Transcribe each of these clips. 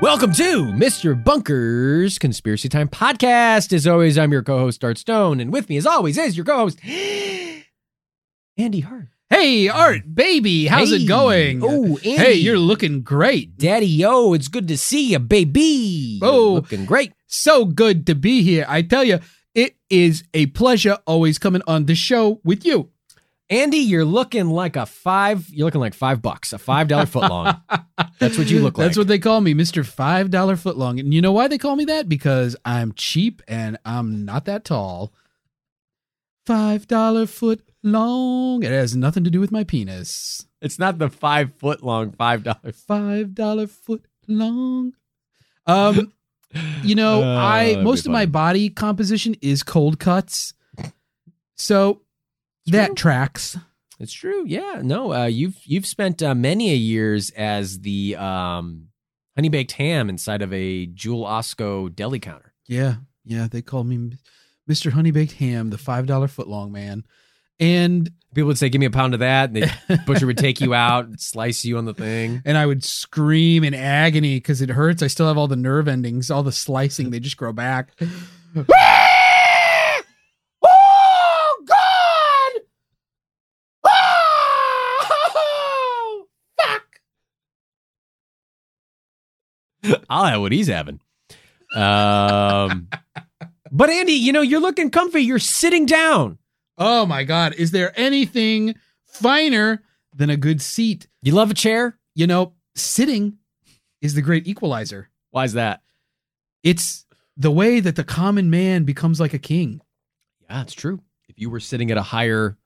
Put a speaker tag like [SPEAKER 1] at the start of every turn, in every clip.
[SPEAKER 1] Welcome to Mr. Bunker's Conspiracy Time Podcast. As always, I'm your co-host Art Stone, and with me, as always, is your co-host Andy Hart.
[SPEAKER 2] Hey, Art, baby, how's
[SPEAKER 1] Hey.
[SPEAKER 2] it going?
[SPEAKER 1] Oh, Andy.
[SPEAKER 2] hey, you're looking great.
[SPEAKER 1] Daddy, yo, it's good to see you, baby.
[SPEAKER 2] Oh.
[SPEAKER 1] looking great.
[SPEAKER 2] So good to be here. I tell you, it is a pleasure always coming on the show with you.
[SPEAKER 1] Andy, you're looking like a five. You're looking like five bucks, a five dollar footlong. That's what you look like.
[SPEAKER 2] That's what they call me, Mr. $5 Footlong. And you know why they call me that? Because I'm cheap and I'm not that tall. $5 Footlong. It has nothing to do with my penis.
[SPEAKER 1] it's not the five foot long five dollars.
[SPEAKER 2] five dollar foot long. Um, you know,
[SPEAKER 1] Uh,
[SPEAKER 2] I
[SPEAKER 1] that'd be
[SPEAKER 2] most of my
[SPEAKER 1] funny.
[SPEAKER 2] body composition is cold cuts, so that tracks.
[SPEAKER 1] It's true. Yeah. No. Uh, you've you've spent uh, many a years as the um, honey baked ham inside of a Jewel Osco deli counter.
[SPEAKER 2] Yeah, yeah, they call me Mister Honey Baked Ham, the five dollar foot long man, and
[SPEAKER 1] People would say, "Give me a pound of that," and the butcher would take you out, and slice you on the thing.
[SPEAKER 2] and I would scream in agony because it hurts. I still have all the nerve endings, all the slicing. They just grow back.
[SPEAKER 1] Oh God! Oh, fuck! I'll have what he's having. Um, but Andy, you know you're looking comfy. You're sitting down.
[SPEAKER 2] Oh my God! Is there anything finer than a good seat?
[SPEAKER 1] You love a chair.
[SPEAKER 2] you know, sitting is the great equalizer.
[SPEAKER 1] Why is that?
[SPEAKER 2] It's the way that the common man becomes like a king.
[SPEAKER 1] Yeah, it's true. If you were sitting at a higher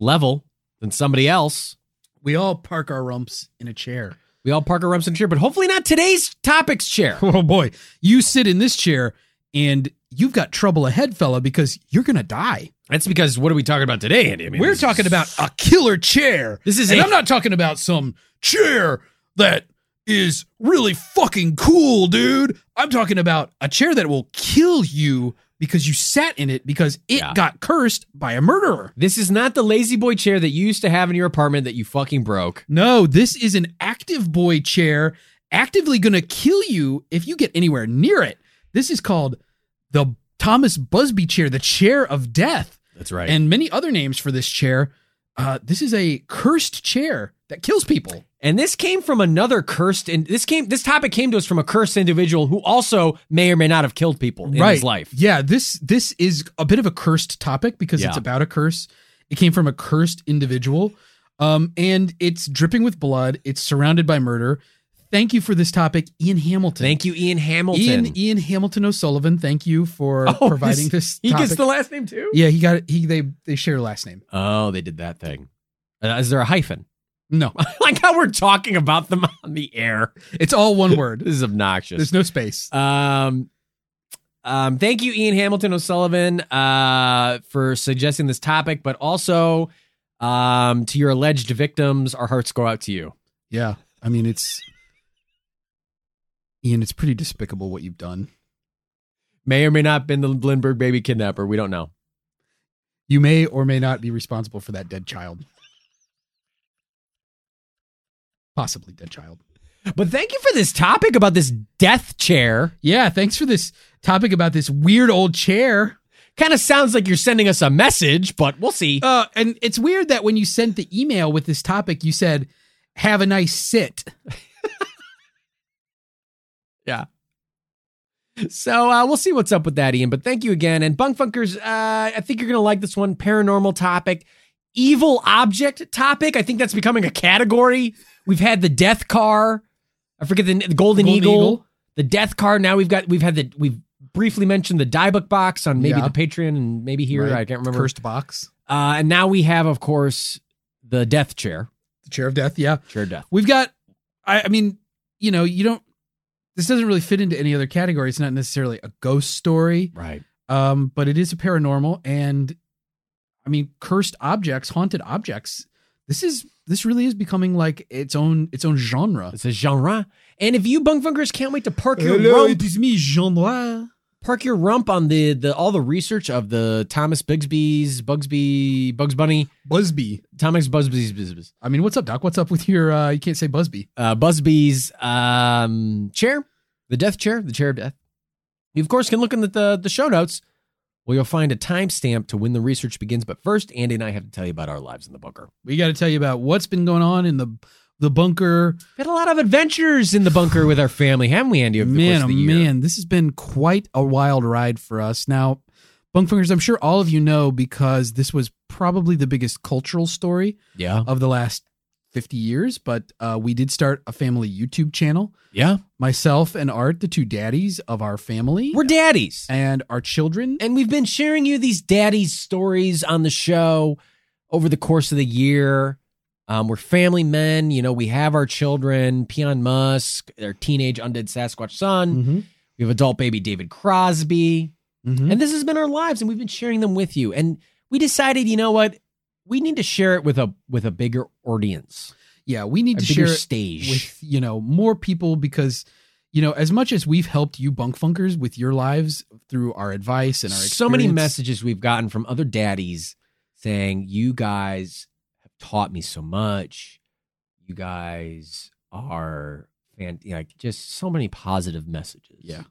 [SPEAKER 1] level than somebody else,
[SPEAKER 2] We all park our rumps in a chair.
[SPEAKER 1] we all park our rumps in a chair, but hopefully not today's topics chair.
[SPEAKER 2] Oh boy, you sit in this chair and you've got trouble ahead, fella, because you're going to die.
[SPEAKER 1] That's because what are we talking about today, Andy? I mean,
[SPEAKER 2] We're
[SPEAKER 1] this
[SPEAKER 2] talking
[SPEAKER 1] is-
[SPEAKER 2] about a killer chair.
[SPEAKER 1] This is
[SPEAKER 2] and
[SPEAKER 1] a-
[SPEAKER 2] I'm not talking about some chair that is really fucking cool, dude. I'm talking about a chair that will kill you because you sat in it because it
[SPEAKER 1] Yeah.
[SPEAKER 2] got cursed by a murderer.
[SPEAKER 1] This is not the lazy boy chair that you used to have in your apartment that you fucking broke.
[SPEAKER 2] No, this is an active boy chair actively going to kill you if you get anywhere near it. This is called the Thomas Busby chair, the chair of death,
[SPEAKER 1] That's right. And
[SPEAKER 2] and many other names for this chair. Uh, this is a cursed chair that kills people.
[SPEAKER 1] and this came from another cursed and this came this topic came to us from a cursed individual who also may or may not have killed people in his life.
[SPEAKER 2] Yeah, this this is a bit of a cursed topic because it's
[SPEAKER 1] Yeah.
[SPEAKER 2] about a curse. It came from a cursed individual. Um, and it's dripping with blood. It's surrounded by murder. Thank you for this topic, Ian Hamilton.
[SPEAKER 1] Thank you, Ian Hamilton.
[SPEAKER 2] Ian Ian Hamilton O'Sullivan, thank you for
[SPEAKER 1] Oh,
[SPEAKER 2] providing this.
[SPEAKER 1] he
[SPEAKER 2] topic.
[SPEAKER 1] gets the last name too.
[SPEAKER 2] yeah, he got it. He they they share last name.
[SPEAKER 1] Oh, they did that thing. Uh, is there a hyphen?
[SPEAKER 2] No,
[SPEAKER 1] like how we're talking about them on the air.
[SPEAKER 2] it's all one word.
[SPEAKER 1] This is obnoxious.
[SPEAKER 2] There's no space.
[SPEAKER 1] Um, um, thank you, Ian Hamilton O'Sullivan, uh, for suggesting this topic, but also um, to your alleged victims, our hearts go out to you.
[SPEAKER 2] Yeah, I mean it's Ian. It's pretty despicable what you've done.
[SPEAKER 1] May or may not have been the Lindbergh baby kidnapper. We don't know.
[SPEAKER 2] You may or may not be responsible for that dead child. Possibly dead child.
[SPEAKER 1] But thank you for this topic about this death chair.
[SPEAKER 2] Yeah, thanks for this topic about this weird old chair.
[SPEAKER 1] Kind of sounds like you're sending us a message, but we'll see.
[SPEAKER 2] Uh, and it's weird that when you sent the email with this topic, you said, have a nice sit.
[SPEAKER 1] So uh, we'll see what's up with that, Ian. But thank you again. And Bunk Funkers, uh, I think you're going to like this one paranormal topic, evil object topic. I think that's becoming a category. We've had the death car. I forget the, the Golden,
[SPEAKER 2] Golden
[SPEAKER 1] Eagle,
[SPEAKER 2] Eagle.
[SPEAKER 1] the death car. Now we've got we've had the we've briefly mentioned the Dybuck box on maybe
[SPEAKER 2] Yeah.
[SPEAKER 1] the Patreon and maybe here
[SPEAKER 2] Right.
[SPEAKER 1] I can't remember.
[SPEAKER 2] Cursed box.
[SPEAKER 1] Uh, and now we have, of course, the death chair,
[SPEAKER 2] The chair of death. Yeah.
[SPEAKER 1] chair of death.
[SPEAKER 2] We've got, I, I mean, you know, you don't, this doesn't really fit into any other category. It's not necessarily a ghost story,
[SPEAKER 1] Right.
[SPEAKER 2] um, but it is a paranormal. And I mean, cursed objects, haunted objects. This is, this really is becoming like its own, its own genre.
[SPEAKER 1] It's a genre. And if you bunk funkers can't wait to park your rump,
[SPEAKER 2] is me, Jean Noir.
[SPEAKER 1] park your rump on the, the all the research of the Thomas Bigsby's Bugsby Bugs Bunny
[SPEAKER 2] Busby.
[SPEAKER 1] Thomas Busby's Busby's
[SPEAKER 2] I mean, what's up, Doc? What's up with your, uh, you can't say Busby.
[SPEAKER 1] uh, Busby's um, chair, the death chair, the chair of death. You of course can look in the the, the show notes. where you'll find a timestamp to when the research begins. But first, Andy and I have to tell you about our lives in the bunker.
[SPEAKER 2] We got to tell you about what's been going on in the, the bunker.
[SPEAKER 1] We've had a lot of adventures in the bunker with our family, haven't we, Andy? Over the course
[SPEAKER 2] man,
[SPEAKER 1] of
[SPEAKER 2] oh
[SPEAKER 1] the year?
[SPEAKER 2] man, this has been quite a wild ride for us. Now, Bunkfingers, I'm sure all of you know because this was probably the biggest cultural story
[SPEAKER 1] Yeah.
[SPEAKER 2] of the last 50 years. But uh, we did start a family YouTube channel.
[SPEAKER 1] Yeah.
[SPEAKER 2] Myself and Art, the two daddies of our family,
[SPEAKER 1] We're daddies.
[SPEAKER 2] and our children.
[SPEAKER 1] And we've been sharing you these daddies stories on the show over the course of the year. Um, we're family men. You know, we have our children, Peon Musk, their teenage undead Sasquatch
[SPEAKER 2] Mm.
[SPEAKER 1] son. We have adult baby David Crosby.
[SPEAKER 2] Mhm.
[SPEAKER 1] And this has been our lives, and we've been sharing them with you. And we decided, you know what? We need to share it with a with a bigger audience,
[SPEAKER 2] yeah, we need
[SPEAKER 1] a
[SPEAKER 2] to
[SPEAKER 1] bigger
[SPEAKER 2] share it
[SPEAKER 1] stage.
[SPEAKER 2] with you know more people because you know as much as we've helped you bunk funkers with your lives through our advice and our
[SPEAKER 1] so many
[SPEAKER 2] experience-
[SPEAKER 1] messages we've gotten from other daddies saying you guys have taught me so much you guys are fan- you know, like just so many positive messages
[SPEAKER 2] Yeah.
[SPEAKER 1] It's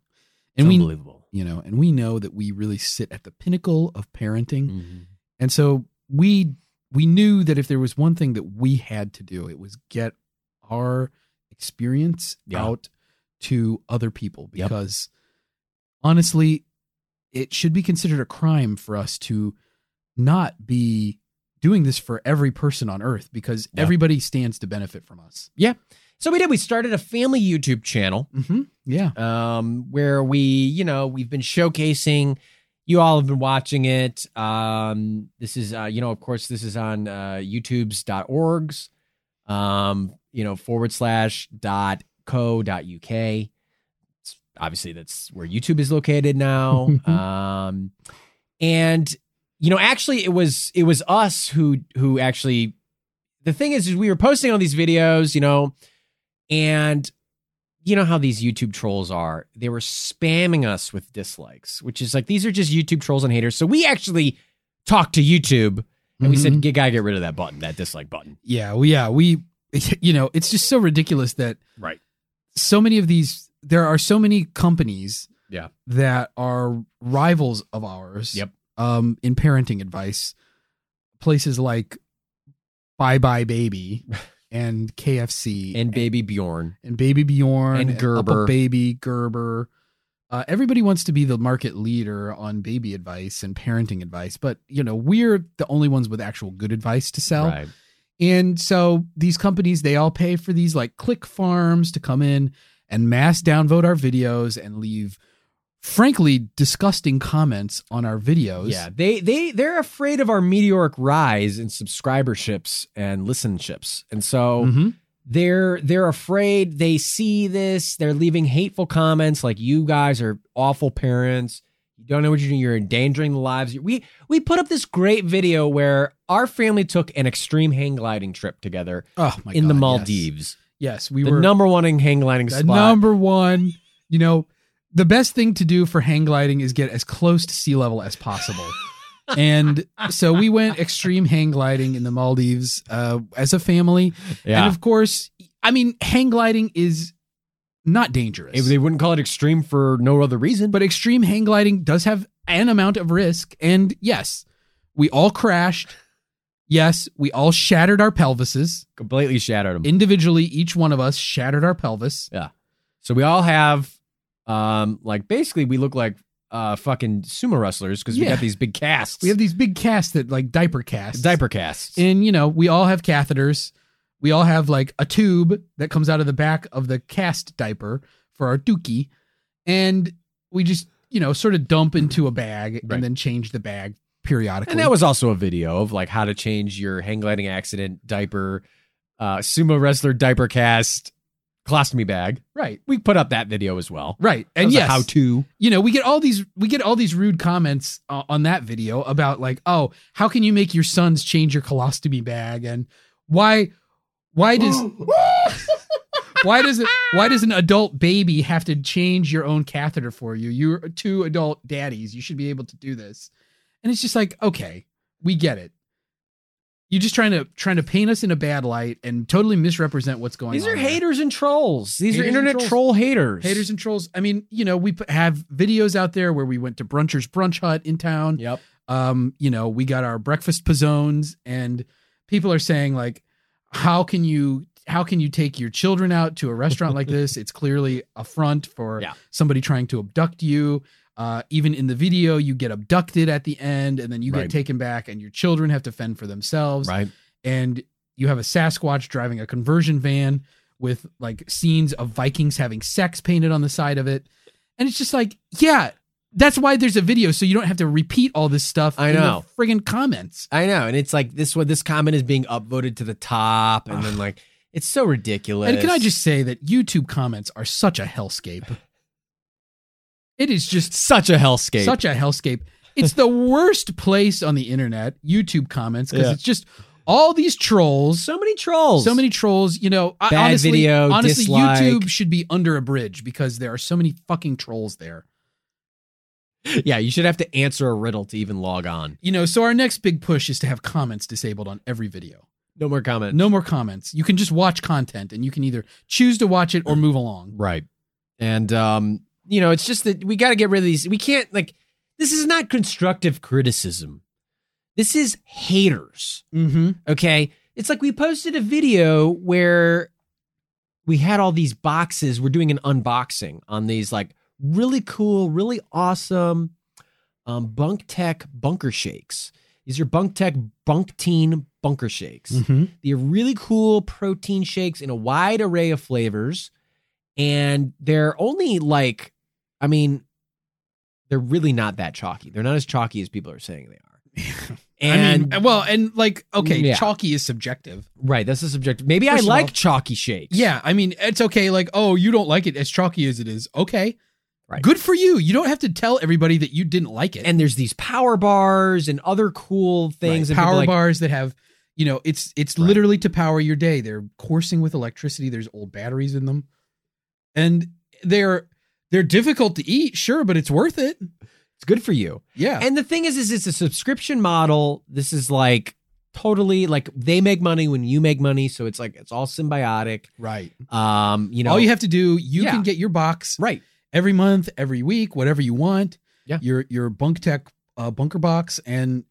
[SPEAKER 2] and we
[SPEAKER 1] unbelievable
[SPEAKER 2] you know and we know that we really sit at the pinnacle of parenting and so we we knew that if there was one thing that we had to do it was get our experience
[SPEAKER 1] Yeah.
[SPEAKER 2] out to other people
[SPEAKER 1] Yep.
[SPEAKER 2] because honestly it should be considered a crime for us to not be doing this for every person on earth because
[SPEAKER 1] Yeah.
[SPEAKER 2] everybody stands to benefit from us
[SPEAKER 1] so we did we started a family youtube channel
[SPEAKER 2] mm-hmm. yeah
[SPEAKER 1] um, where we, you know, we've been showcasing. You all have been watching it. Um, this is, uh, you know, of course, this is on uh, YouTube's.orgs, um, you know, forward slash dot co dot uk. It's, obviously, that's where YouTube is located now. um, and you know, actually, it was it was us who who actually. The thing is, is we were posting all these videos, you know, and you know how these YouTube trolls are. They were spamming us with dislikes, which is like these are just YouTube trolls and haters. So we actually talked to YouTube and we
[SPEAKER 2] Mhm.
[SPEAKER 1] said, "You gotta get rid of that button, that dislike button."
[SPEAKER 2] yeah we yeah we you know it's just so ridiculous that
[SPEAKER 1] Right.
[SPEAKER 2] so many of these there are so many companies
[SPEAKER 1] Yeah.
[SPEAKER 2] that are rivals of ours
[SPEAKER 1] Yep.
[SPEAKER 2] um in parenting advice places like bye bye baby and kfc
[SPEAKER 1] And baby Bjorn.
[SPEAKER 2] and baby bjorn
[SPEAKER 1] and
[SPEAKER 2] Uppa
[SPEAKER 1] Gerber.
[SPEAKER 2] baby gerber uh, everybody wants to be the market leader on baby advice and parenting advice but you know we're the only ones with actual good advice to sell
[SPEAKER 1] Right.
[SPEAKER 2] and so these companies, they all pay for these like click farms to come in and mass downvote our videos and leave, frankly, disgusting comments on our videos.
[SPEAKER 1] Yeah. They they they're afraid of our meteoric rise in subscriberships and listenerships. And so
[SPEAKER 2] Mhm.
[SPEAKER 1] they're they're afraid they see this they're leaving hateful comments like you guys are awful parents you don't know what you're doing you're endangering the lives we we put up this great video where our family took an extreme hang gliding trip together
[SPEAKER 2] Oh my
[SPEAKER 1] in
[SPEAKER 2] God,
[SPEAKER 1] the
[SPEAKER 2] yes.
[SPEAKER 1] maldives
[SPEAKER 2] Yes, we
[SPEAKER 1] the
[SPEAKER 2] were
[SPEAKER 1] number one hang gliding
[SPEAKER 2] the
[SPEAKER 1] spot
[SPEAKER 2] number one. You know, the best thing to do for hang gliding is get as close to sea level as possible. and so we went extreme hang gliding in the Maldives uh, as a family.
[SPEAKER 1] yeah
[SPEAKER 2] And of course, I mean, hang gliding is not dangerous.
[SPEAKER 1] It- they wouldn't call it extreme for no other reason
[SPEAKER 2] but extreme hang gliding does have an amount of risk. And yes, we all crashed. Yes, we all shattered our pelvises.
[SPEAKER 1] Completely shattered them.
[SPEAKER 2] Individually, each one of us shattered our pelvis.
[SPEAKER 1] so we all have, um, like basically we look like uh fucking sumo wrestlers because we
[SPEAKER 2] Yeah.
[SPEAKER 1] have these big casts.
[SPEAKER 2] We have these big casts that like diaper casts.
[SPEAKER 1] diaper casts.
[SPEAKER 2] And you know, we all have catheters. We all have like a tube that comes out of the back of the cast diaper for our dookie. And we just, you know, sort of dump into a bag
[SPEAKER 1] Right.
[SPEAKER 2] and then change the bag periodically.
[SPEAKER 1] And that was also a video of like how to change your hang gliding accident diaper, uh, sumo wrestler diaper cast, colostomy bag.
[SPEAKER 2] right.
[SPEAKER 1] We put up that video as well.
[SPEAKER 2] Right.
[SPEAKER 1] That
[SPEAKER 2] And
[SPEAKER 1] was a
[SPEAKER 2] yes,
[SPEAKER 1] how to.
[SPEAKER 2] you know, we get all these we get all these rude comments uh, on that video about like, "Oh, how can you make your sons change your colostomy bag?" and why why does why does it why does an adult baby have to change your own catheter for you you're two adult daddies you should be able to do this and it's just like okay we get it you're just trying to trying to paint us in a bad light and totally misrepresent what's going
[SPEAKER 1] These
[SPEAKER 2] on
[SPEAKER 1] are
[SPEAKER 2] here.
[SPEAKER 1] haters and trolls. These are
[SPEAKER 2] Haters and
[SPEAKER 1] internet
[SPEAKER 2] trolls.
[SPEAKER 1] troll haters.
[SPEAKER 2] haters and trolls i mean you know we p- have videos out there where we went to bruncher's brunch hut in town
[SPEAKER 1] Yep.
[SPEAKER 2] um you know we got our breakfast pizzones and people are saying like how can you how can you take your children out to a restaurant like this it's clearly a front for
[SPEAKER 1] Yeah.
[SPEAKER 2] somebody trying to abduct you uh, even in the video you get abducted at the end and then you
[SPEAKER 1] Right.
[SPEAKER 2] get taken back and your children have to fend for themselves
[SPEAKER 1] Right.
[SPEAKER 2] and you have a sasquatch driving a conversion van with like scenes of vikings having sex painted on the side of it and it's just like yeah that's why there's a video so you don't have to repeat all this stuff
[SPEAKER 1] I
[SPEAKER 2] in
[SPEAKER 1] know.
[SPEAKER 2] the friggin comments
[SPEAKER 1] I know. And it's like this one, this comment is being upvoted to the top. And then like, it's so ridiculous.
[SPEAKER 2] and can i just say that youtube comments are such a hellscape it is just
[SPEAKER 1] such a hellscape.
[SPEAKER 2] such a hellscape it's the worst place on the internet youtube comments because
[SPEAKER 1] Yeah.
[SPEAKER 2] it's just all these trolls
[SPEAKER 1] so many trolls.
[SPEAKER 2] So many trolls, you know. I-
[SPEAKER 1] Bad
[SPEAKER 2] honestly,
[SPEAKER 1] video,
[SPEAKER 2] honestly,
[SPEAKER 1] dislike.
[SPEAKER 2] YouTube should be under a bridge because there are so many fucking trolls there.
[SPEAKER 1] Yeah. You should have to answer a riddle to even log on.
[SPEAKER 2] You know, so our next big push is to have comments disabled on every video.
[SPEAKER 1] No more comment.
[SPEAKER 2] No more comments. You can just watch content and you can either choose to watch it or move along.
[SPEAKER 1] Right. And um, you know, it's just that we got to get rid of these. We can't like this is not constructive criticism. This is haters.
[SPEAKER 2] Mm-hmm.
[SPEAKER 1] Okay? It's like we posted a video where we had all these boxes. We're doing an unboxing on these like really cool, really awesome um Bunk Tech bunker shakes. These are Bunk Tech Bunkteen bunker shakes.
[SPEAKER 2] Mm-hmm.
[SPEAKER 1] They're really cool protein shakes in a wide array of flavors. And they're only like, I mean, they're really not that chalky. They're not as chalky as people are saying they are. And Mm,
[SPEAKER 2] I mean, um, well, and like, okay,
[SPEAKER 1] Yeah.
[SPEAKER 2] chalky is subjective.
[SPEAKER 1] right, that's the subjective. Maybe I
[SPEAKER 2] First of
[SPEAKER 1] like
[SPEAKER 2] all-
[SPEAKER 1] chalky shakes.
[SPEAKER 2] Yeah, I mean, it's okay. Like, oh, you don't like it as chalky as it is. Okay,
[SPEAKER 1] Right.
[SPEAKER 2] good for you. You don't have to tell everybody that you didn't like it.
[SPEAKER 1] And there's these power bars and other cool things.
[SPEAKER 2] Right.
[SPEAKER 1] and people
[SPEAKER 2] power
[SPEAKER 1] like,
[SPEAKER 2] bars that have you know it's it's
[SPEAKER 1] Right.
[SPEAKER 2] literally to power your day they're coursing with electricity there's old batteries in them and they're they're difficult to eat sure but it's worth it
[SPEAKER 1] It's good for you.
[SPEAKER 2] yeah
[SPEAKER 1] And the thing is, is it's a subscription model. This is like totally like they make money when you make money. So it's like it's all symbiotic.
[SPEAKER 2] right
[SPEAKER 1] Um, you know,
[SPEAKER 2] all you have to do you
[SPEAKER 1] Yeah.
[SPEAKER 2] can get your box
[SPEAKER 1] right.
[SPEAKER 2] every month every week whatever you want
[SPEAKER 1] Yeah.
[SPEAKER 2] your your bunk tech uh, bunker box and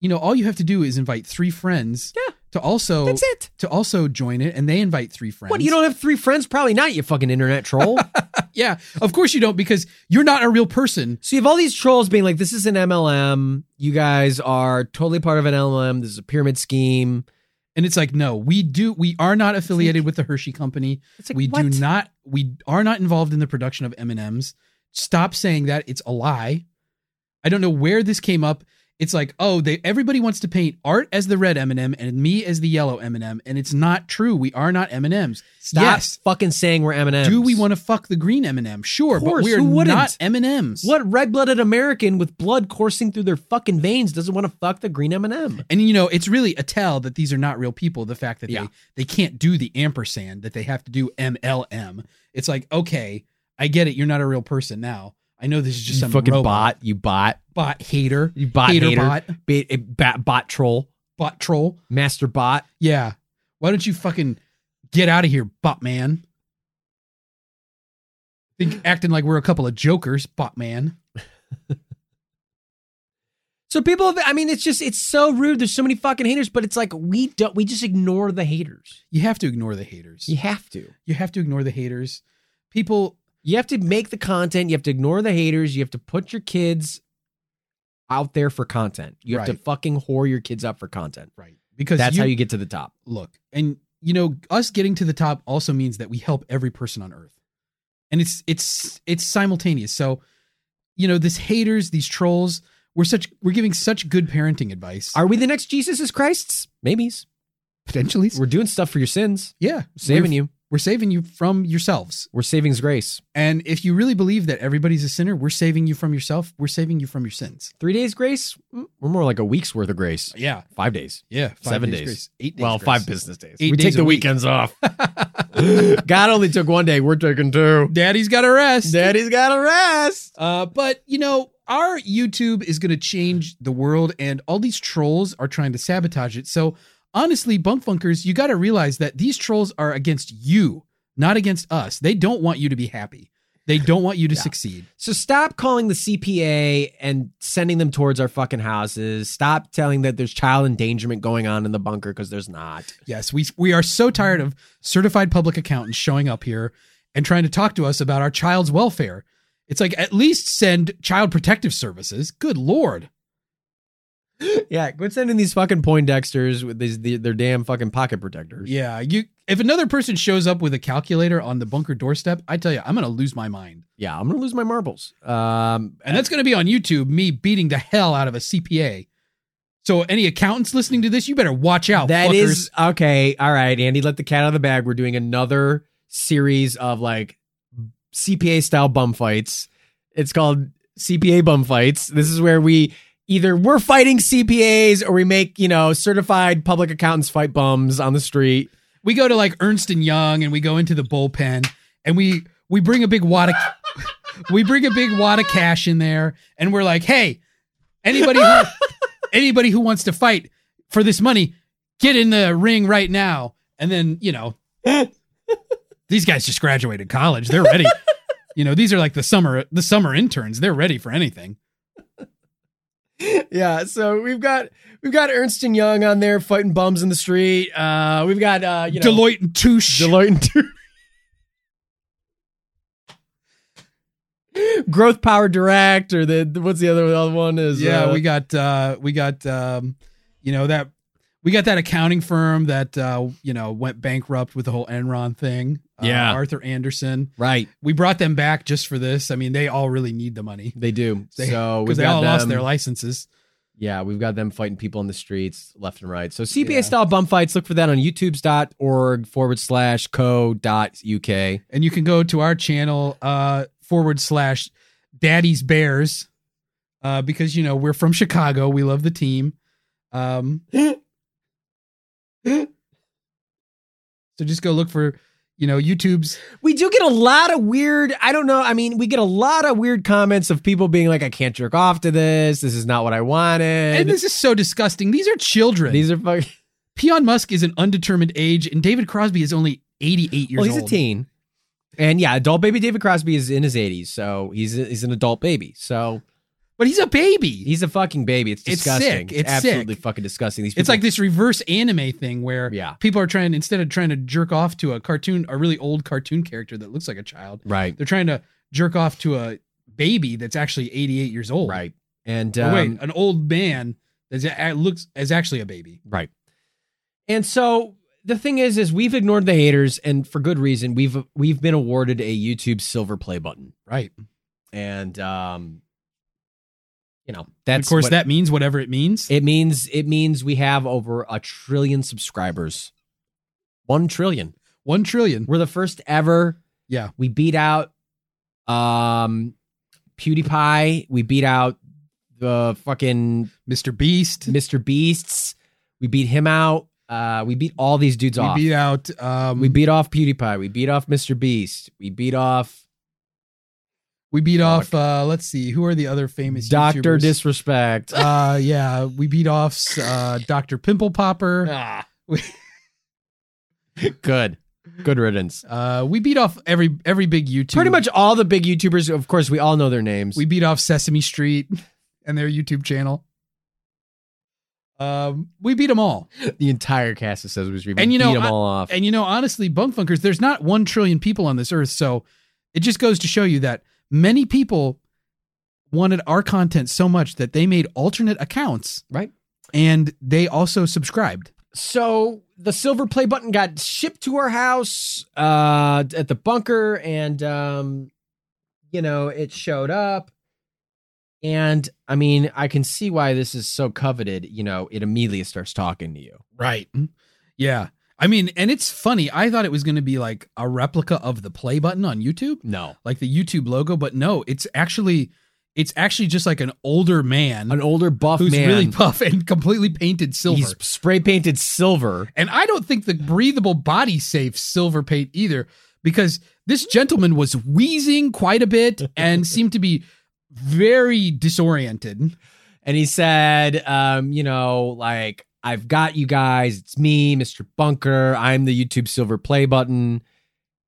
[SPEAKER 2] you know all you have to do is invite three friends
[SPEAKER 1] Yeah.
[SPEAKER 2] to also
[SPEAKER 1] That's it.
[SPEAKER 2] to also join it and they invite three friends
[SPEAKER 1] What you don't have three friends? Probably not. You fucking internet troll.
[SPEAKER 2] yeah of course you don't because you're not a real person
[SPEAKER 1] so you have all these trolls being like, "This is an MLM. You guys are totally part of an MLM. This is a pyramid scheme."
[SPEAKER 2] And it's like, no, we do. We are not affiliated with the Hershey Company.
[SPEAKER 1] It's like
[SPEAKER 2] we
[SPEAKER 1] what?
[SPEAKER 2] do not. We are not involved in the production of M and M's. Stop saying that. It's a lie. I don't know where this came up. It's like, oh, they everybody wants to paint art as the red M and m and me as the yellow M and m and it's not true. We are not M and M's.
[SPEAKER 1] Stop
[SPEAKER 2] Yes.
[SPEAKER 1] fucking saying we're M&Ms.
[SPEAKER 2] Do we want to fuck the green M and m Sure,
[SPEAKER 1] Of course,
[SPEAKER 2] but we're
[SPEAKER 1] who wouldn't?
[SPEAKER 2] not M and M's.
[SPEAKER 1] What red-blooded American with blood coursing through their fucking veins doesn't want to fuck the green M&M?
[SPEAKER 2] And you know, it's really a tell that these are not real people. The fact that
[SPEAKER 1] Yeah.
[SPEAKER 2] they they can't do the ampersand that they have to do MLM. It's like, okay, I get it. You're not a real person now. I know this is just
[SPEAKER 1] you
[SPEAKER 2] some
[SPEAKER 1] fucking
[SPEAKER 2] robot,
[SPEAKER 1] bot. You bot.
[SPEAKER 2] bot hater,
[SPEAKER 1] You bot hater.
[SPEAKER 2] hater, bot,
[SPEAKER 1] Ba- a bat, bot troll.
[SPEAKER 2] bot troll.
[SPEAKER 1] Master bot.
[SPEAKER 2] Yeah. Why don't you fucking get out of here, bot man? Think acting like we're a couple of jokers, bot man.
[SPEAKER 1] So people, have, I mean, it's just it's so rude. There's so many fucking haters, but it's like we don't we just ignore the haters.
[SPEAKER 2] You have to ignore the haters.
[SPEAKER 1] You have to.
[SPEAKER 2] You have to ignore the haters. People,
[SPEAKER 1] You have to make the content. You have to ignore the haters. You have to put your kids out there for content. You have to
[SPEAKER 2] Right.
[SPEAKER 1] fucking whore your kids up for content.
[SPEAKER 2] right? Because
[SPEAKER 1] That's
[SPEAKER 2] you,
[SPEAKER 1] how you get to the top.
[SPEAKER 2] look. And you know, us getting to the top also means that we help every person on earth. And it's it's it's simultaneous. So, you know, this haters, these trolls, we're such we're giving such good parenting advice.
[SPEAKER 1] Are we the next Jesus is Christ's? Maybes.
[SPEAKER 2] potentially
[SPEAKER 1] We're doing stuff for your sins,
[SPEAKER 2] yeah,
[SPEAKER 1] saving
[SPEAKER 2] we're,
[SPEAKER 1] you.
[SPEAKER 2] We're saving you from yourselves.
[SPEAKER 1] We're saving His grace.
[SPEAKER 2] And if you really believe that everybody's a sinner, we're saving you from yourself. We're saving you from your sins.
[SPEAKER 1] Three days grace. Mm, We're more like a week's worth of grace.
[SPEAKER 2] Yeah,
[SPEAKER 1] Five days.
[SPEAKER 2] yeah. Five
[SPEAKER 1] Seven days.
[SPEAKER 2] grace. eight. Days
[SPEAKER 1] well,
[SPEAKER 2] grace.
[SPEAKER 1] five business days.
[SPEAKER 2] Eight
[SPEAKER 1] we
[SPEAKER 2] days
[SPEAKER 1] take the
[SPEAKER 2] a week.
[SPEAKER 1] weekends off. God only took one day. We're taking two.
[SPEAKER 2] Daddy's got to rest.
[SPEAKER 1] Daddy's got to rest.
[SPEAKER 2] Uh, but you know, our YouTube is going to change the world, and all these trolls are trying to sabotage it. So honestly, bunk funkers, you got to realize that these trolls are against you, not against us. They don't want you to be happy. They don't want you to
[SPEAKER 1] Yeah.
[SPEAKER 2] succeed.
[SPEAKER 1] So stop calling the CPA and sending them towards our fucking houses. Stop telling that there's child endangerment going on in the bunker because there's not.
[SPEAKER 2] Yes, we we are so tired of certified public accountants showing up here and trying to talk to us about our child's welfare. It's like at least send child protective services. Good lord.
[SPEAKER 1] yeah, quit sending these fucking Poindexters with these the, their damn fucking pocket protectors.
[SPEAKER 2] Yeah, you if another person shows up with a calculator on the bunker doorstep, I tell you, I'm going to lose my mind.
[SPEAKER 1] Yeah, I'm gonna lose my marbles. Um,
[SPEAKER 2] And that's going to be on YouTube, me beating the hell out of a CPA. So any accountants listening to this, you better watch out.
[SPEAKER 1] That
[SPEAKER 2] fuckers.
[SPEAKER 1] is okay. All right, Andy, let the cat out of the bag. We're doing another series of like CPA style bum fights. It's called CPA bum fights. This is where we either we're fighting CPAs or we make you know certified public accountants fight bums on the street.
[SPEAKER 2] we go to like Ernst and Young and we go into the bullpen and we we bring a big wad of we bring a big wad of cash in there and we're like, hey, anybody who anybody who wants to fight for this money, get in the ring right now. And then you know, these guys just graduated college; they're ready. you know, these are like the summer the summer interns; they're ready for anything.
[SPEAKER 1] yeah, so we've got we've got Ernst and Young on there fighting bums in the street. Uh, we've got uh, you know
[SPEAKER 2] Deloitte and Touche.
[SPEAKER 1] Deloitte and Growth Power Direct, or the what's the other, the other one is?
[SPEAKER 2] yeah
[SPEAKER 1] uh,
[SPEAKER 2] we got uh we got um you know that we got that accounting firm that uh you know went bankrupt with the whole enron thing uh,
[SPEAKER 1] Yeah.
[SPEAKER 2] arthur anderson
[SPEAKER 1] right.
[SPEAKER 2] we brought them back just for this i mean they all really need the money
[SPEAKER 1] They do.
[SPEAKER 2] They-
[SPEAKER 1] so we've
[SPEAKER 2] because they
[SPEAKER 1] got
[SPEAKER 2] all
[SPEAKER 1] them,
[SPEAKER 2] lost their licenses
[SPEAKER 1] Yeah, we've got them fighting people in the streets left and right. So CPA
[SPEAKER 2] Yeah.
[SPEAKER 1] style bum fights. Look for that on YouTube's.org forward slash co dot uk.
[SPEAKER 2] and you can go to our channel uh forward slash daddy's bears uh because you know we're from chicago we love the team um so just go look for you know youtube's
[SPEAKER 1] We do get a lot of weird. I don't know. I mean, we get a lot of weird comments of people being like, "I can't jerk off to this. This is not what I wanted."
[SPEAKER 2] and this is so disgusting. These are children.
[SPEAKER 1] These are fucking.
[SPEAKER 2] Elon Musk is an undetermined age, and David Crosby is only 88 years
[SPEAKER 1] well, he's
[SPEAKER 2] old.
[SPEAKER 1] a teen, and yeah, adult baby David Crosby is in his 80s, so he's he's an adult baby. So
[SPEAKER 2] But he's a baby.
[SPEAKER 1] he's a fucking baby. It's
[SPEAKER 2] It's
[SPEAKER 1] disgusting.
[SPEAKER 2] sick. It's
[SPEAKER 1] absolutely
[SPEAKER 2] sick.
[SPEAKER 1] fucking disgusting. These
[SPEAKER 2] it's like
[SPEAKER 1] people-
[SPEAKER 2] this reverse anime thing where
[SPEAKER 1] yeah,
[SPEAKER 2] people are trying, instead of trying to jerk off to a cartoon, a really old cartoon character that looks like a child,
[SPEAKER 1] right,
[SPEAKER 2] they're trying to jerk off to a baby that's actually 88 years old.
[SPEAKER 1] right, and
[SPEAKER 2] Or
[SPEAKER 1] um,
[SPEAKER 2] Oh, wait, an old man that's that looks as actually a baby.
[SPEAKER 1] right, and so the thing is, is we've ignored the haters, and for good reason. We've we've been awarded a YouTube silver play button,
[SPEAKER 2] Right.
[SPEAKER 1] and um, you know
[SPEAKER 2] And
[SPEAKER 1] that's
[SPEAKER 2] of course,
[SPEAKER 1] what-
[SPEAKER 2] that means whatever it means.
[SPEAKER 1] It means it means we have over a trillion subscribers. One trillion.
[SPEAKER 2] One trillion.
[SPEAKER 1] We're the first ever.
[SPEAKER 2] Yeah.
[SPEAKER 1] We beat out um PewDiePie. We beat out the fucking
[SPEAKER 2] Mr. Beast.
[SPEAKER 1] Mr. Beasts. We beat him out. Uh we beat all these dudes
[SPEAKER 2] We
[SPEAKER 1] off.
[SPEAKER 2] beat out. Um,
[SPEAKER 1] we beat off PewDiePie. We beat off Mr. Beast. We beat off
[SPEAKER 2] We beat
[SPEAKER 1] Fuck.
[SPEAKER 2] off. Uh, let's see, who are the other famous
[SPEAKER 1] Doctor
[SPEAKER 2] YouTubers?
[SPEAKER 1] Disrespect.
[SPEAKER 2] uh, yeah, we beat off uh, Doctor Pimple Popper.
[SPEAKER 1] Ah.
[SPEAKER 2] We-
[SPEAKER 1] Good. Good riddance.
[SPEAKER 2] Uh, we beat off every every big YouTube.
[SPEAKER 1] Pretty much all the big YouTubers, of course, we all know their names.
[SPEAKER 2] we beat off Sesame Street and their YouTube channel. Um, we beat them all.
[SPEAKER 1] The entire cast of Sesame Street.
[SPEAKER 2] And you know,
[SPEAKER 1] beat them
[SPEAKER 2] I-
[SPEAKER 1] all off.
[SPEAKER 2] And you know, honestly, bunk funkers, there's not one trillion people on this earth, so it just goes to show you that many people wanted our content so much that they made alternate accounts,
[SPEAKER 1] Right.
[SPEAKER 2] And they also subscribed.
[SPEAKER 1] so the silver play button got shipped to our house uh at the bunker and um you know it showed up and i mean i can see why this is so coveted you know it immediately starts talking to you
[SPEAKER 2] Right. Mm-hmm. Yeah. I mean, and it's funny. I thought it was going to be like a replica of the play button on YouTube.
[SPEAKER 1] no
[SPEAKER 2] like the YouTube logo, but no, it's actually it's actually just like an older man
[SPEAKER 1] an older buff
[SPEAKER 2] who's
[SPEAKER 1] man
[SPEAKER 2] really buff and completely painted silver.
[SPEAKER 1] he's spray painted silver
[SPEAKER 2] and I don't think the breathable body safe silver paint either, because this gentleman was wheezing quite a bit and seemed to be very disoriented.
[SPEAKER 1] and he said, um, you know, like I've got you guys. It's me, Mr. Bunker. I'm the YouTube Silver Play button,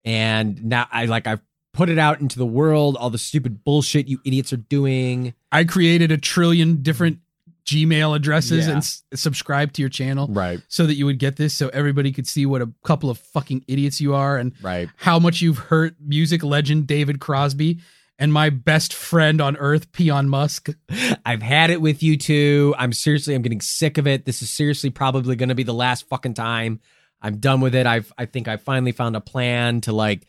[SPEAKER 1] and now I like I've put it out into the world. All the stupid bullshit you idiots are doing.
[SPEAKER 2] I created a trillion different Gmail addresses
[SPEAKER 1] Yeah.
[SPEAKER 2] and s- subscribed to your channel
[SPEAKER 1] Right,
[SPEAKER 2] so that you would get this so everybody could see what a couple of fucking idiots you are and
[SPEAKER 1] right.
[SPEAKER 2] how much you've hurt music legend David Crosby and my best friend on earth, Peon Musk.
[SPEAKER 1] I've had it with you two. I'm seriously, I'm getting sick of it. This is seriously probably going to be the last fucking time. I'm done with it. I've, I think I finally found a plan to like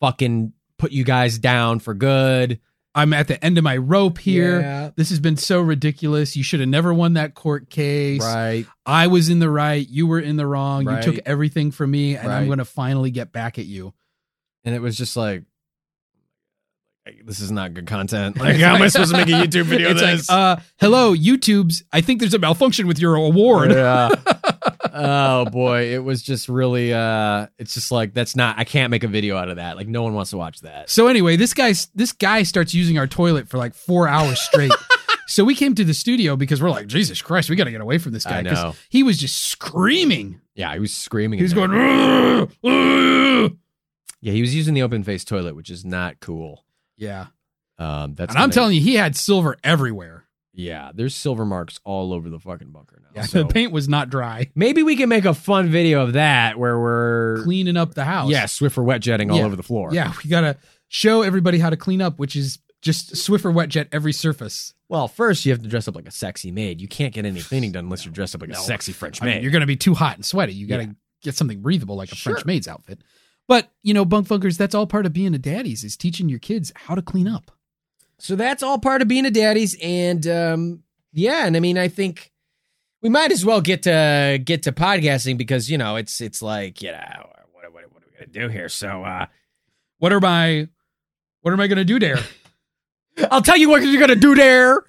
[SPEAKER 1] fucking put you guys down for good.
[SPEAKER 2] I'm at the end of my rope here.
[SPEAKER 1] Yeah.
[SPEAKER 2] This has been so ridiculous. You should have never won that court case.
[SPEAKER 1] Right.
[SPEAKER 2] I was in the right. You were in the wrong.
[SPEAKER 1] Right.
[SPEAKER 2] You took everything from me, and I'm
[SPEAKER 1] Right.
[SPEAKER 2] going to finally get back at you.
[SPEAKER 1] and it was just like like, this is not good content. Like, how am I supposed to make a YouTube video? of
[SPEAKER 2] It's
[SPEAKER 1] this?
[SPEAKER 2] like, uh, hello, YouTube's. I think there's a malfunction with your award.
[SPEAKER 1] Yeah. oh boy, it was just really. uh It's just like that's not. I can't make a video out of that. Like no one wants to watch that.
[SPEAKER 2] So anyway, this guy's this guy starts using our toilet for like four hours straight. so we came to the studio because we're like, Jesus Christ, we got to get away from this guy
[SPEAKER 1] I
[SPEAKER 2] 'cause
[SPEAKER 1] know.
[SPEAKER 2] he was just screaming.
[SPEAKER 1] Yeah, he was screaming.
[SPEAKER 2] He was
[SPEAKER 1] in there.
[SPEAKER 2] going. "Ugh, ugh."
[SPEAKER 1] Yeah, he was using the open face toilet, which is not cool.
[SPEAKER 2] Yeah,
[SPEAKER 1] Um, that's.
[SPEAKER 2] and I'm telling you, he had silver everywhere.
[SPEAKER 1] you. Yeah, there's silver marks all over the fucking bunker now.
[SPEAKER 2] Yeah,
[SPEAKER 1] so
[SPEAKER 2] the paint was not dry.
[SPEAKER 1] maybe we can make a fun video of that where we're
[SPEAKER 2] Cleaning up the house.
[SPEAKER 1] yeah Swiffer wet jetting all
[SPEAKER 2] Yeah.
[SPEAKER 1] over the floor.
[SPEAKER 2] yeah, we gotta show everybody how to clean up, which is just Swiffer wet jet every surface.
[SPEAKER 1] Well, first you have to dress up like a sexy maid. You can't get any cleaning done unless you're dressed up like
[SPEAKER 2] No.
[SPEAKER 1] a sexy French
[SPEAKER 2] I mean,
[SPEAKER 1] maid.
[SPEAKER 2] you're going to be too hot and sweaty. You got to
[SPEAKER 1] Yeah.
[SPEAKER 2] get something breathable like a French
[SPEAKER 1] Sure.
[SPEAKER 2] maid's outfit. But, you know, bunk funkers, that's all part of being a daddy's is teaching your kids how to clean up.
[SPEAKER 1] so that's all part of being a daddy's, and um, yeah, and I mean, I think we might as well get to get to podcasting because you know it's it's like you know what what, what are we gonna do here? So uh,
[SPEAKER 2] What are my what am I going to do there?
[SPEAKER 1] I'll tell you what you're gonna do there.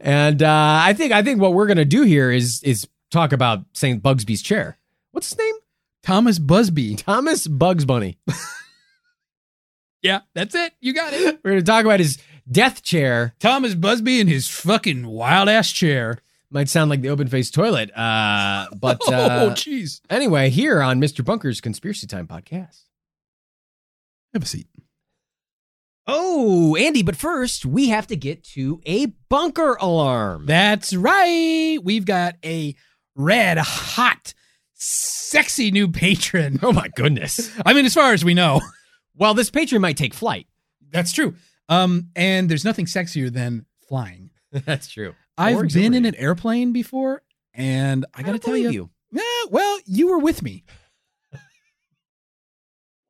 [SPEAKER 1] and uh, I think I think what we're gonna do here is is talk about Saint Bugsby's chair. What's his name?
[SPEAKER 2] Thomas Busby.
[SPEAKER 1] Thomas Bugs Bunny.
[SPEAKER 2] Yeah, that's it. You got it.
[SPEAKER 1] We're gonna talk about his death chair.
[SPEAKER 2] Thomas Busby in his fucking wild ass chair.
[SPEAKER 1] Might sound like the open faced toilet, uh, but
[SPEAKER 2] oh,
[SPEAKER 1] uh,
[SPEAKER 2] jeez.
[SPEAKER 1] anyway, here on Mr. Bunker's Conspiracy Time podcast.
[SPEAKER 2] Have a seat.
[SPEAKER 1] Oh, Andy, but first we have to get to a bunker alarm.
[SPEAKER 2] That's right. We've got a red hot, sexy new patron.
[SPEAKER 1] oh my goodness.
[SPEAKER 2] I mean, as far as we know.
[SPEAKER 1] well, this patron might take flight.
[SPEAKER 2] That's true. Um, and there's nothing sexier than flying.
[SPEAKER 1] That's true.
[SPEAKER 2] I've
[SPEAKER 1] Or
[SPEAKER 2] been
[SPEAKER 1] exhilarating.
[SPEAKER 2] in an airplane before, and I
[SPEAKER 1] I
[SPEAKER 2] got
[SPEAKER 1] gotta
[SPEAKER 2] to tell
[SPEAKER 1] believe
[SPEAKER 2] you, Yeah, well, you were with me.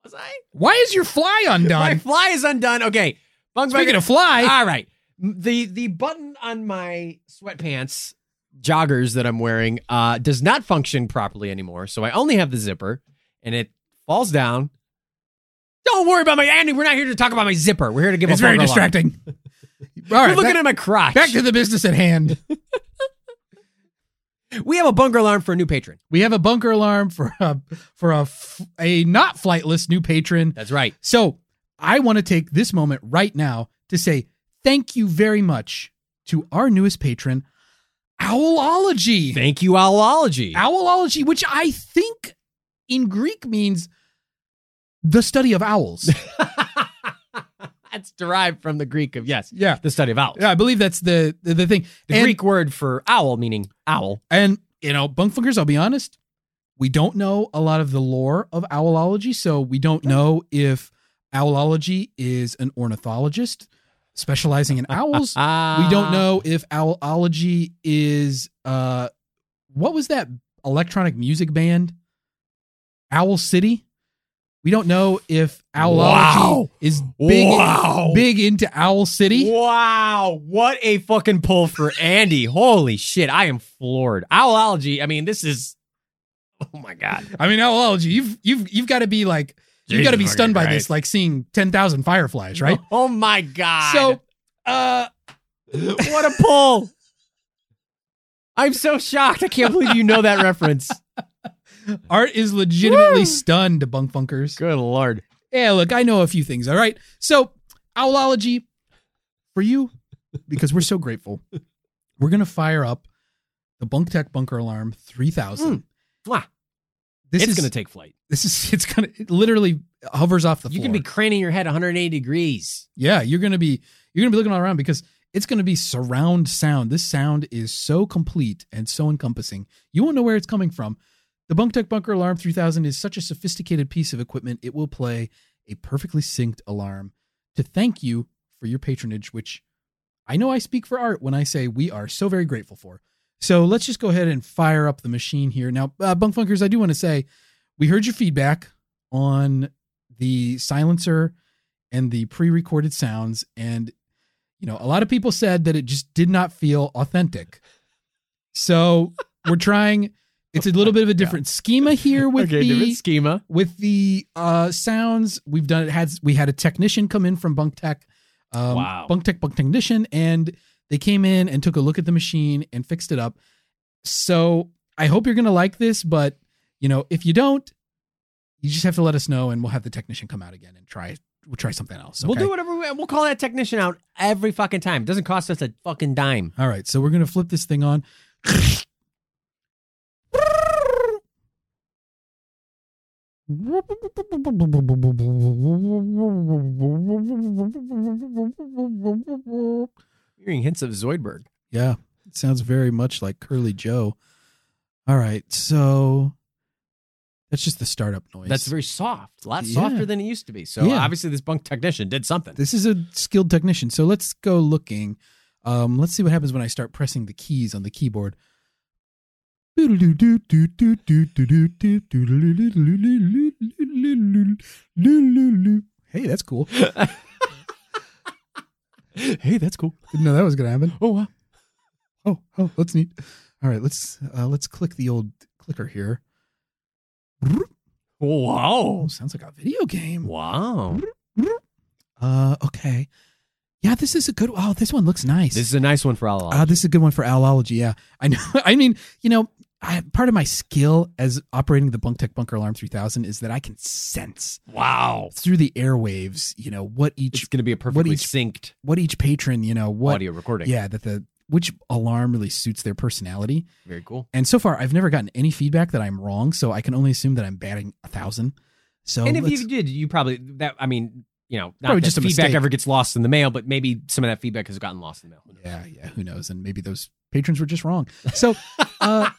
[SPEAKER 1] Was I?
[SPEAKER 2] Why is your fly
[SPEAKER 1] My
[SPEAKER 2] undone?
[SPEAKER 1] fly is undone. Okay. Bugs
[SPEAKER 2] Speaking
[SPEAKER 1] Bunny-
[SPEAKER 2] of fly,
[SPEAKER 1] All right. The the button on my sweatpants joggers that I'm wearing uh does not function properly anymore. So I only have the zipper and it falls down. Don't worry about my Andy. We're not here to talk about my zipper. We're here to give
[SPEAKER 2] it's
[SPEAKER 1] a
[SPEAKER 2] very
[SPEAKER 1] fuck alarm.
[SPEAKER 2] distracting. All
[SPEAKER 1] You're
[SPEAKER 2] right,
[SPEAKER 1] looking
[SPEAKER 2] back,
[SPEAKER 1] at my crotch.
[SPEAKER 2] back to the business at hand.
[SPEAKER 1] we have a bunker alarm for a new patron.
[SPEAKER 2] We have a bunker alarm for a for a f- a not flightless new patron.
[SPEAKER 1] That's right.
[SPEAKER 2] So I want to take this moment right now to say thank you very much to our newest patron, Owlology.
[SPEAKER 1] Thank you, Owlology.
[SPEAKER 2] Owlology, which I think in Greek means the study of owls.
[SPEAKER 1] That's derived from the Greek of yes,
[SPEAKER 2] Yeah.
[SPEAKER 1] the study of owls.
[SPEAKER 2] Yeah, I believe that's the the, the thing.
[SPEAKER 1] The
[SPEAKER 2] and,
[SPEAKER 1] Greek word for owl meaning owl.
[SPEAKER 2] and you know, bunkfunkers, I'll be honest, we don't know a lot of the lore of owlology, so we don't know if owlology is an ornithologist specializing in owls.
[SPEAKER 1] Ah,
[SPEAKER 2] we don't know if owlology is uh what was that electronic music band? Owl City? We don't know if owlology
[SPEAKER 1] Wow.
[SPEAKER 2] is big
[SPEAKER 1] wow.
[SPEAKER 2] big into Owl City.
[SPEAKER 1] Wow, what a fucking pull for Andy. Holy shit, I am floored. Owlology, I mean, this is Oh my god.
[SPEAKER 2] I mean, owlology. You've you've you've got to be like you've got to be
[SPEAKER 1] Jesus
[SPEAKER 2] stunned by
[SPEAKER 1] fucking
[SPEAKER 2] this, like seeing ten thousand fireflies, right?
[SPEAKER 1] Oh my god.
[SPEAKER 2] So, uh,
[SPEAKER 1] what a pull. I'm so shocked. I can't believe you know that reference.
[SPEAKER 2] Art is legitimately
[SPEAKER 1] Woo!
[SPEAKER 2] stunned, bunk funkers.
[SPEAKER 1] Good lord.
[SPEAKER 2] Yeah, look, I know a few things. All right, so owlology for you because we're so grateful. We're gonna fire up the Bunk Tech Bunker Alarm three thousand.
[SPEAKER 1] Mwah.
[SPEAKER 2] This
[SPEAKER 1] Hmm. it's
[SPEAKER 2] is
[SPEAKER 1] going to take flight.
[SPEAKER 2] this is it's gonna it literally hovers off the
[SPEAKER 1] You
[SPEAKER 2] floor.
[SPEAKER 1] can be craning your head 180 degrees.
[SPEAKER 2] Yeah, you're gonna be you're gonna be looking all around because it's gonna be surround sound. This sound is so complete and so encompassing. You won't know where it's coming from. The Bunk Tech Bunker Alarm 3000 is such a sophisticated piece of equipment. It will play a perfectly synced alarm to thank you for your patronage, which I know I speak for art when I say we are so very grateful for. So let's just go ahead and fire up the machine here. Now, uh, Bunk Funkers, I do want to say we heard your feedback on the silencer and the pre-recorded sounds and you know a lot of people said that it just did not feel authentic so we're trying it's a little bit of a different schema here with
[SPEAKER 1] okay,
[SPEAKER 2] the
[SPEAKER 1] different schema.
[SPEAKER 2] with the uh sounds we've done it had we had a technician come in from bunk tech um
[SPEAKER 1] Wow.
[SPEAKER 2] bunk tech bunk technician and they came in and took a look at the machine and fixed it up so i hope you're gonna like this but you know if you don't you just have to let us know and we'll have the technician come out again and try we'll try something else
[SPEAKER 1] We'll
[SPEAKER 2] okay?
[SPEAKER 1] do whatever we We'll call that technician out every fucking time. It doesn't cost us a fucking dime.
[SPEAKER 2] all right so we're gonna flip this thing on
[SPEAKER 1] Hearing hints of Zoidberg.
[SPEAKER 2] Yeah, it sounds very much like Curly Joe. All right, so that's just the startup noise.
[SPEAKER 1] That's very soft, a lot
[SPEAKER 2] Yeah.
[SPEAKER 1] softer than it used to be. So
[SPEAKER 2] Yeah.
[SPEAKER 1] obviously, this bunk technician did something.
[SPEAKER 2] this is a skilled technician. So let's go looking. Um, let's see what happens when I start pressing the keys on the keyboard. Hey, that's cool.
[SPEAKER 1] hey, that's cool.
[SPEAKER 2] Didn't know that was gonna happen.
[SPEAKER 1] Oh, wow.
[SPEAKER 2] Oh, oh, that's neat. All right, let's uh, let's click the old clicker here. Oh,
[SPEAKER 1] Wow.
[SPEAKER 2] sounds like a video game.
[SPEAKER 1] Wow.
[SPEAKER 2] Uh, okay. Yeah, this is a good. Oh, this one looks nice.
[SPEAKER 1] This is a nice one for all.
[SPEAKER 2] uh, this is a good one for owlology. Yeah, I know. I mean, you know, I, part of my skill as operating the Bunk Tech Bunker Alarm 3000 is that I can sense
[SPEAKER 1] wow.
[SPEAKER 2] through the airwaves, you know, what each
[SPEAKER 1] It's going to be a perfectly
[SPEAKER 2] each-
[SPEAKER 1] synced
[SPEAKER 2] what each patron, you know, what
[SPEAKER 1] audio recording.
[SPEAKER 2] yeah that the which alarm really suits their personality.
[SPEAKER 1] Very cool.
[SPEAKER 2] And so far, I've never gotten any feedback that I'm wrong, so I can only assume that I'm batting a thousand. So
[SPEAKER 1] and if
[SPEAKER 2] let's-
[SPEAKER 1] you did, you probably, that, I mean, you know, not
[SPEAKER 2] Probably
[SPEAKER 1] that
[SPEAKER 2] just a
[SPEAKER 1] feedback
[SPEAKER 2] mistake.
[SPEAKER 1] ever gets lost in the mail, but maybe some of that feedback has gotten lost in the mail.
[SPEAKER 2] yeah, yeah, who knows? And maybe those patrons were just wrong. So uh,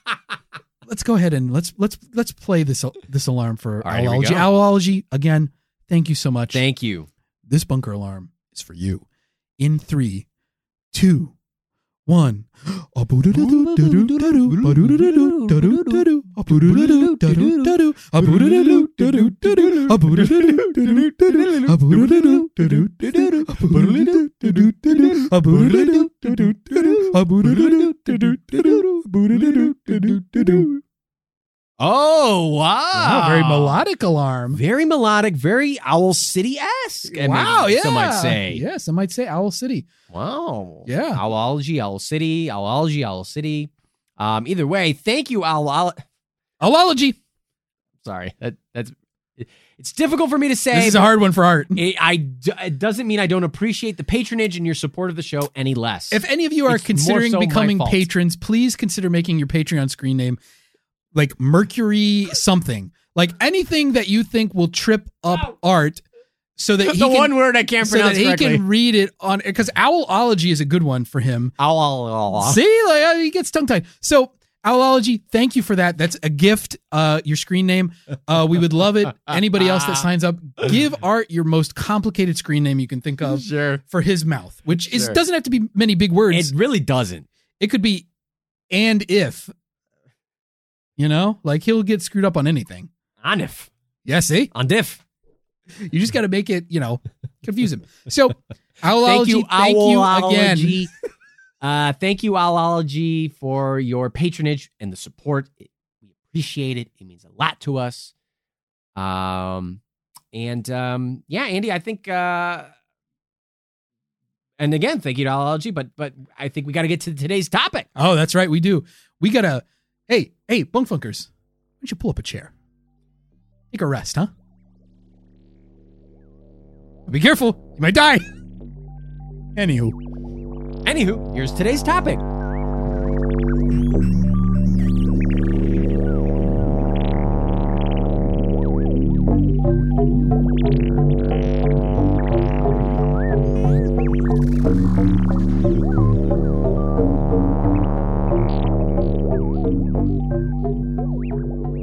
[SPEAKER 2] let's go ahead and let's let's let's play this this alarm for
[SPEAKER 1] All right, here we
[SPEAKER 2] owlology.
[SPEAKER 1] go.
[SPEAKER 2] Owlology again. Thank you so much.
[SPEAKER 1] Thank you.
[SPEAKER 2] this bunker alarm is for you. In three, two, one.
[SPEAKER 1] Oh, wow.
[SPEAKER 2] Wow, very melodic alarm.
[SPEAKER 1] Very melodic, very Owl City esque.
[SPEAKER 2] wow, yeah.
[SPEAKER 1] Some might say.
[SPEAKER 2] Yes, I might say Owl City.
[SPEAKER 1] Wow.
[SPEAKER 2] Yeah.
[SPEAKER 1] Owlology, Owl City, Owlology, Owl City. Um, either way, thank you, Owl. Owl
[SPEAKER 2] Owlology.
[SPEAKER 1] sorry, that, that's it- it's difficult for me to say.
[SPEAKER 2] This is a hard one for art.
[SPEAKER 1] but it, I d- it doesn't mean I don't appreciate the patronage and your support of the show any less.
[SPEAKER 2] If any of you are
[SPEAKER 1] It's more
[SPEAKER 2] considering
[SPEAKER 1] so my
[SPEAKER 2] becoming
[SPEAKER 1] fault.
[SPEAKER 2] patrons, please consider making your Patreon screen name like Mercury something. Like anything that you think will trip up art, so that he
[SPEAKER 1] the
[SPEAKER 2] can,
[SPEAKER 1] one word I can't
[SPEAKER 2] so that
[SPEAKER 1] pronounce
[SPEAKER 2] he
[SPEAKER 1] correctly.
[SPEAKER 2] can read it on because owlology is a good one for him.
[SPEAKER 1] Ow, ow, ow, ow.
[SPEAKER 2] See, like uh, he gets tongue tied. So owlology, thank you for that. That's a gift. Uh, your screen name. Uh, we would love it. Anybody else that signs up, give Art your most complicated screen name you can think of
[SPEAKER 1] Sure.
[SPEAKER 2] for his mouth, which is
[SPEAKER 1] Sure.
[SPEAKER 2] doesn't have to be many big words.
[SPEAKER 1] It
[SPEAKER 2] It,
[SPEAKER 1] really doesn't.
[SPEAKER 2] could be and if. You know, like he'll get screwed up on anything.
[SPEAKER 1] Anif.
[SPEAKER 2] Yeah, see,
[SPEAKER 1] On diff.
[SPEAKER 2] you just got to make it, you know, confuse him. So, owlology,
[SPEAKER 1] Thank you,
[SPEAKER 2] thank you again.
[SPEAKER 1] Owlology. Uh, thank you, Owlology, for your patronage and the support. It, we appreciate it. It means a lot to us. Um, and um, yeah, Andy, I think. Uh, and again, thank you to Owlology, but but I think we got to get to today's topic.
[SPEAKER 2] Oh, that's right. We do. We gotta. Hey, hey, bunk funkers. Why don't you pull up a chair? Take a rest, huh? Be careful. You might die. Anywho,
[SPEAKER 1] Anywho, here's today's topic.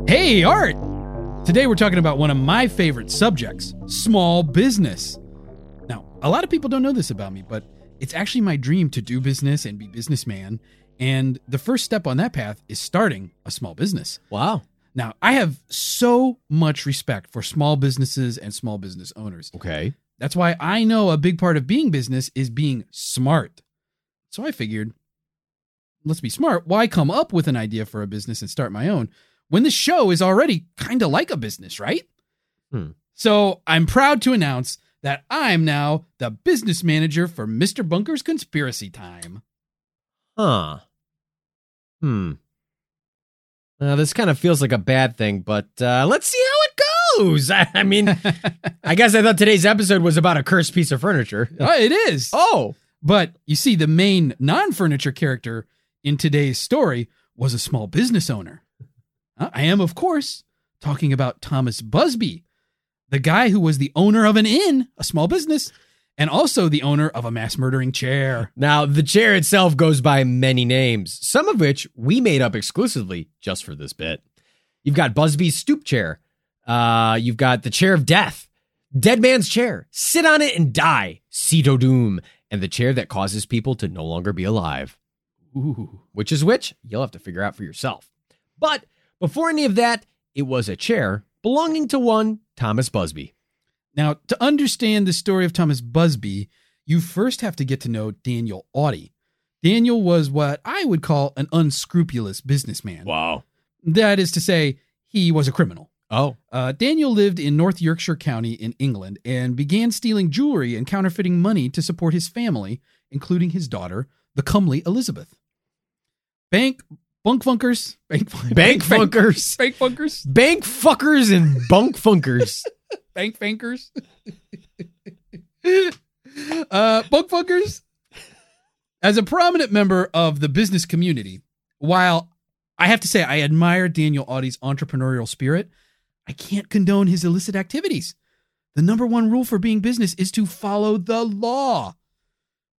[SPEAKER 2] hey, Art. Today we're talking about one of my favorite subjects: small business. Now, a lot of people don't know this about me, but it's actually my dream to do business and be businessman. And the first step on that path is starting a small business.
[SPEAKER 1] Wow.
[SPEAKER 2] Now, I have so much respect for small businesses and small business owners.
[SPEAKER 1] Okay.
[SPEAKER 2] That's why I know a big part of being business is being smart. So I figured, let's be smart. Why come up with an idea for a business and start my own when this show is already kind of like a business, right?
[SPEAKER 1] Hmm.
[SPEAKER 2] So I'm proud to announce that I'm now the business manager for Mr. Bunker's Conspiracy Time.
[SPEAKER 1] Huh. Hmm. Uh, this kind of feels like a bad thing, but uh, let's see how it goes. I, I mean, I guess I thought today's episode was about a cursed piece of furniture.
[SPEAKER 2] Oh, it is.
[SPEAKER 1] Oh,
[SPEAKER 2] But you see, the main non furniture character in today's story was a small business owner. Uh, I am, of course, talking about Thomas Busby, the guy who was the owner of an inn, a small business, and also the owner of a mass murdering chair.
[SPEAKER 1] now the chair itself goes by many names, some of which we made up exclusively just for this bit. You've got Busby's stoop chair. Uh, you've got the chair of death, dead man's chair. Sit on it and die. Seat o' doom, and the chair that causes people to no longer be alive.
[SPEAKER 2] Ooh.
[SPEAKER 1] Which is which, you'll have to figure out for yourself. But before any of that, it was a chair belonging to one Thomas Busby.
[SPEAKER 2] Now, to understand the story of Thomas Busby, you first have to get to know Daniel Audie. Daniel was what I would call an unscrupulous businessman.
[SPEAKER 1] Wow.
[SPEAKER 2] That is to say, he was a criminal.
[SPEAKER 1] Oh.
[SPEAKER 2] Uh, Daniel lived in North Yorkshire County in England and began stealing jewelry and counterfeiting money to support his family, including his daughter, the comely Elizabeth. Bank bunkfunkers, bank
[SPEAKER 1] Bank funkers.
[SPEAKER 2] bank funkers,
[SPEAKER 1] Bank fuckers and bunk funkers.
[SPEAKER 2] bank fankers, uh, bunkfunkers. As a prominent member of the business community, while I have to say I admire Daniel Audie's entrepreneurial spirit, I can't condone his illicit activities. The number one rule for being business is to follow the law.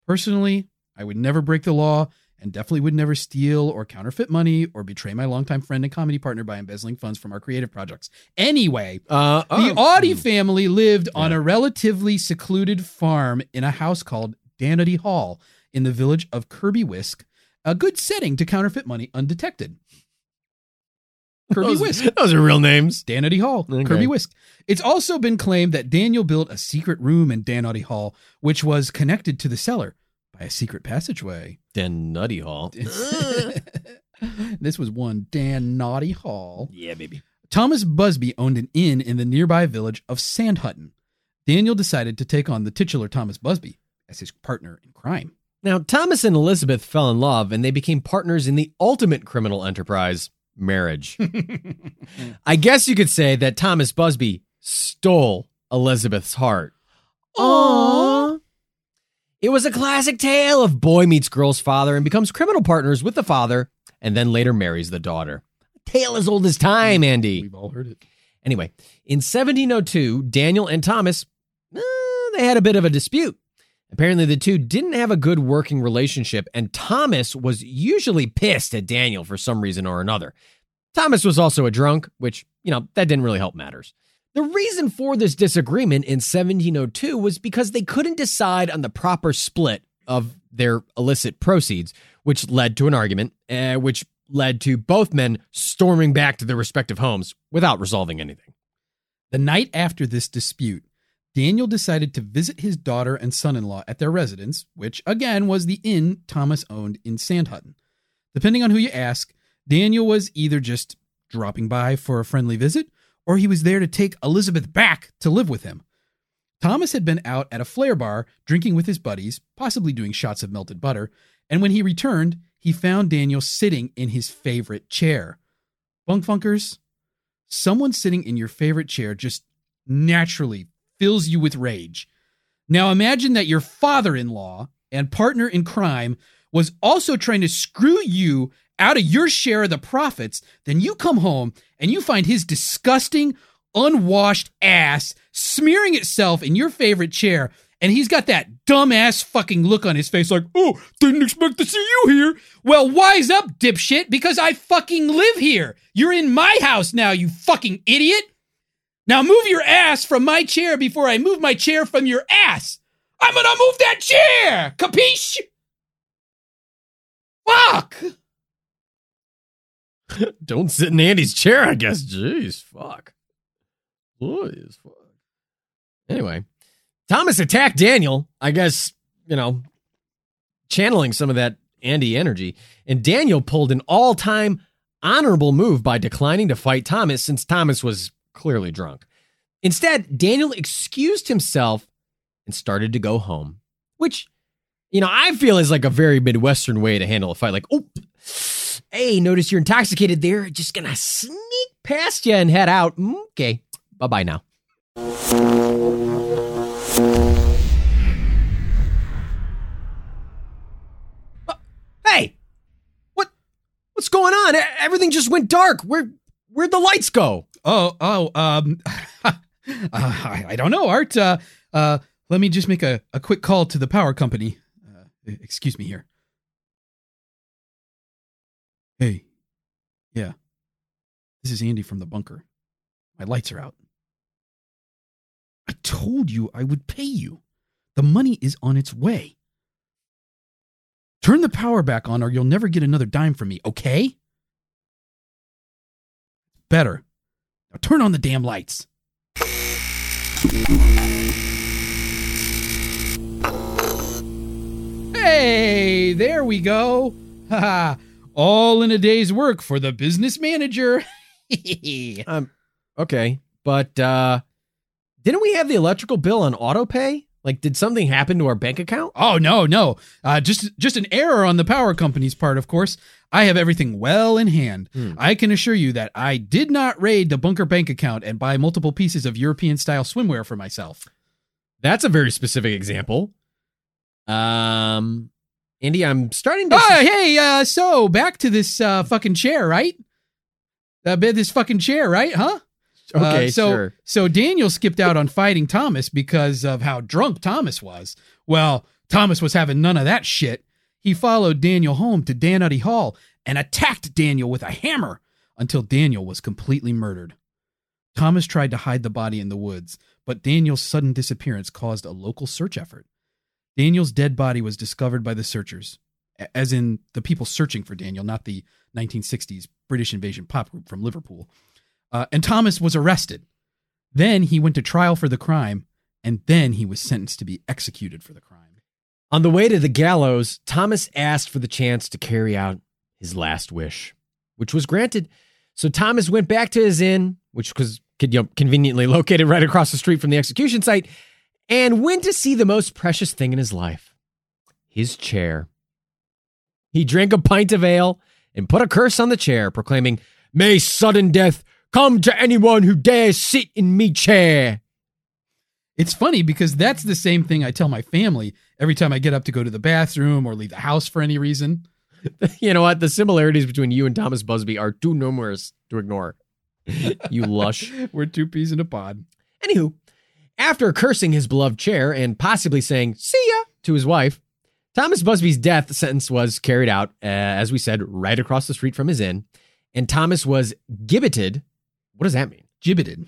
[SPEAKER 2] Personally, I would never break the law and definitely would never steal or counterfeit money or betray my longtime friend and comedy partner by embezzling funds from our creative projects. Anyway,
[SPEAKER 1] Uh,
[SPEAKER 2] the
[SPEAKER 1] oh.
[SPEAKER 2] Audie family lived on
[SPEAKER 1] Yeah.
[SPEAKER 2] a relatively secluded farm in a house called Danity Hall in the village of Kirby Whisk, a good setting to counterfeit money undetected. Kirby
[SPEAKER 1] those,
[SPEAKER 2] Whisk.
[SPEAKER 1] Those are real names.
[SPEAKER 2] Danity Hall,
[SPEAKER 1] Okay.
[SPEAKER 2] Kirby Whisk. It's also been claimed that Daniel built a secret room in Danity Hall, which was connected to the cellar by a secret passageway.
[SPEAKER 1] Dan Nutty Hall.
[SPEAKER 2] this was one Dan Naughty Hall.
[SPEAKER 1] yeah, baby.
[SPEAKER 2] Thomas Busby owned an inn in the nearby village of Sandhutton. Daniel decided to take on the titular Thomas Busby as his partner in crime.
[SPEAKER 1] Now, Thomas and Elizabeth fell in love and they became partners in the ultimate criminal enterprise marriage. I guess you could say that Thomas Busby stole Elizabeth's heart.
[SPEAKER 2] Aw.
[SPEAKER 1] It was a classic tale of boy meets girl's father and becomes criminal partners with the father and then later marries the daughter. Tale as old as time, Andy.
[SPEAKER 2] We've all heard it.
[SPEAKER 1] oh Anyway, in 1702, Daniel and Thomas, eh, they had a bit of a dispute. Apparently, the two didn't have a good working relationship, and Thomas was usually pissed at Daniel for some reason or another. Thomas was also a drunk, which, you know, that didn't really help matters. The reason for this disagreement in 1702 was because they couldn't decide on the proper split of their illicit proceeds, which led to an argument, uh, which led to both men storming back to their respective homes without resolving anything.
[SPEAKER 2] The night after this dispute, Daniel decided to visit his daughter and son in law at their residence, which again was the inn Thomas owned in Sandhutton. Depending on who you ask, Daniel was either just dropping by for a friendly visit or he was there to take Elizabeth back to live with him. Thomas had been out at a flare bar drinking with his buddies, possibly doing shots of melted butter, and when he returned, he found Daniel sitting in his favorite chair. Bunk funkers, someone sitting in your favorite chair just naturally fills you with rage. Now imagine that your father in law and partner in crime was also trying to screw you out of your share of the profits. Then you come home and you find his disgusting, unwashed ass smearing itself in your favorite chair. And he's got that dumbass fucking look on his face like, oh, didn't expect to see you here. Well, wise up, dipshit, because I fucking live here. You're in my house now, you fucking idiot. Now move your ass from my chair before I move my chair from your ass. I'm gonna move that chair. Capiche? Fuck.
[SPEAKER 1] Don't sit in Andy's chair, I guess. Jeez, fuck. Jeez, fuck. Anyway, Thomas attacked Daniel, I guess, you know, channeling some of that Andy energy. And Daniel pulled an all time honorable move by declining to fight Thomas since Thomas was clearly drunk. Instead, Daniel excused himself and started to go home, which, you know, I feel is like a very Midwestern way to handle a fight. Like, oh, hey, notice you're intoxicated there. Just gonna sneak past you and head out. Mm, Okay, bye bye now. Uh, Hey, what, what's going on? E- Everything just went dark. Where, where'd the lights go?
[SPEAKER 2] Oh, oh, um, uh, I, I don't know, Art. Uh, uh, let me just make a, a quick call to the power company. Uh, e- excuse me here. Hey, yeah, this is Andy from the bunker. My lights are out. I told you I would pay you. The money is on its way. Turn the power back on, or you'll never get another dime from me, okay? Better. Now turn on the damn lights. Hey, there we go. Ha ha! All in a day's work for the business manager.
[SPEAKER 1] Um, okay, but uh, didn't we have the electrical bill on auto pay? Like, did something happen to our bank account?
[SPEAKER 2] oh no, no. Uh, just just an error on the power company's part, of course. I have everything well in hand.
[SPEAKER 1] Hmm.
[SPEAKER 2] I can assure you that I did not raid the bunker bank account and buy multiple pieces of European style swimwear for myself.
[SPEAKER 1] That's a very specific example. Um, Andy, I'm starting to.
[SPEAKER 2] Ah, hey, uh, so back to this uh, fucking chair, right? Uh, this fucking chair, right? Huh?
[SPEAKER 1] okay,
[SPEAKER 2] Uh, so
[SPEAKER 1] sure.
[SPEAKER 2] so Daniel skipped out on fighting Thomas because of how drunk Thomas was. Well, Thomas was having none of that shit. He followed Daniel home to Danutty Hall and attacked Daniel with a hammer until Daniel was completely murdered. Thomas tried to hide the body in the woods, but Daniel's sudden disappearance caused a local search effort. Daniel's dead body was discovered by the searchers, a- as in the people searching for Daniel, not the 1960s British invasion pop group from Liverpool uh, and Thomas was arrested. Then he went to trial for the crime, and then he was sentenced to be executed for the crime.
[SPEAKER 1] On the way to the gallows, Thomas asked for the chance to carry out his last wish, which was granted. So Thomas went back to his inn, which was con- you know, conveniently located right across the street from the execution site, and went to see the most precious thing in his life his chair. He drank a pint of ale and put a curse on the chair, proclaiming, May sudden death come to anyone who dares sit in me chair.
[SPEAKER 2] It's funny because that's the same thing I tell my family every time I get up to go to the bathroom or leave the house for any reason.
[SPEAKER 1] you know what? The similarities between you and Thomas Busby are too numerous to ignore. you lush.
[SPEAKER 2] We're two peas in a pod.
[SPEAKER 1] Anywho, After cursing his beloved chair and possibly saying, see ya, to his wife, Thomas Busby's death sentence was carried out, uh, as we said, right across the street from his inn. And Thomas was gibbeted. What does that mean?
[SPEAKER 2] Gibbeted.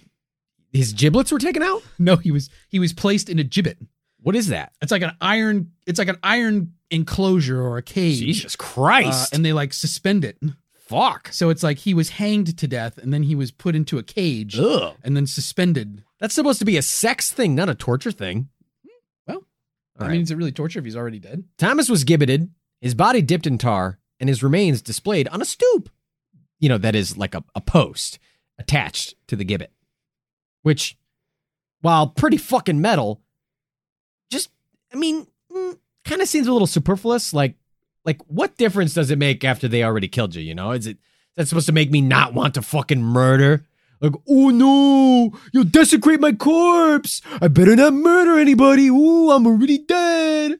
[SPEAKER 1] His giblets were taken out?
[SPEAKER 2] No, he was he was placed in a gibbet.
[SPEAKER 1] What is that?
[SPEAKER 2] It's like an iron. It's like an iron enclosure or a cage.
[SPEAKER 1] Jesus
[SPEAKER 2] Uh,
[SPEAKER 1] Christ.
[SPEAKER 2] and they like suspend it.
[SPEAKER 1] Fuck.
[SPEAKER 2] So it's like he was hanged to death, and then he was put into a cage,
[SPEAKER 1] Ugh.
[SPEAKER 2] and then suspended.
[SPEAKER 1] That's supposed to be a sex thing, not a torture thing.
[SPEAKER 2] Well,
[SPEAKER 1] All
[SPEAKER 2] I
[SPEAKER 1] right.
[SPEAKER 2] mean, is it really torture if he's already dead?
[SPEAKER 1] Thomas was gibbeted, his body dipped in tar, and his remains displayed on a stoop. You know, that is like a, a post attached to the gibbet, which, while pretty fucking metal, just, I mean, kind of seems a little superfluous. Like, like what difference does it make after they already killed you? You know, is it that's supposed to make me not want to fucking murder? Like, oh no, you'll desecrate my corpse. I better not murder anybody. Ooh, I'm already dead.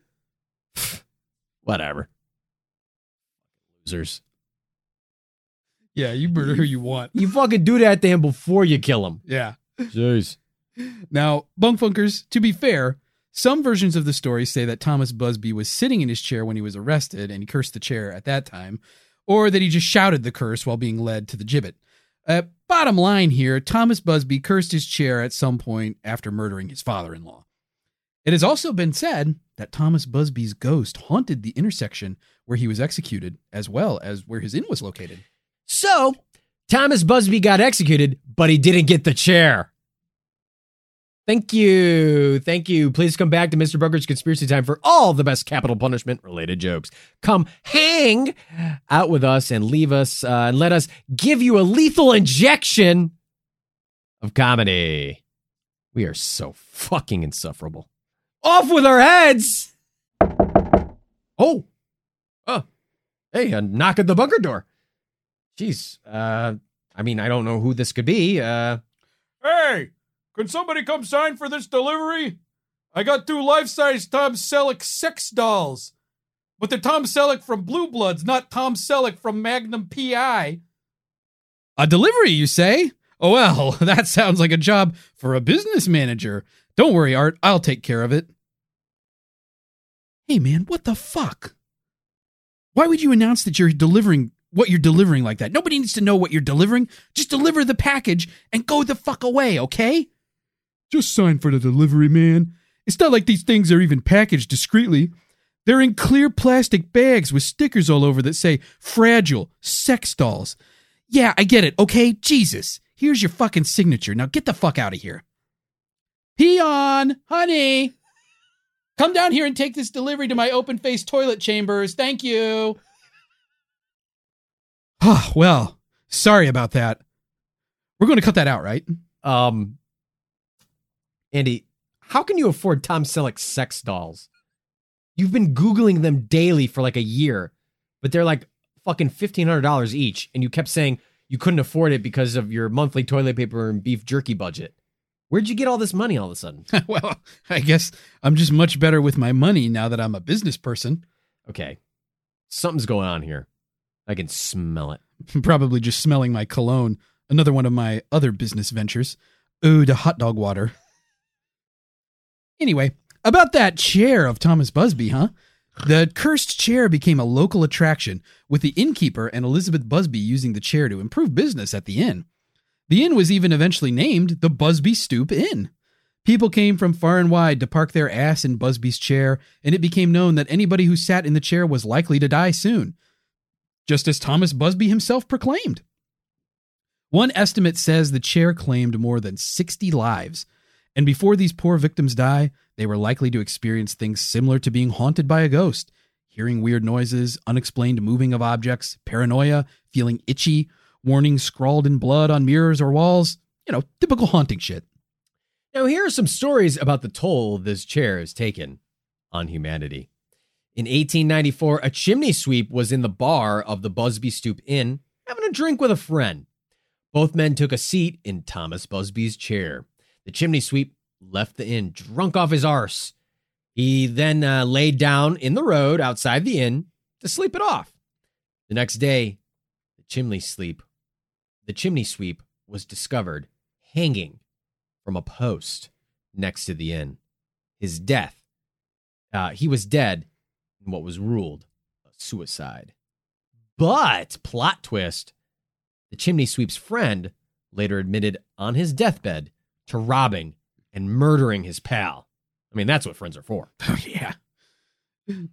[SPEAKER 1] Whatever. Losers.
[SPEAKER 2] Yeah, you murder who you want.
[SPEAKER 1] You fucking do that to him before you kill him.
[SPEAKER 2] Yeah.
[SPEAKER 1] Jeez.
[SPEAKER 2] Now, Bunkfunkers, to be fair, some versions of the story say that Thomas Busby was sitting in his chair when he was arrested and he cursed the chair at that time, or that he just shouted the curse while being led to the gibbet. Uh, bottom line here Thomas Busby cursed his chair at some point after murdering his father in law. It has also been said that Thomas Busby's ghost haunted the intersection where he was executed, as well as where his inn was located.
[SPEAKER 1] So, Thomas Busby got executed, but he didn't get the chair. Thank you. Thank you. Please come back to Mr. Booker's Conspiracy Time for all the best capital punishment related jokes. Come hang out with us and leave us uh, and let us give you a lethal injection of comedy. We are so fucking insufferable. Off with our heads. Oh. Oh. Hey, a knock at the bunker door. Jeez. Uh, I mean, I don't know who this could be. Uh,
[SPEAKER 3] Hey, can somebody come sign for this delivery? I got two life-size Tom Selleck sex dolls. But they're Tom Selleck from Blue Bloods, not Tom Selleck from Magnum PI.
[SPEAKER 2] A delivery, you say? Oh, well, that sounds like a job for a business manager. Don't worry, Art. I'll take care of it. Hey, man, what the fuck? Why would you announce that you're delivering what you're delivering like that? Nobody needs to know what you're delivering. Just deliver the package and go the fuck away, okay? Just sign for the delivery, man. It's not like these things are even packaged discreetly. They're in clear plastic bags with stickers all over that say fragile, sex dolls. Yeah, I get it. Okay, Jesus. Here's your fucking signature. Now get the fuck out of here. Peon, honey. Come down here and take this delivery to my open faced toilet chambers. Thank you. Oh, well, sorry about that. We're going to cut that out, right?
[SPEAKER 1] um, Andy, how can you afford Tom Selleck sex dolls? You've been Googling them daily for like a year, but they're like fucking $1,500 each. And you kept saying you couldn't afford it because of your monthly toilet paper and beef jerky budget. Where'd you get all this money all of a sudden?
[SPEAKER 2] well, I guess I'm just much better with my money now that I'm a business person.
[SPEAKER 1] Okay. Something's going on here. I can smell it.
[SPEAKER 2] Probably just smelling my cologne, another one of my other business ventures. Ooh, the hot dog water. Anyway, about that chair of Thomas Busby, huh? The cursed chair became a local attraction, with the innkeeper and Elizabeth Busby using the chair to improve business at the inn. The inn was even eventually named the Busby Stoop Inn. People came from far and wide to park their ass in Busby's chair, and it became known that anybody who sat in the chair was likely to die soon just as Thomas Busby himself proclaimed. One estimate says the chair claimed more than 60 lives, and before these poor victims die, they were likely to experience things similar to being haunted by a ghost, hearing weird noises, unexplained moving of objects, paranoia, feeling itchy, warnings scrawled in blood on mirrors or walls, you know, typical haunting shit.
[SPEAKER 1] Now, here are some stories about the toll this chair has taken on humanity. In 1894, a chimney sweep was in the bar of the Busby Stoop Inn having a drink with a friend. Both men took a seat in Thomas Busby's chair. The chimney sweep left the inn drunk off his arse. He then uh, laid down in the road outside the inn to sleep it off. The next day, the chimney sleep, the chimney sweep was discovered hanging from a post next to the inn. His death. Uh, he was dead in what was ruled a suicide. But, plot twist, the chimney sweep's friend later admitted on his deathbed to robbing and murdering his pal. I mean, that's what friends are for.
[SPEAKER 2] Oh, yeah.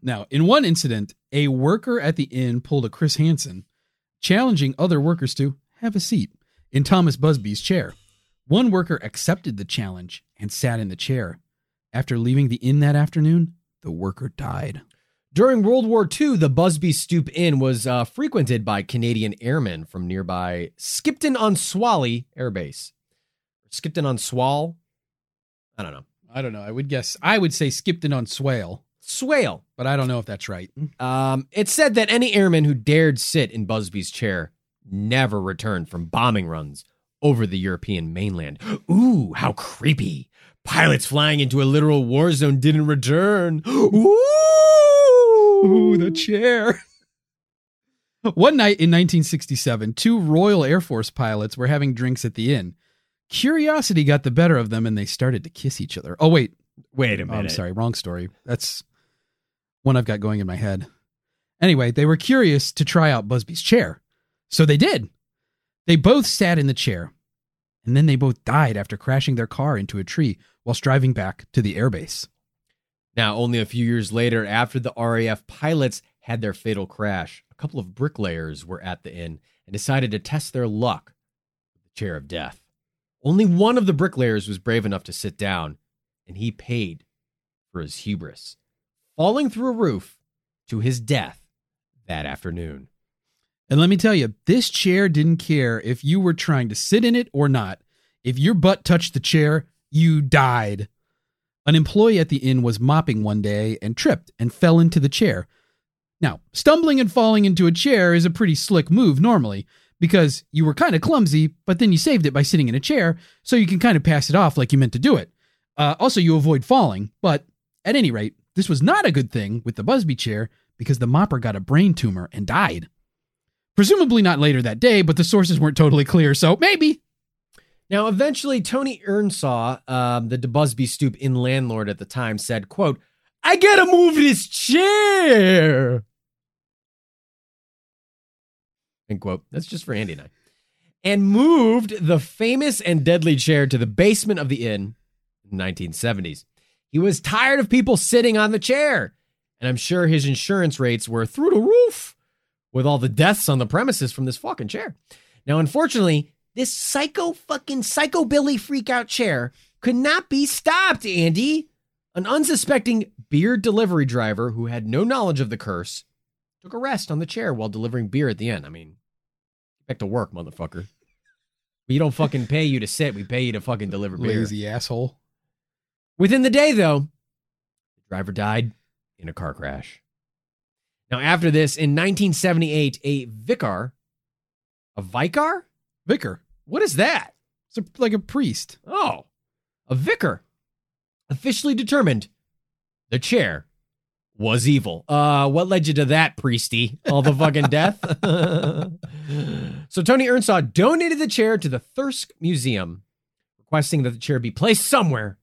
[SPEAKER 2] Now, in one incident, a worker at the inn pulled a Chris Hansen, challenging other workers to have a seat in Thomas Busby's chair. One worker accepted the challenge and sat in the chair. After leaving the inn that afternoon, the worker died.
[SPEAKER 1] During World War II, the Busby Stoop Inn was uh, frequented by Canadian airmen from nearby Skipton on Swally Air Base. Skipton on Swall? I don't know.
[SPEAKER 2] I don't know. I would guess, I would say Skipton on Swale,
[SPEAKER 1] Swale.
[SPEAKER 2] but I don't know if that's right.
[SPEAKER 1] Um, it said that any airman who dared sit in Busby's chair never returned from bombing runs over the European mainland. Ooh, how creepy. Pilots flying into a literal war zone didn't return. Ooh,
[SPEAKER 2] Ooh, the chair. One night in 1967, two Royal Air Force pilots were having drinks at the inn. Curiosity got the better of them and they started to kiss each other. Oh, wait.
[SPEAKER 1] Wait a
[SPEAKER 2] Oh,
[SPEAKER 1] minute.
[SPEAKER 2] I'm sorry. Wrong story. That's one I've got going in my head. Anyway, they were curious to try out Busby's chair. So they did. They both sat in the chair. And then they both died after crashing their car into a tree whilst driving back to the airbase.
[SPEAKER 1] Now, only a few years later, after the RAF pilots had their fatal crash, a couple of bricklayers were at the inn and decided to test their luck with the chair of death. Only one of the bricklayers was brave enough to sit down, and he paid for his hubris, falling through a roof to his death that afternoon.
[SPEAKER 2] And let me tell you, this chair didn't care if you were trying to sit in it or not. If your butt touched the chair, you died. An employee at the inn was mopping one day and tripped and fell into the chair. Now, stumbling and falling into a chair is a pretty slick move normally because you were kind of clumsy, but then you saved it by sitting in a chair, so you can kind of pass it off like you meant to do it. Uh, also, you avoid falling, but at any rate, this was not a good thing with the Busby chair because the mopper got a brain tumor and died. Presumably not later that day, but the sources weren't totally clear, so maybe.
[SPEAKER 1] Now, eventually, Tony Earnshaw, um, the DeBusby Stoop Inn landlord at the time, said, quote, I gotta move this chair. End quote. That's just for Andy and I. And moved the famous and deadly chair to the basement of the inn in the 1970s. He was tired of people sitting on the chair. And I'm sure his insurance rates were through the roof with all the deaths on the premises from this fucking chair. Now, unfortunately, this psycho fucking psychobilly freakout chair could not be stopped, Andy. An unsuspecting beer delivery driver who had no knowledge of the curse took a rest on the chair while delivering beer at the end. I mean, back to work, motherfucker. We don't fucking pay you to sit. We pay you to fucking deliver beer.
[SPEAKER 2] Lazy asshole.
[SPEAKER 1] Within the day, though, the driver died in a car crash. Now, after this, in 1978, a vicar, a vicar?
[SPEAKER 2] Vicar.
[SPEAKER 1] What is that?
[SPEAKER 2] It's a, like a priest.
[SPEAKER 1] Oh, a vicar officially determined the chair was evil. Uh, what led you to that, priesty? All the fucking death. so Tony Earnshaw donated the chair to the Thirsk Museum, requesting that the chair be placed somewhere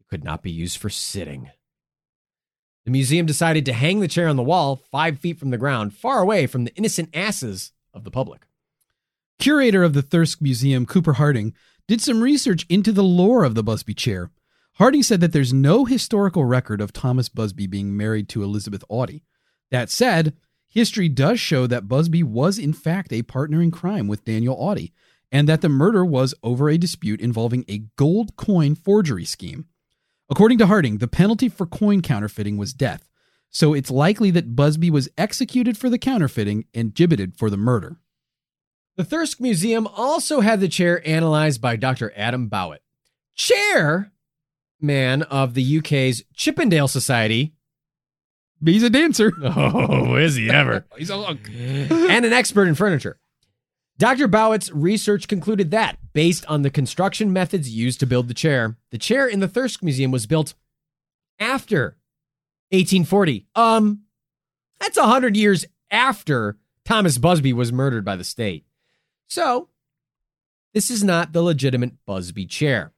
[SPEAKER 1] it could not be used for sitting. The museum decided to hang the chair on the wall five feet from the ground, far away from the innocent asses of the public.
[SPEAKER 2] Curator of the Thirsk Museum, Cooper Harding, did some research into the lore of the Busby chair. Harding said that there's no historical record of Thomas Busby being married to Elizabeth Audie. That said, history does show that Busby was in fact a partner in crime with Daniel Audie, and that the murder was over a dispute involving a gold coin forgery scheme. According to Harding, the penalty for coin counterfeiting was death, so it's likely that Busby was executed for the counterfeiting and gibbeted for the murder.
[SPEAKER 1] The Thirsk Museum also had the chair analyzed by Dr. Adam Bowett, chair man of the UK's Chippendale Society.
[SPEAKER 2] He's a dancer.
[SPEAKER 1] Oh, is he ever?
[SPEAKER 2] He's a lunk.
[SPEAKER 1] and an expert in furniture. Dr. Bowett's research concluded that, based on the construction methods used to build the chair, the chair in the Thirsk Museum was built after 1840. Um, that's 100 years after Thomas Busby was murdered by the state. So, this is not the legitimate Busby chair.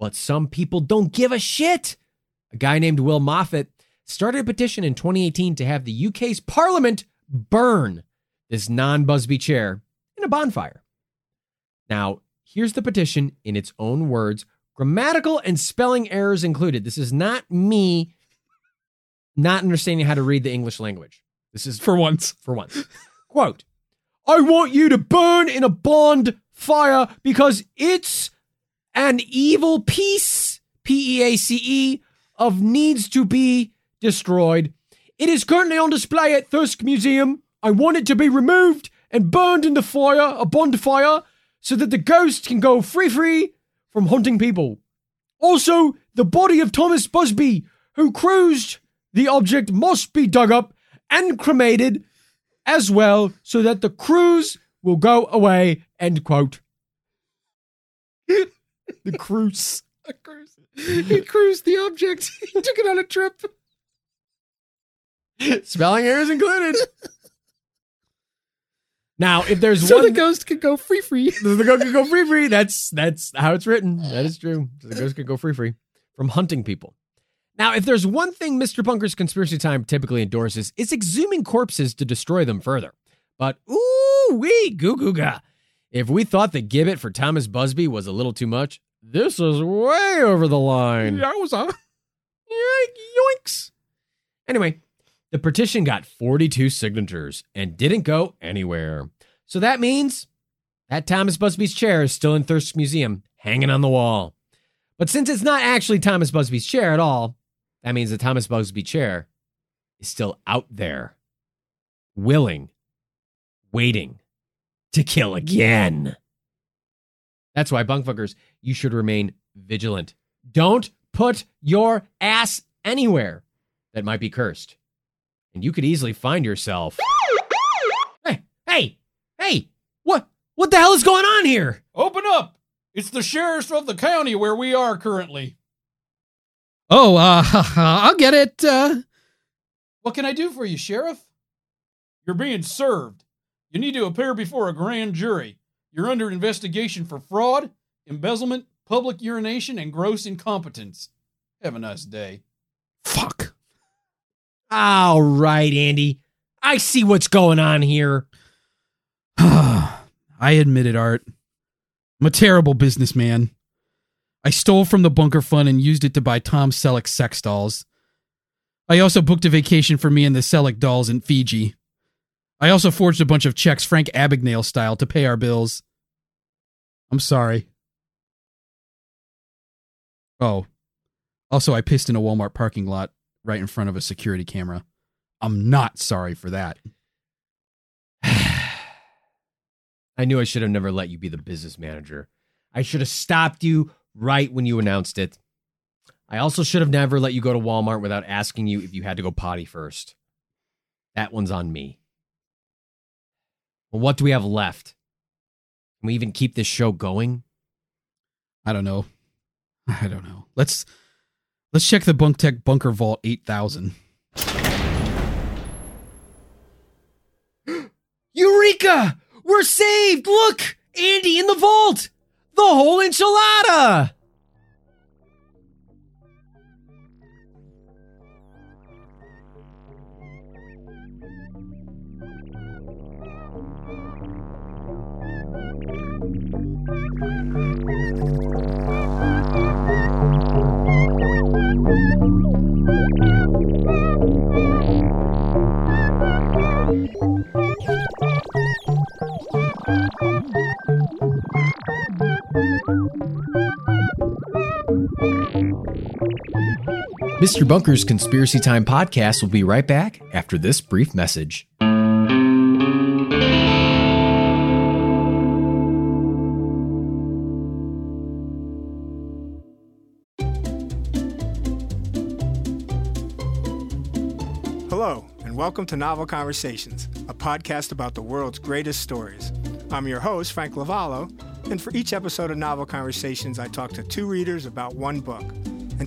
[SPEAKER 1] But some people don't give a shit. A guy named Will Moffat started a petition in 2018 to have the UK's parliament burn this non Busby chair in a bonfire. Now, here's the petition in its own words, grammatical and spelling errors included. This is not me not understanding how to read the English language. This is
[SPEAKER 2] for once.
[SPEAKER 1] for once. Quote I want you to burn in a bond fire because it's an evil piece, P E A C E, of needs to be destroyed. It is currently on display at Thirsk Museum. I want it to be removed and burned in the fire, a bonfire, so that the ghost can go free free from haunting people. Also, the body of Thomas Busby, who cruised the object, must be dug up and cremated as well so that the cruise will go away. End quote. the cruise.
[SPEAKER 2] A cruise. He cruised the object. He took it on a trip.
[SPEAKER 1] Spelling errors included. now, if there's
[SPEAKER 2] So
[SPEAKER 1] one
[SPEAKER 2] the ghost could go free free.
[SPEAKER 1] the ghost could go free free. That's that's how it's written. That is true. So the ghost could go free free from hunting people. Now, if there's one thing Mr. Bunker's conspiracy time typically endorses, it's exhuming corpses to destroy them further. But ooh wee goo goo ga. If we thought the gibbet for Thomas Busby was a little too much, this is way over the line.
[SPEAKER 2] That was all.
[SPEAKER 1] Yoink, yoinks. Anyway, the petition got 42 signatures and didn't go anywhere. So that means that Thomas Busby's chair is still in Thirsk Museum, hanging on the wall. But since it's not actually Thomas Busby's chair at all, that means the Thomas Busby chair is still out there, willing, waiting to kill again. That's why, bunkfuckers, you should remain vigilant. Don't put your ass anywhere that might be cursed. And you could easily find yourself. Hey, hey, hey, what what the hell is going on here?
[SPEAKER 3] Open up. It's the sheriffs of the county where we are currently.
[SPEAKER 2] Oh, uh, I'll get it. Uh,
[SPEAKER 3] What can I do for you, sheriff? You're being served. You need to appear before a grand jury. You're under investigation for fraud, embezzlement, public urination, and gross incompetence. Have a nice day.
[SPEAKER 2] fuck.
[SPEAKER 1] All right, Andy. I see what's going on here.
[SPEAKER 2] I admit it, Art. I'm a terrible businessman. I stole from the bunker fund and used it to buy Tom Selleck sex dolls. I also booked a vacation for me and the Selleck dolls in Fiji. I also forged a bunch of checks Frank Abagnale style to pay our bills. I'm sorry. Oh. Also, I pissed in a Walmart parking lot right in front of a security camera. I'm not sorry for that.
[SPEAKER 1] I knew I should have never let you be the business manager. I should have stopped you right when you announced it. I also should have never let you go to Walmart without asking you if you had to go potty first. That one's on me. Well, what do we have left? Can we even keep this show going?
[SPEAKER 2] I don't know. I don't know. Let's let's check the Bunk Tech Bunker Vault 8000.
[SPEAKER 1] Eureka! We're saved! Look! Andy in the vault! The whole enchilada! Mr. Bunker's Conspiracy Time podcast will be right back after this brief message.
[SPEAKER 4] Hello, and welcome to Novel Conversations, a podcast about the world's greatest stories. I'm your host, Frank Lavallo, and for each episode of Novel Conversations, I talk to two readers about one book, and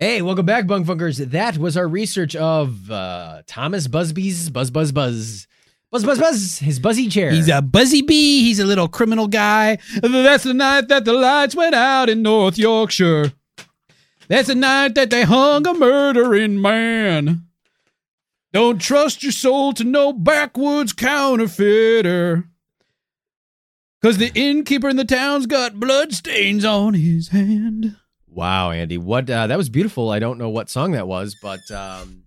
[SPEAKER 1] Hey, welcome back, Bunk Funkers. That was our research of uh, Thomas Busby's Buzz Buzz Buzz. Buzz Buzz Buzz, his buzzy chair.
[SPEAKER 2] He's a buzzy bee. He's a little criminal guy. That's the night that the lights went out in North Yorkshire. That's the night that they hung a murdering man. Don't trust your soul to no backwoods counterfeiter. Cause the innkeeper in the town's got bloodstains on his hand.
[SPEAKER 1] Wow, Andy. What uh, that was beautiful. I don't know what song that was, but um,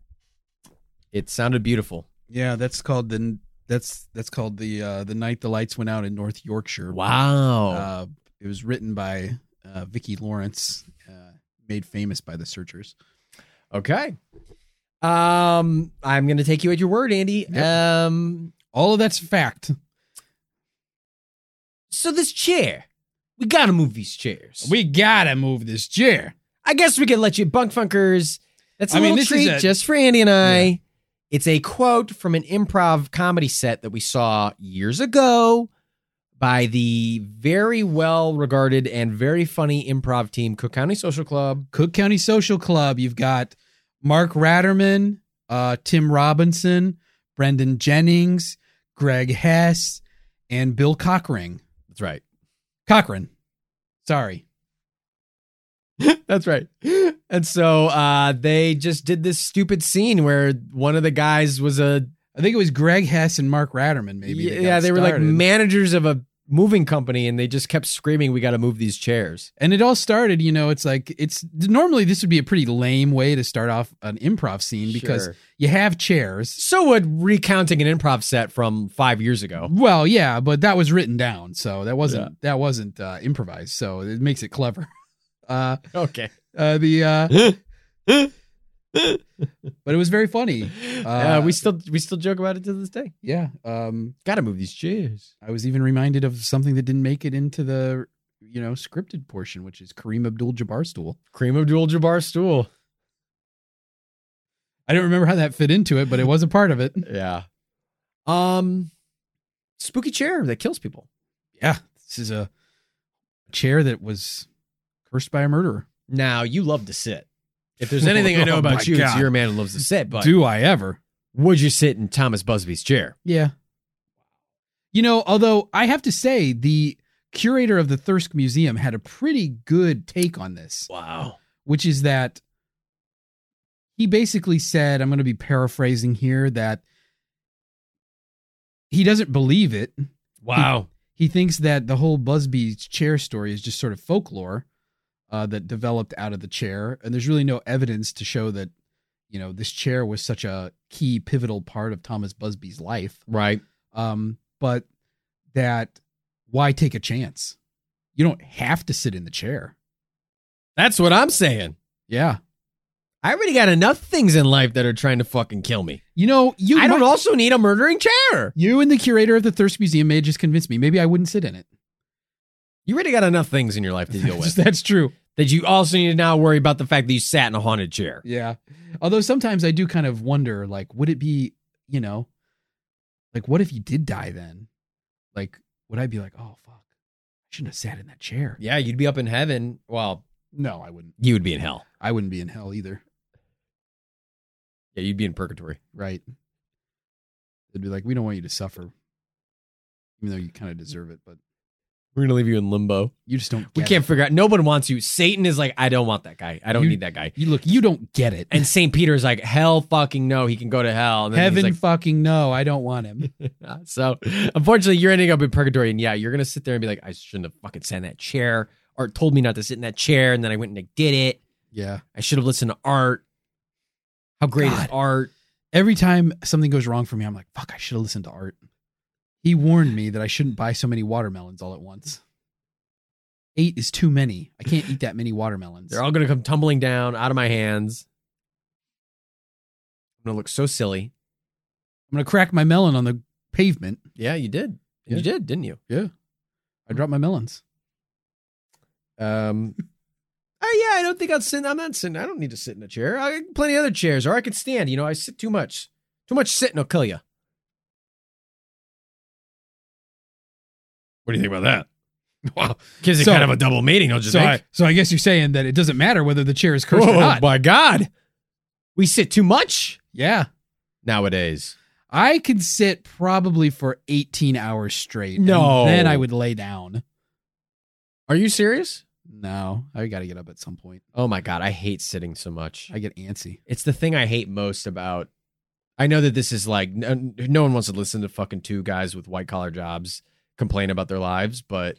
[SPEAKER 1] it sounded beautiful.
[SPEAKER 2] Yeah, that's called the that's that's called the uh, the night the lights went out in North Yorkshire.
[SPEAKER 1] Wow.
[SPEAKER 2] Uh, it was written by uh, Vicki Lawrence, uh, made famous by the Searchers.
[SPEAKER 1] Uh, okay. Um, I'm gonna take you at your word, Andy.
[SPEAKER 2] Yep.
[SPEAKER 1] Um,
[SPEAKER 2] All of that's fact.
[SPEAKER 1] so this chair, we gotta move these chairs.
[SPEAKER 2] We gotta move this chair.
[SPEAKER 1] I guess we can let you bunk funkers. That's a
[SPEAKER 2] I
[SPEAKER 1] little
[SPEAKER 2] mean, this is
[SPEAKER 1] treat
[SPEAKER 2] a-
[SPEAKER 1] just for Andy and I. It's a quote from an improv comedy set that we saw years ago by the very well regarded and very funny improv team, Cook County Social Club.
[SPEAKER 2] Cook County Social Club. You've got Mark Ratterman, uh, Tim Robinson, Brendan Jennings, Greg Hess, and Bill Cochran.
[SPEAKER 1] That's right.
[SPEAKER 2] Cochran. Sorry.
[SPEAKER 1] That's right. And so uh, they just did this stupid scene where one of the guys was a
[SPEAKER 2] I think it was Greg Hess and Mark Ratterman, maybe. that
[SPEAKER 1] yeah
[SPEAKER 2] got
[SPEAKER 1] they were like
[SPEAKER 2] started.
[SPEAKER 1] managers of a moving company and they just kept screaming we got to move these chairs.
[SPEAKER 2] And it all started, you know, it's like it's normally this would be a pretty lame way to start off an improv scene because
[SPEAKER 1] Sure.
[SPEAKER 2] you have chairs.
[SPEAKER 1] So would recounting an improv set from five years ago.
[SPEAKER 2] Well, yeah, but that was written down, so that wasn't that wasn't uh, improvised, so it makes it clever. Uh,
[SPEAKER 1] Okay.
[SPEAKER 2] uh, the uh, but it was very funny. Uh,
[SPEAKER 1] Uh, we still we still joke about it to this day.
[SPEAKER 2] yeah. Um,
[SPEAKER 1] Got to move these chairs.
[SPEAKER 2] I was even reminded of something that didn't make it into the you know scripted portion, which is Kareem Abdul-Jabbar stool.
[SPEAKER 1] Cream of dual Jabbar stool.
[SPEAKER 2] I don't remember how that fit into it, but it was a part of it.
[SPEAKER 1] Yeah. Um, spooky chair that kills people.
[SPEAKER 2] yeah, this is a chair that was cursed by a murderer.
[SPEAKER 1] Now you love to sit. If there's anything I know
[SPEAKER 2] Oh my
[SPEAKER 1] about you, it's
[SPEAKER 2] God.
[SPEAKER 1] you're a man who loves to sit. But
[SPEAKER 2] Do I ever?
[SPEAKER 1] would you sit in Thomas Busby's chair?
[SPEAKER 2] Yeah. You know, although I have to say, the curator of the Thirsk Museum had a pretty good take on this,
[SPEAKER 1] Wow.
[SPEAKER 2] which is that he basically said, I'm going to be paraphrasing here, that he doesn't believe it.
[SPEAKER 1] Wow.
[SPEAKER 2] He thinks that the whole Busby's chair story is just sort of folklore uh, that developed out of the chair, and there's really no evidence to show that you know this chair was such a key pivotal part of Thomas Busby's life.
[SPEAKER 1] right.
[SPEAKER 2] Um, but that why take a chance? You don't have to sit in the chair.
[SPEAKER 1] That's what I'm saying.
[SPEAKER 2] Yeah,
[SPEAKER 1] I already got enough things in life that are trying to fucking kill me.
[SPEAKER 2] you know you.
[SPEAKER 1] I don't
[SPEAKER 2] might-
[SPEAKER 1] also need a murdering chair.
[SPEAKER 2] You and the curator of the Thirst Museum may just convince me. Maybe I wouldn't sit in it.
[SPEAKER 1] You already got enough things in your life to deal with.
[SPEAKER 2] That's true.
[SPEAKER 1] that you also need to now worry about the fact that you sat in a haunted chair.
[SPEAKER 2] Yeah. Although sometimes I do kind of wonder, like, would it be, you know, like, what if you did die then? Like, would I be like, oh, fuck, I shouldn't have sat in that chair?
[SPEAKER 1] Yeah, you'd be up in heaven. Well,
[SPEAKER 2] No, I wouldn't.
[SPEAKER 1] you would be in hell.
[SPEAKER 2] I wouldn't be in hell either.
[SPEAKER 1] Yeah, you'd be in purgatory.
[SPEAKER 2] Right. They'd be like, we don't want you to suffer, even though you kind of deserve it, but
[SPEAKER 1] We're gonna leave you in limbo.
[SPEAKER 2] you just don't
[SPEAKER 1] We
[SPEAKER 2] get
[SPEAKER 1] can't
[SPEAKER 2] it.
[SPEAKER 1] figure out. No one wants you. Satan is like, I don't want that guy. I don't
[SPEAKER 2] You-
[SPEAKER 1] need that guy.
[SPEAKER 2] You look, you don't get it.
[SPEAKER 1] And Saint Peter is like, hell fucking no. He can go to hell. And then
[SPEAKER 2] heaven
[SPEAKER 1] he's
[SPEAKER 2] fucking no, I don't want him.
[SPEAKER 1] like- "Ah." so unfortunately, you're ending up in purgatory. And yeah, you're gonna sit there and be like, I shouldn't have fucking sat in that chair. Art told me not to sit in that chair, and then I went and I did it.
[SPEAKER 2] yeah.
[SPEAKER 1] I should have listened to Art. How great is
[SPEAKER 2] God.
[SPEAKER 1] Art?
[SPEAKER 2] every time something goes wrong for me, I'm like, fuck, I should have listened to Art. He warned me that I shouldn't buy so many watermelons all at once. Eight is too many. I can't eat that many watermelons.
[SPEAKER 1] They're all going to come tumbling down out of my hands. I'm going to look so silly.
[SPEAKER 2] I'm gonna crack my melon on the pavement.
[SPEAKER 1] Yeah, you did. You
[SPEAKER 2] Yeah.
[SPEAKER 1] did, didn't you?
[SPEAKER 2] Yeah. I dropped my melons.
[SPEAKER 1] Um, oh yeah, I don't think I'll sit. I'm not sitting. I don't need to sit in a chair. I got plenty of other chairs, or I could stand. You know, I sit too much. Too much sitting will kill you.
[SPEAKER 3] What do you think about that?
[SPEAKER 2] Wow.
[SPEAKER 1] Gives it
[SPEAKER 2] So-
[SPEAKER 1] kind of a double meaning. Don't you
[SPEAKER 2] So
[SPEAKER 1] think?
[SPEAKER 2] I, so I guess you're saying that it doesn't matter whether the chair is cursed
[SPEAKER 1] oh
[SPEAKER 2] or not.
[SPEAKER 1] my god, we sit too much
[SPEAKER 2] yeah.
[SPEAKER 1] nowadays.
[SPEAKER 2] I could sit probably for 18 hours straight. and
[SPEAKER 1] No.
[SPEAKER 2] then I would lay down.
[SPEAKER 1] Are you serious?
[SPEAKER 2] No, I got to get up at some point.
[SPEAKER 1] Oh my god, I hate sitting so much.
[SPEAKER 2] I get antsy.
[SPEAKER 1] It's the thing I hate most about. I know that this is like no, no one wants to listen to fucking two guys with white collar jobs complain about their lives, but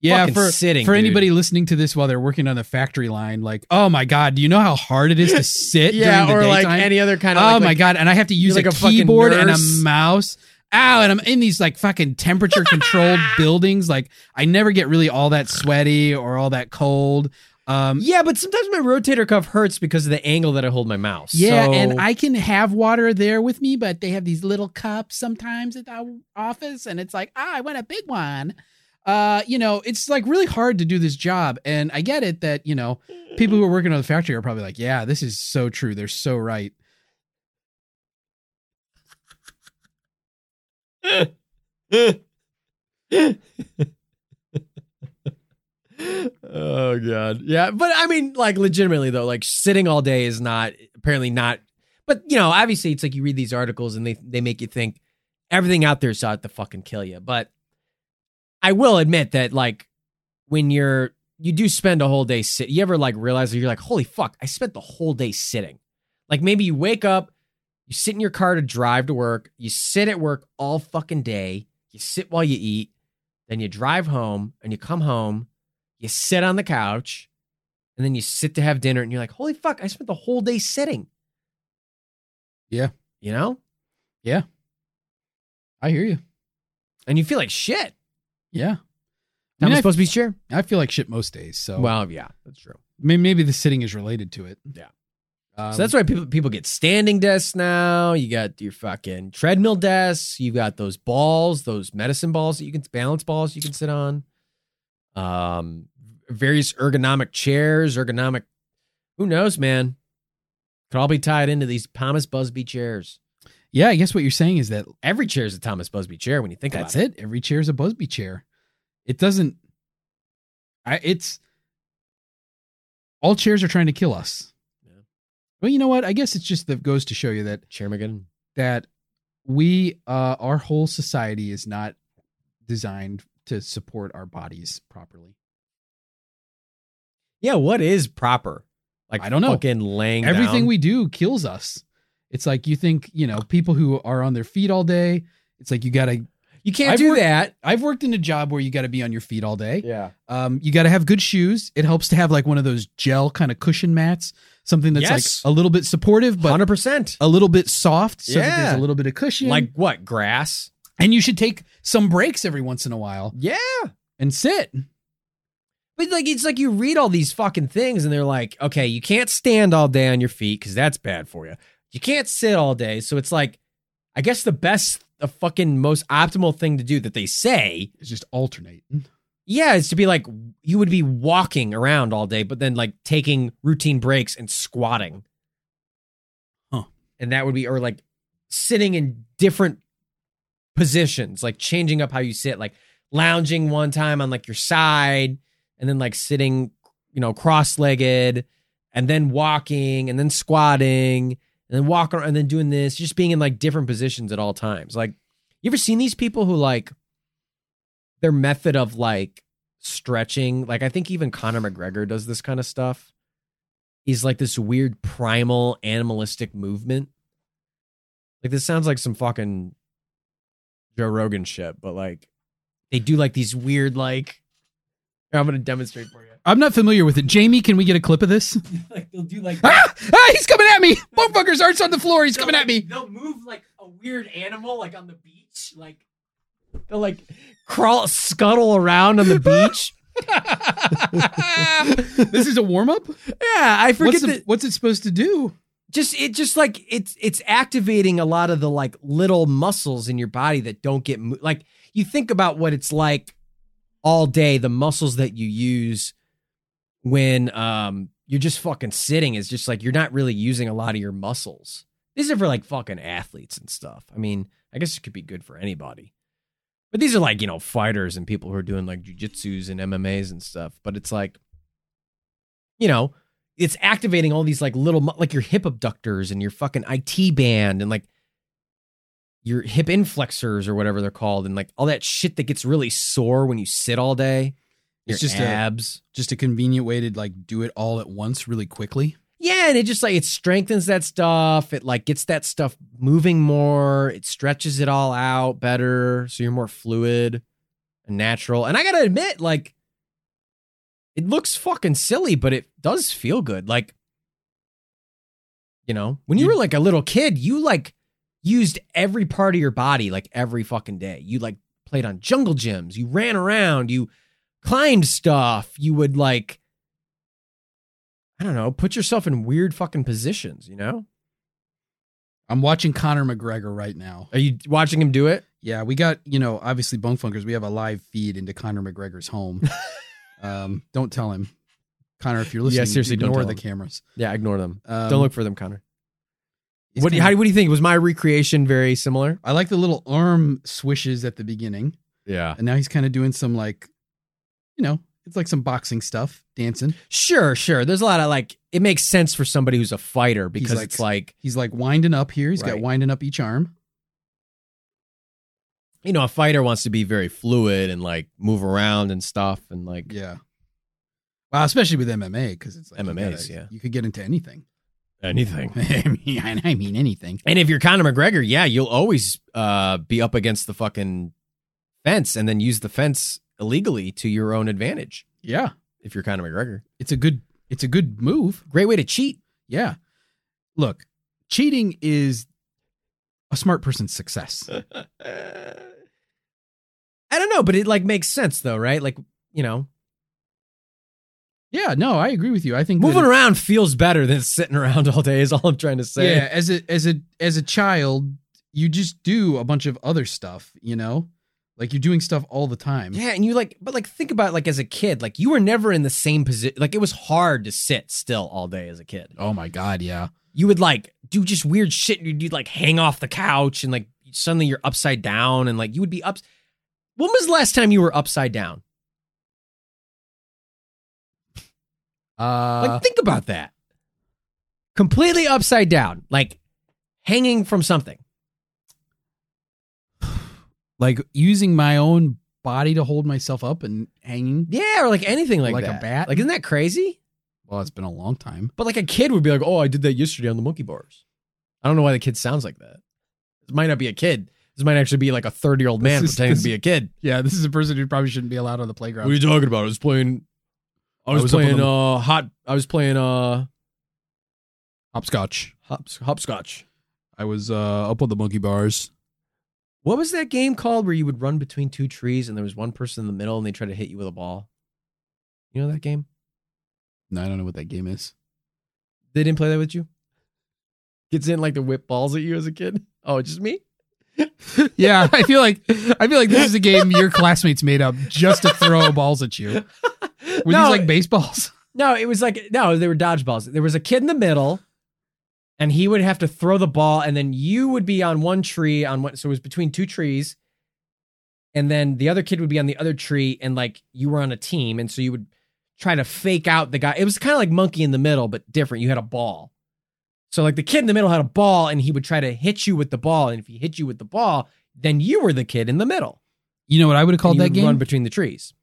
[SPEAKER 2] Yeah,
[SPEAKER 1] Fucking
[SPEAKER 2] for
[SPEAKER 1] sitting,
[SPEAKER 2] for
[SPEAKER 1] dude.
[SPEAKER 2] anybody listening to this while they're working on the factory line, like, oh my god, do you know how hard it is to sit? during the daytime?
[SPEAKER 1] other kind
[SPEAKER 2] oh my god, and I have to use
[SPEAKER 1] like
[SPEAKER 2] a,
[SPEAKER 1] a fucking
[SPEAKER 2] keyboard and a
[SPEAKER 1] nurse.
[SPEAKER 2] mouse. Ow, and I'm in these like fucking temperature controlled buildings. Like, I never get really all that sweaty or all that cold. Um,
[SPEAKER 1] Yeah, but sometimes my rotator cuff hurts because of the angle that I hold my mouse.
[SPEAKER 2] Yeah,
[SPEAKER 1] So-
[SPEAKER 2] and I can have water there with me, but they have these little cups sometimes at the office, and it's like, ah, I want a big one. Uh, you know, it's like really hard to do this job, and I get it that you know people who are working on the factory are probably like, yeah, this is so true. They're so right.
[SPEAKER 1] oh god, yeah, but I mean, like, legitimately though, like sitting all day is not apparently not. But you know, obviously, it's like you read these articles and they they make you think everything out there is out to fucking kill you. But I will admit that, like, when you're you do spend a whole day sit. You ever like realize that you're like, holy fuck, I spent the whole day sitting. Like maybe you wake up, you sit in your car to drive to work, you sit at work all fucking day, you sit while you eat, then you drive home and you come home, you sit on the couch, and then you sit to have dinner and you're like, holy fuck, I spent the whole day sitting.
[SPEAKER 2] Yeah.
[SPEAKER 1] You know?
[SPEAKER 2] I hear you.
[SPEAKER 1] And you feel like shit.
[SPEAKER 2] Yeah, I
[SPEAKER 1] That
[SPEAKER 2] mean,
[SPEAKER 1] was
[SPEAKER 2] I-
[SPEAKER 1] supposed to be sure.
[SPEAKER 2] I feel like shit most days. So
[SPEAKER 1] Well, yeah, that's true.
[SPEAKER 2] may- maybe the sitting is related to it.
[SPEAKER 1] Yeah.
[SPEAKER 2] Um,
[SPEAKER 1] so that's why people people get standing desks now. You got your fucking treadmill desks. You got those balls, those medicine balls that you can balance balls you can sit on. Um, various ergonomic chairs, ergonomic. Who knows, man? Could all be tied into these Thomas Busby chairs.
[SPEAKER 2] yeah. I guess what you're saying is that
[SPEAKER 1] Every chair is a Thomas Busby chair when you think
[SPEAKER 2] That's
[SPEAKER 1] about
[SPEAKER 2] it. Every chair is a Busby chair. It doesn't. I, it's all chairs are trying to kill us.
[SPEAKER 1] Yeah.
[SPEAKER 2] Well, you know what? I guess it's just that goes to show you that
[SPEAKER 1] it. Chairmageddon.
[SPEAKER 2] that we uh, our whole society is not designed to support our bodies properly.
[SPEAKER 1] Yeah, what is proper? Like
[SPEAKER 2] I don't know.
[SPEAKER 1] Fucking laying
[SPEAKER 2] Everything
[SPEAKER 1] down?
[SPEAKER 2] we do kills us. It's like you think you know people who are on their feet all day. It's like you gotta.
[SPEAKER 1] you can't
[SPEAKER 2] I've
[SPEAKER 1] do
[SPEAKER 2] worked-
[SPEAKER 1] that.
[SPEAKER 2] I've worked in a job where you gotta be on your feet all day.
[SPEAKER 1] Yeah,
[SPEAKER 2] Um, you got to have good shoes. It helps to have like one of those gel kind of cushion mats, something that's
[SPEAKER 1] Yes.
[SPEAKER 2] like a little bit supportive, but
[SPEAKER 1] hundred percent.
[SPEAKER 2] a little bit soft, so that there's
[SPEAKER 1] Yeah.
[SPEAKER 2] a little bit of cushion.
[SPEAKER 1] Like what? Grass.
[SPEAKER 2] and you should take some breaks every once in a while
[SPEAKER 1] Yeah.
[SPEAKER 2] and sit.
[SPEAKER 1] But like it's like you read all these fucking things and they're like, okay, you can't stand all day on your feet because that's bad for you. You can't sit all day. So it's like, I guess the best, the fucking most optimal thing to do that they say,
[SPEAKER 2] It's just alternate.
[SPEAKER 1] yeah, is to be like you would be walking around all day, but then like taking routine breaks and squatting.
[SPEAKER 2] Huh.
[SPEAKER 1] And that would be or like sitting in different positions, like changing up how you sit, like lounging one time on like your side and then like sitting, you know, cross-legged and then walking and then squatting and then walking and then doing this, just being in like different positions at all times. Like you ever seen these people who like their method of like stretching, like I think even Conor McGregor does this kind of stuff, is like this weird primal animalistic movement. Like this sounds like some fucking Joe Rogan shit, but like they do like these weird like I'm gonna demonstrate for you.
[SPEAKER 2] I'm not familiar with it. Jamie, can we get a clip of this?
[SPEAKER 1] Like they'll do like
[SPEAKER 2] ah! ah, he's coming at me. Motherfucker's arts on the floor. He's coming
[SPEAKER 1] They'll,
[SPEAKER 2] at me.
[SPEAKER 1] like- They'll move like a weird animal, like on the beach, like they'll like crawl, scuttle around on the beach.
[SPEAKER 2] this is a warm up.
[SPEAKER 1] yeah, I forget that.
[SPEAKER 2] What's, the- what's it supposed to do?
[SPEAKER 1] just it just like it's it's activating a lot of the like little muscles in your body that don't get mo- like you think about what it's like all day, the muscles that you use when um you're just fucking sitting is just like you're not really using a lot of your muscles. These are for like fucking athletes and stuff. I mean, I guess it could be good for anybody. But these are like, you know, fighters and people who are doing like jujitsus and MMAs and stuff. But it's like, you know, it's activating all these like little, mu- like your hip abductors and your fucking IT band and like your hip inflexors or whatever they're called and like all that shit that gets really sore when you sit all day. Your
[SPEAKER 2] It's just a-
[SPEAKER 1] abs.
[SPEAKER 2] Just a convenient way to like do it all at once really quickly.
[SPEAKER 1] Yeah, and it just like it strengthens that stuff. It like gets that stuff moving more. It stretches it all out better, so you're more fluid and natural. And I gotta admit, like, it looks fucking silly, but it does feel good. Like, you know, when you were like a little kid, you like used every part of your body like every fucking day. You like played on jungle gyms. You ran around. You climbed stuff. You would like I don't know, put yourself in weird fucking positions, you know?
[SPEAKER 2] I'm watching Conor McGregor right now.
[SPEAKER 1] Are you watching him do it?
[SPEAKER 2] Yeah, we got, you know, obviously Bunk Funkers, we have a live feed into Conor McGregor's home. um, don't tell him. Connor, if you're
[SPEAKER 1] Yeah,
[SPEAKER 2] listening,
[SPEAKER 1] seriously, don't
[SPEAKER 2] ignore
[SPEAKER 1] tell
[SPEAKER 2] the
[SPEAKER 1] him.
[SPEAKER 2] cameras.
[SPEAKER 1] Yeah, ignore them.
[SPEAKER 2] Um,
[SPEAKER 1] Don't look for them, Connor.
[SPEAKER 2] he's
[SPEAKER 1] What do, you-
[SPEAKER 2] kinda-
[SPEAKER 1] how, do- what do you think? Was my recreation very similar?
[SPEAKER 2] I like the little arm swishes at the beginning,
[SPEAKER 1] Yeah.
[SPEAKER 2] and now he's kind of doing some like, you know, it's like some boxing stuff, dancing.
[SPEAKER 1] Sure, sure. There's a lot of like, it makes sense for somebody who's a fighter because
[SPEAKER 2] like-
[SPEAKER 1] it's like,
[SPEAKER 2] He's like winding up here. He's got
[SPEAKER 1] Right.
[SPEAKER 2] winding up each arm.
[SPEAKER 1] you know, a fighter wants to be very fluid and like move around and stuff. And like,
[SPEAKER 2] Yeah. Wow, especially with MMA because it's like you
[SPEAKER 1] MMAs,
[SPEAKER 2] gotta-
[SPEAKER 1] yeah.
[SPEAKER 2] you could get into anything.
[SPEAKER 1] anything.
[SPEAKER 2] I mean, I mean anything.
[SPEAKER 1] And if you're Conor McGregor, yeah, you'll always uh, be up against the fucking fence and then use the fence illegally to your own advantage
[SPEAKER 2] Yeah,
[SPEAKER 1] if you're Conor McGregor.
[SPEAKER 2] it's a good, it's a good move.
[SPEAKER 1] Great way to cheat.
[SPEAKER 2] Yeah. Look, cheating is a smart person's success.
[SPEAKER 1] I don't know, but it like makes sense though, right? Like, you know,
[SPEAKER 2] yeah, no, I agree with you. I think that
[SPEAKER 1] moving
[SPEAKER 2] it-
[SPEAKER 1] around feels better than sitting around all day is all I'm trying to say.
[SPEAKER 2] Yeah, as a as a as a child, you just do a bunch of other stuff, you know? Like you're doing stuff all the time.
[SPEAKER 1] Yeah, and you like but like think about like as a kid, like you were never in the same position. Like it was hard to sit still all day as a kid.
[SPEAKER 2] Oh my god, yeah.
[SPEAKER 1] You would like do just weird shit and you'd, you'd like hang off the couch and like suddenly you're upside down and like you would be up When was the last time you were upside down?
[SPEAKER 2] Uh
[SPEAKER 1] Like, think about that. Completely upside down, like hanging from something.
[SPEAKER 2] like, using my own body to hold myself up and hanging.
[SPEAKER 1] Yeah, or like anything like,
[SPEAKER 2] Like a
[SPEAKER 1] that.
[SPEAKER 2] bat?
[SPEAKER 1] Like, isn't that crazy?
[SPEAKER 2] Well, it's been a long time.
[SPEAKER 1] But like a kid would be like, "Oh, I did that yesterday on the monkey bars." I don't know why the kid sounds like that. This might not be a kid. This might actually be like a thirty-year-old man
[SPEAKER 2] This is-
[SPEAKER 1] pretending
[SPEAKER 2] this-
[SPEAKER 1] to be a kid.
[SPEAKER 2] Yeah, this is a person who probably shouldn't be allowed on the playground.
[SPEAKER 1] What are you talking about? I was playing. I was,
[SPEAKER 2] was up on
[SPEAKER 1] playing
[SPEAKER 2] the-
[SPEAKER 1] uh hot. I was playing uh
[SPEAKER 2] Hopscotch.
[SPEAKER 1] hops, hopscotch.
[SPEAKER 2] I was uh up on the monkey bars.
[SPEAKER 1] What was that game called where you would run between two trees and there was one person in the middle and they tried to hit you with a ball? You know that game?
[SPEAKER 2] No, I don't know what that game is.
[SPEAKER 1] They didn't play that with you. Gets in like to whip balls at you as a kid. Oh, just me.
[SPEAKER 2] Yeah, I feel like I feel like this is a game your classmates made up just to throw balls at you. Were
[SPEAKER 1] No,
[SPEAKER 2] these like baseballs?
[SPEAKER 1] No, it was like no, they were dodgeballs. There was a kid in the middle, and he would have to throw the ball, and then you would be on one tree on one. So it was between two trees, and then the other kid would be on the other tree, and like you were on a team, and so you would try to fake out the guy. It was kind of like monkey in the middle, but different. You had a ball. So like the kid in the middle had a ball, and he would try to hit you with the ball, and if he hit you with the ball, then you were the kid in the middle.
[SPEAKER 2] You know what I would have
[SPEAKER 1] And
[SPEAKER 2] called
[SPEAKER 1] you
[SPEAKER 2] that
[SPEAKER 1] would run
[SPEAKER 2] game?
[SPEAKER 1] between the trees.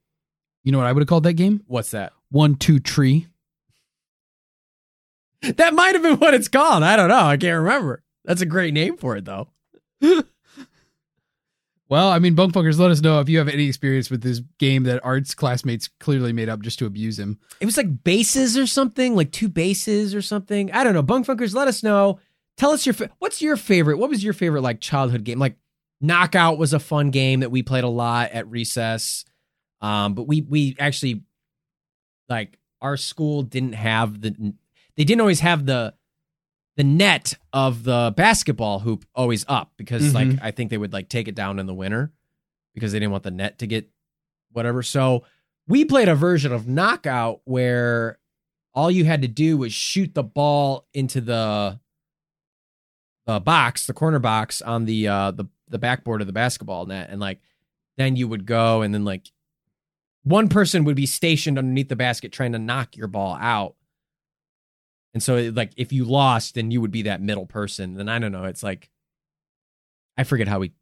[SPEAKER 2] You know what I would have called that game?
[SPEAKER 1] What's that?
[SPEAKER 2] One, two, tree.
[SPEAKER 1] That might have been what it's called. I don't know. I can't remember. That's a great name for it, though.
[SPEAKER 2] Well, I mean, Bunkfunkers, let us know if you have any experience with this game that Art's classmates clearly made up just to abuse him.
[SPEAKER 1] It was like bases or something, like two bases or something. I don't know. Bunkfunkers, let us know. Tell us your fa- what's your favorite? What was your favorite like childhood game? Like Knockout was a fun game that we played a lot at recess. Um, but we we actually like our school didn't have the they didn't always have the the net of the basketball hoop always up because like I think they would like take it down in the winter because they didn't want the net to get whatever. So we played a version of knockout where all you had to do was shoot the ball into the the uh, box, the corner box on the uh the the backboard of the basketball net, and like then you would go and then like one person would be stationed underneath the basket trying to knock your ball out. And so it, like if you lost, then you would be that middle person. Then I don't know. It's like I forget how we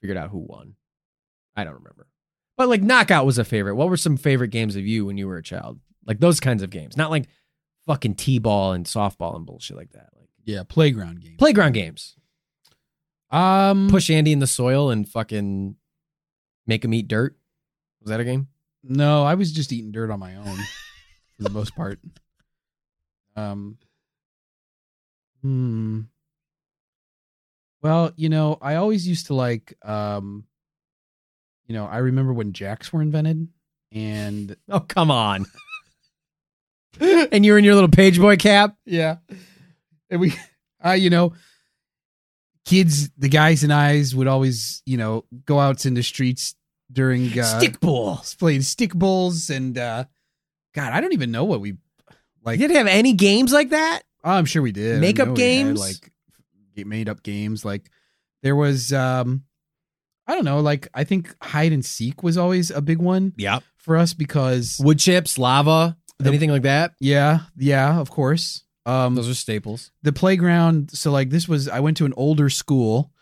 [SPEAKER 1] figured out who won. I don't remember. But like knockout was a favorite. What were some favorite games of you when you were a child? Like those kinds of games, not like fucking t-ball and softball and bullshit like that. Like
[SPEAKER 2] Yeah, playground game.
[SPEAKER 1] playground games.
[SPEAKER 2] Um,
[SPEAKER 1] Push Andy in the soil and fucking make him eat dirt. Was that a game?
[SPEAKER 2] No, I was just eating dirt on my own for the most part. Um. Hmm. Well, you know, I always used to like. Um. You know, I remember when jacks were invented, and
[SPEAKER 1] Oh come on. and you're in your little page boy cap.
[SPEAKER 2] yeah, and we, I, you know, kids, the guys and I's would always, you know, go out in the streets during uh,
[SPEAKER 1] Stick ball.
[SPEAKER 2] playing stick bowls and uh god i don't even know what we
[SPEAKER 1] You
[SPEAKER 2] like
[SPEAKER 1] didn't have any games like that?
[SPEAKER 2] Oh, i'm sure we did I
[SPEAKER 1] Make-up
[SPEAKER 2] know we had,
[SPEAKER 1] games?
[SPEAKER 2] like g- made up games like there was um i don't know like i think hide and seek was always a big one
[SPEAKER 1] Yep.
[SPEAKER 2] for us because
[SPEAKER 1] Wood chips, lava, anything like that.
[SPEAKER 2] yeah yeah of course um
[SPEAKER 1] Those are staples.
[SPEAKER 2] the playground so like this was i went to an older school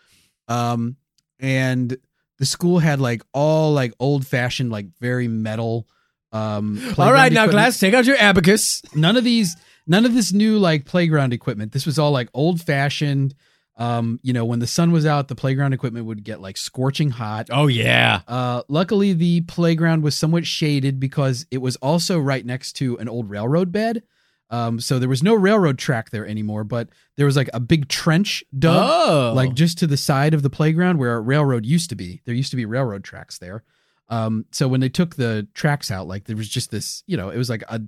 [SPEAKER 2] um and the school had like all like old fashioned like very metal um
[SPEAKER 1] All
[SPEAKER 2] playground
[SPEAKER 1] right, now
[SPEAKER 2] equipment.
[SPEAKER 1] class, take out your abacus.
[SPEAKER 2] none of these none of this new like playground equipment this was all like old fashioned um you know when the sun was out the playground equipment would get like scorching hot
[SPEAKER 1] Oh yeah.
[SPEAKER 2] uh luckily the playground was somewhat shaded because it was also right next to an old railroad bed um so there was no railroad track there anymore but there was like a big trench dug
[SPEAKER 1] Oh,
[SPEAKER 2] like just to the side of the playground where a railroad used to be. There used to be railroad tracks there. Um, so when they took the tracks out, like there was just this, you know, it was like a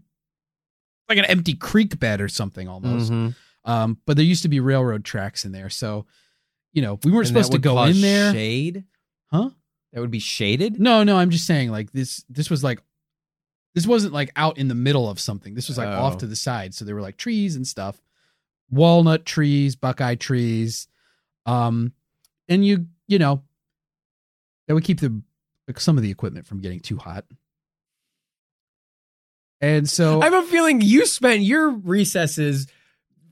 [SPEAKER 2] like an empty creek bed or something almost.
[SPEAKER 1] Mm-hmm.
[SPEAKER 2] Um, but there used to be railroad tracks in there, so you know we weren't supposed to go in there.
[SPEAKER 1] Shade,
[SPEAKER 2] Huh?
[SPEAKER 1] That would be shaded.
[SPEAKER 2] No, no, I'm just saying like this. This was like this wasn't like out in the middle of something. This was like off
[SPEAKER 1] Oh.
[SPEAKER 2] to the side. So there were like trees and stuff, walnut trees, buckeye trees, um, and you you know that would keep the like, some of the equipment from getting too hot. And so
[SPEAKER 1] I have a feeling you spent your recesses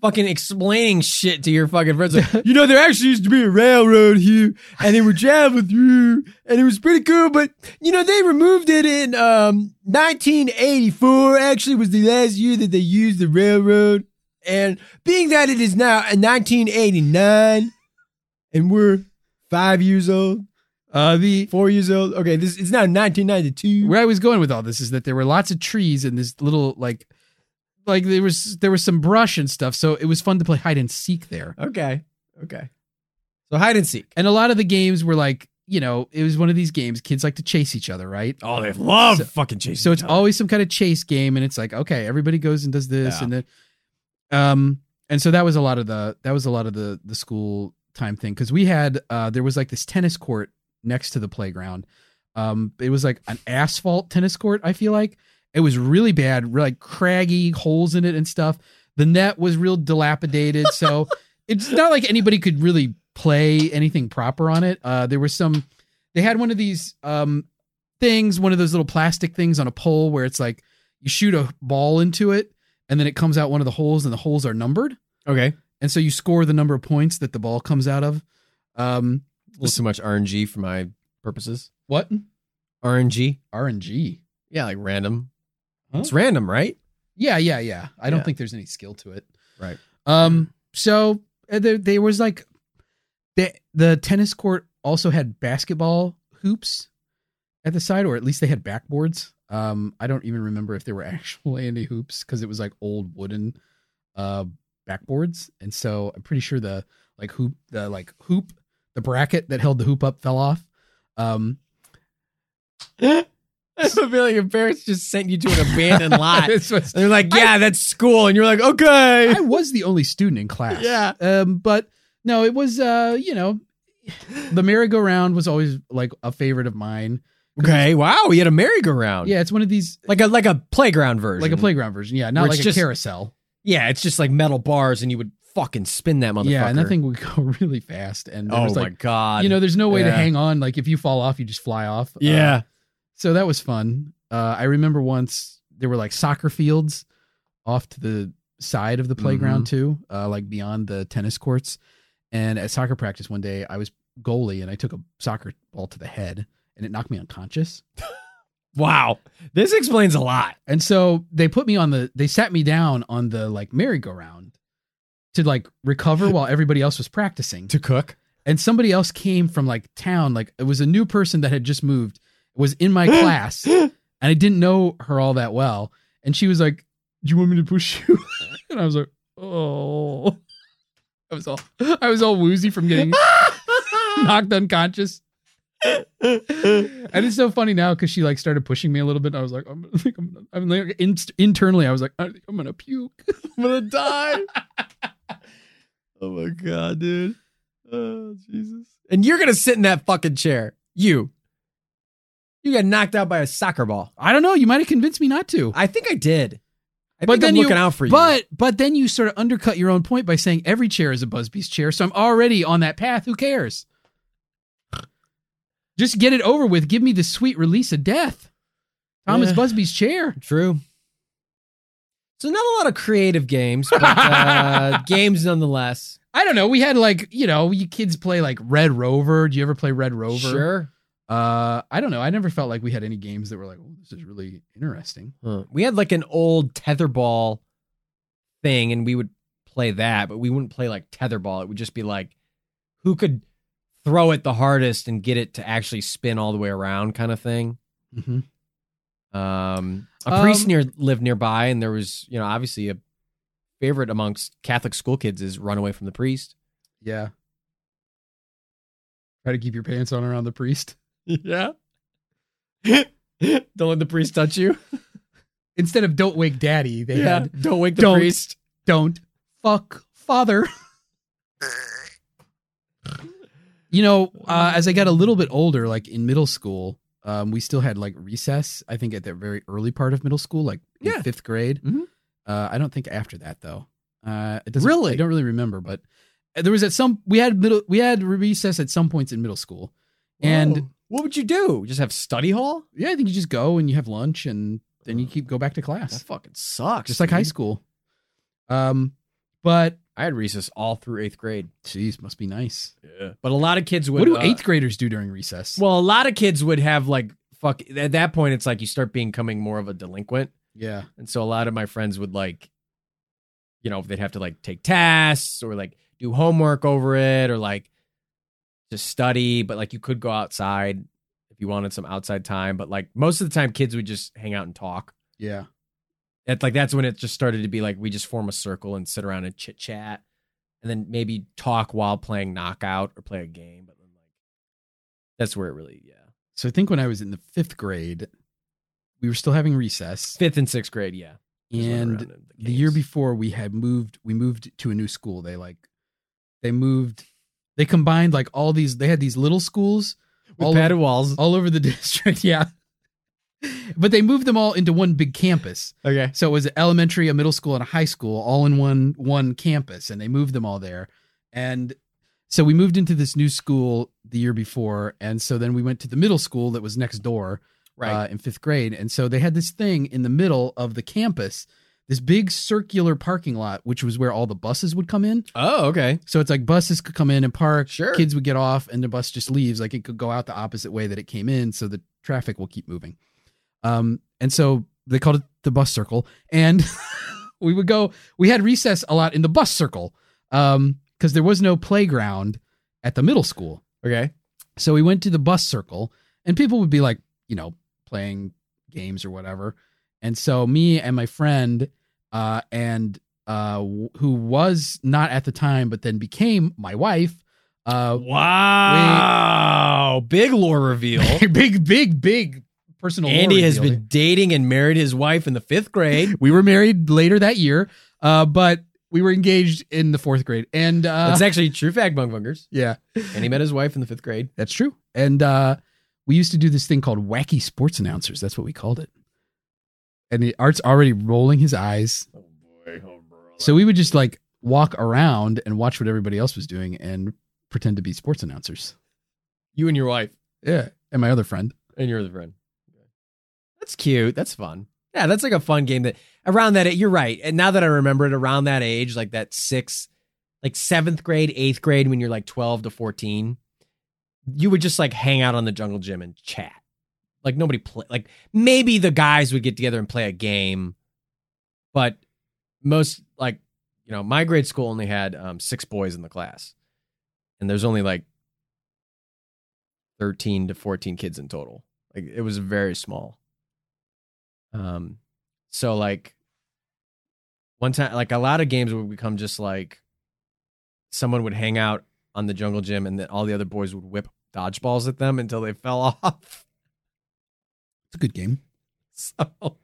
[SPEAKER 1] fucking explaining shit to your fucking friends. Like, you know, there actually used to be a railroad here, and they were traveling through, and it was pretty cool. But you know, they removed it in um 1984. Actually, was the last year that they used the railroad, and being that it is now in 1989, and we're five years old,
[SPEAKER 2] uh, the
[SPEAKER 1] four years old. Okay, this it's now 1992.
[SPEAKER 2] where I was going with all this is that there were lots of trees and this little like like there was there was some brush and stuff. So it was fun to play hide and seek there.
[SPEAKER 1] Okay, okay. So hide and seek.
[SPEAKER 2] And a lot of the games were like, you know, it was one of these games kids like to chase each other, right?
[SPEAKER 1] Oh, they love
[SPEAKER 2] So-
[SPEAKER 1] fucking chasing.
[SPEAKER 2] So it's
[SPEAKER 1] each other.
[SPEAKER 2] always some kind of chase game, and it's like, okay, everybody goes and does this,
[SPEAKER 1] Yeah.
[SPEAKER 2] and then, um, and so that was a lot of the that was a lot of the the school time thing because we had uh there was like this tennis court next to the playground, um, it was like an asphalt tennis court. I feel like it was really bad, really, like craggy holes in it and stuff. The net was real dilapidated, so it's not like anybody could really play anything proper on it. Uh, there was some. They had one of these um, things, one of those little plastic things on a pole where it's like you shoot a ball into it, and then it comes out one of the holes, and the holes are numbered,
[SPEAKER 1] okay.
[SPEAKER 2] and so you score the number of points that the ball comes out of. Um,
[SPEAKER 1] A little too much RNG for my purposes.
[SPEAKER 2] what
[SPEAKER 1] RNG.
[SPEAKER 2] RNG?
[SPEAKER 1] Yeah, like random.
[SPEAKER 2] Huh?
[SPEAKER 1] It's random, right?
[SPEAKER 2] Yeah, yeah, yeah. I don't
[SPEAKER 1] Yeah.
[SPEAKER 2] think there's any skill to it.
[SPEAKER 1] Right.
[SPEAKER 2] Um. So uh, there, there was like the the tennis court also had basketball hoops at the side, or at least they had backboards. Um. I don't even remember if there were actually any hoops because it was like old wooden, uh, backboards, and so I'm pretty sure the like hoop the like hoop the bracket that held the hoop up fell off. Um.
[SPEAKER 1] I have a feeling your parents just sent you to an abandoned lot.
[SPEAKER 2] this was
[SPEAKER 1] They're like, yeah, that's school. And you're like, okay.
[SPEAKER 2] I was the only student in class.
[SPEAKER 1] Yeah.
[SPEAKER 2] Um, but no, it was uh, you know, the merry-go-round was always like a favorite of mine.
[SPEAKER 1] Okay. Wow. We had a merry-go-round.
[SPEAKER 2] Yeah, it's one of these
[SPEAKER 1] Like a like a playground version.
[SPEAKER 2] like a playground version. Yeah, not
[SPEAKER 1] Where it's
[SPEAKER 2] like a
[SPEAKER 1] just-
[SPEAKER 2] carousel.
[SPEAKER 1] Yeah. It's just like metal bars, and you would fucking spin that motherfucker.
[SPEAKER 2] Yeah, and that thing would go really fast. And there
[SPEAKER 1] Oh
[SPEAKER 2] was
[SPEAKER 1] my
[SPEAKER 2] like,
[SPEAKER 1] god.
[SPEAKER 2] you know, there's no way to
[SPEAKER 1] Yeah.
[SPEAKER 2] hang on. Like if you fall off, you just fly off. Uh,
[SPEAKER 1] yeah.
[SPEAKER 2] so that was fun. Uh, I remember once there were like soccer fields off to the side of the playground
[SPEAKER 1] Mm-hmm.
[SPEAKER 2] too, uh, like beyond the tennis courts. And at soccer practice one day, I was goalie and I took a soccer ball to the head and it knocked me unconscious.
[SPEAKER 1] wow. This explains a lot.
[SPEAKER 2] And so they put me on the, they sat me down on the like merry-go-round to like recover while everybody else was practicing.
[SPEAKER 1] To cook.
[SPEAKER 2] and somebody else came from like town like it was a new person that had just moved was in my class and i didn't know her all that well and she was like do you want me to push you and i was like oh i was all i was all woozy from getting knocked unconscious and it's so funny now because she like started pushing me a little bit. I was like, I'm, I think I'm, gonna- I'm like in, internally, I was like, I think I'm gonna puke.
[SPEAKER 1] I'm gonna die. oh my god, dude. Oh Jesus. And you're gonna sit in that fucking chair. You. You got knocked out by a soccer ball.
[SPEAKER 2] I don't know. You might have convinced me not to.
[SPEAKER 1] I think I did. I
[SPEAKER 2] But
[SPEAKER 1] think
[SPEAKER 2] then
[SPEAKER 1] I'm
[SPEAKER 2] you-
[SPEAKER 1] looking out for you.
[SPEAKER 2] But but then you sort of undercut your own point by saying every chair is a Busby's chair, so I'm already on that path. Who cares? Just get it over with. Give me the sweet release of death. Thomas
[SPEAKER 1] Yeah.
[SPEAKER 2] Busby's chair.
[SPEAKER 1] true. So not a lot of creative games, but uh, games nonetheless.
[SPEAKER 2] I don't know. We had like you know you kids play like Red Rover. Do you ever play Red Rover?
[SPEAKER 1] Sure.
[SPEAKER 2] Uh, I don't know. I never felt like we had any games that were like, oh, this is really interesting.
[SPEAKER 1] Huh. We had like an old tetherball thing, and we would play that, but we wouldn't play like tetherball. It would just be like who could throw it the hardest and get it to actually spin all the way around, kind of thing.
[SPEAKER 2] Mm-hmm.
[SPEAKER 1] Um, a
[SPEAKER 2] Um,
[SPEAKER 1] priest near lived nearby, and there was you know obviously a favorite amongst Catholic school kids is run away from the priest.
[SPEAKER 2] Yeah. Try to keep your pants on around the priest.
[SPEAKER 1] Yeah. Don't let the priest touch you.
[SPEAKER 2] Instead of don't wake daddy, they had
[SPEAKER 1] Don't wake
[SPEAKER 2] the priest. don't fuck father. you know, uh, as I got a little bit older, like in middle school, um, we still had like recess. I think at the very early part of middle school, like in
[SPEAKER 1] Yeah.
[SPEAKER 2] fifth grade.
[SPEAKER 1] Mhm.
[SPEAKER 2] Uh, I don't think after that though. Uh, it doesn't,
[SPEAKER 1] Really?
[SPEAKER 2] I don't really remember, but uh, there was at some we had middle we had recess at some points in middle school, and
[SPEAKER 1] And what would you do? Just have study hall?
[SPEAKER 2] yeah, I think you just go and you have lunch and then you keep go back to class,
[SPEAKER 1] fucking sucks.
[SPEAKER 2] just like high school. Um, but
[SPEAKER 1] I had recess all through eighth grade.
[SPEAKER 2] Jeez, must be nice.
[SPEAKER 1] Yeah. But a lot of kids would.
[SPEAKER 2] what do
[SPEAKER 1] uh,
[SPEAKER 2] eighth graders do during recess?
[SPEAKER 1] Well, a lot of kids would have like fuck. At that point, it's like you start becoming more of a delinquent.
[SPEAKER 2] yeah,
[SPEAKER 1] And so a lot of my friends would like, you know, they'd have to like take tasks or like do homework over it or like just study. But like you could go outside if you wanted some outside time. But like most of the time, kids would just hang out and talk.
[SPEAKER 2] yeah.
[SPEAKER 1] That's like that's when it just started to be like we just form a circle and sit around and chit chat and then maybe talk while playing knockout or play a game. But then like that's where it really, yeah.
[SPEAKER 2] So I think when I was in the fifth grade, we were still having recess,
[SPEAKER 1] Fifth and sixth grade, yeah. Just went
[SPEAKER 2] and
[SPEAKER 1] around in
[SPEAKER 2] the year
[SPEAKER 1] games.
[SPEAKER 2] before we had moved. We moved to a new school. They like, they moved. They combined like all these. They had these little schools
[SPEAKER 1] with
[SPEAKER 2] all
[SPEAKER 1] padded
[SPEAKER 2] over,
[SPEAKER 1] walls.
[SPEAKER 2] all over the district. Yeah, but they moved them all into one big campus.
[SPEAKER 1] Okay.
[SPEAKER 2] So it was elementary, a middle school, and a high school all in one one campus, and they moved them all there. And so we moved into this new school the year before, and so then we went to the middle school that was next door
[SPEAKER 1] Right.
[SPEAKER 2] uh, in fifth grade. And so they had this thing in the middle of the campus, this big circular parking lot, which was where all the buses would come in.
[SPEAKER 1] oh, okay.
[SPEAKER 2] So it's like buses could come in and park,
[SPEAKER 1] Sure.
[SPEAKER 2] kids would get off, and the bus just leaves. Like it could go out the opposite way that it came in, so the traffic will keep moving. Um, and so they called it the bus circle, and we would go. We had recess a lot in the bus circle because there was no playground at the middle school.
[SPEAKER 1] Okay.
[SPEAKER 2] So we went to the bus circle, and people would be like, you know, playing games or whatever. And so me and my friend, uh, and uh, w- who was not at the time, but then became my wife. Uh,
[SPEAKER 1] Wow. Oh, Big lore reveal.
[SPEAKER 2] big, big, big personal. lore
[SPEAKER 1] Andy has
[SPEAKER 2] reveal.
[SPEAKER 1] been dating and married his wife in the fifth grade.
[SPEAKER 2] We were married later that year, uh, but we were engaged in the fourth grade, and uh,
[SPEAKER 1] That's actually true fact, Bungbungers.
[SPEAKER 2] yeah,
[SPEAKER 1] And he met his wife in the fifth grade.
[SPEAKER 2] That's true. And uh, we used to do this thing called wacky sports announcers. That's what we called it. And the art's already rolling his eyes.
[SPEAKER 1] Oh,
[SPEAKER 2] So we would just like walk around and watch what everybody else was doing and pretend to be sports announcers.
[SPEAKER 1] You and your wife
[SPEAKER 2] Yeah. And my other friend.
[SPEAKER 1] and your other friend. That's cute. That's fun. Yeah, that's like a fun game that around that you're right. And now that I remember it, around that age, like that sixth, like seventh grade, eighth grade, when you're like twelve to fourteen, you would just like hang out on the jungle gym and chat. Like nobody play like maybe the guys would get together and play a game, but most like you know, my grade school only had um six boys in the class. And there's only like 13 to 14 kids in total. Like it was very small. Um so like one time like a lot of games would become just like someone would hang out on the jungle gym and then all the other boys would whip dodgeballs at them until they fell off.
[SPEAKER 2] It's a good game.
[SPEAKER 1] So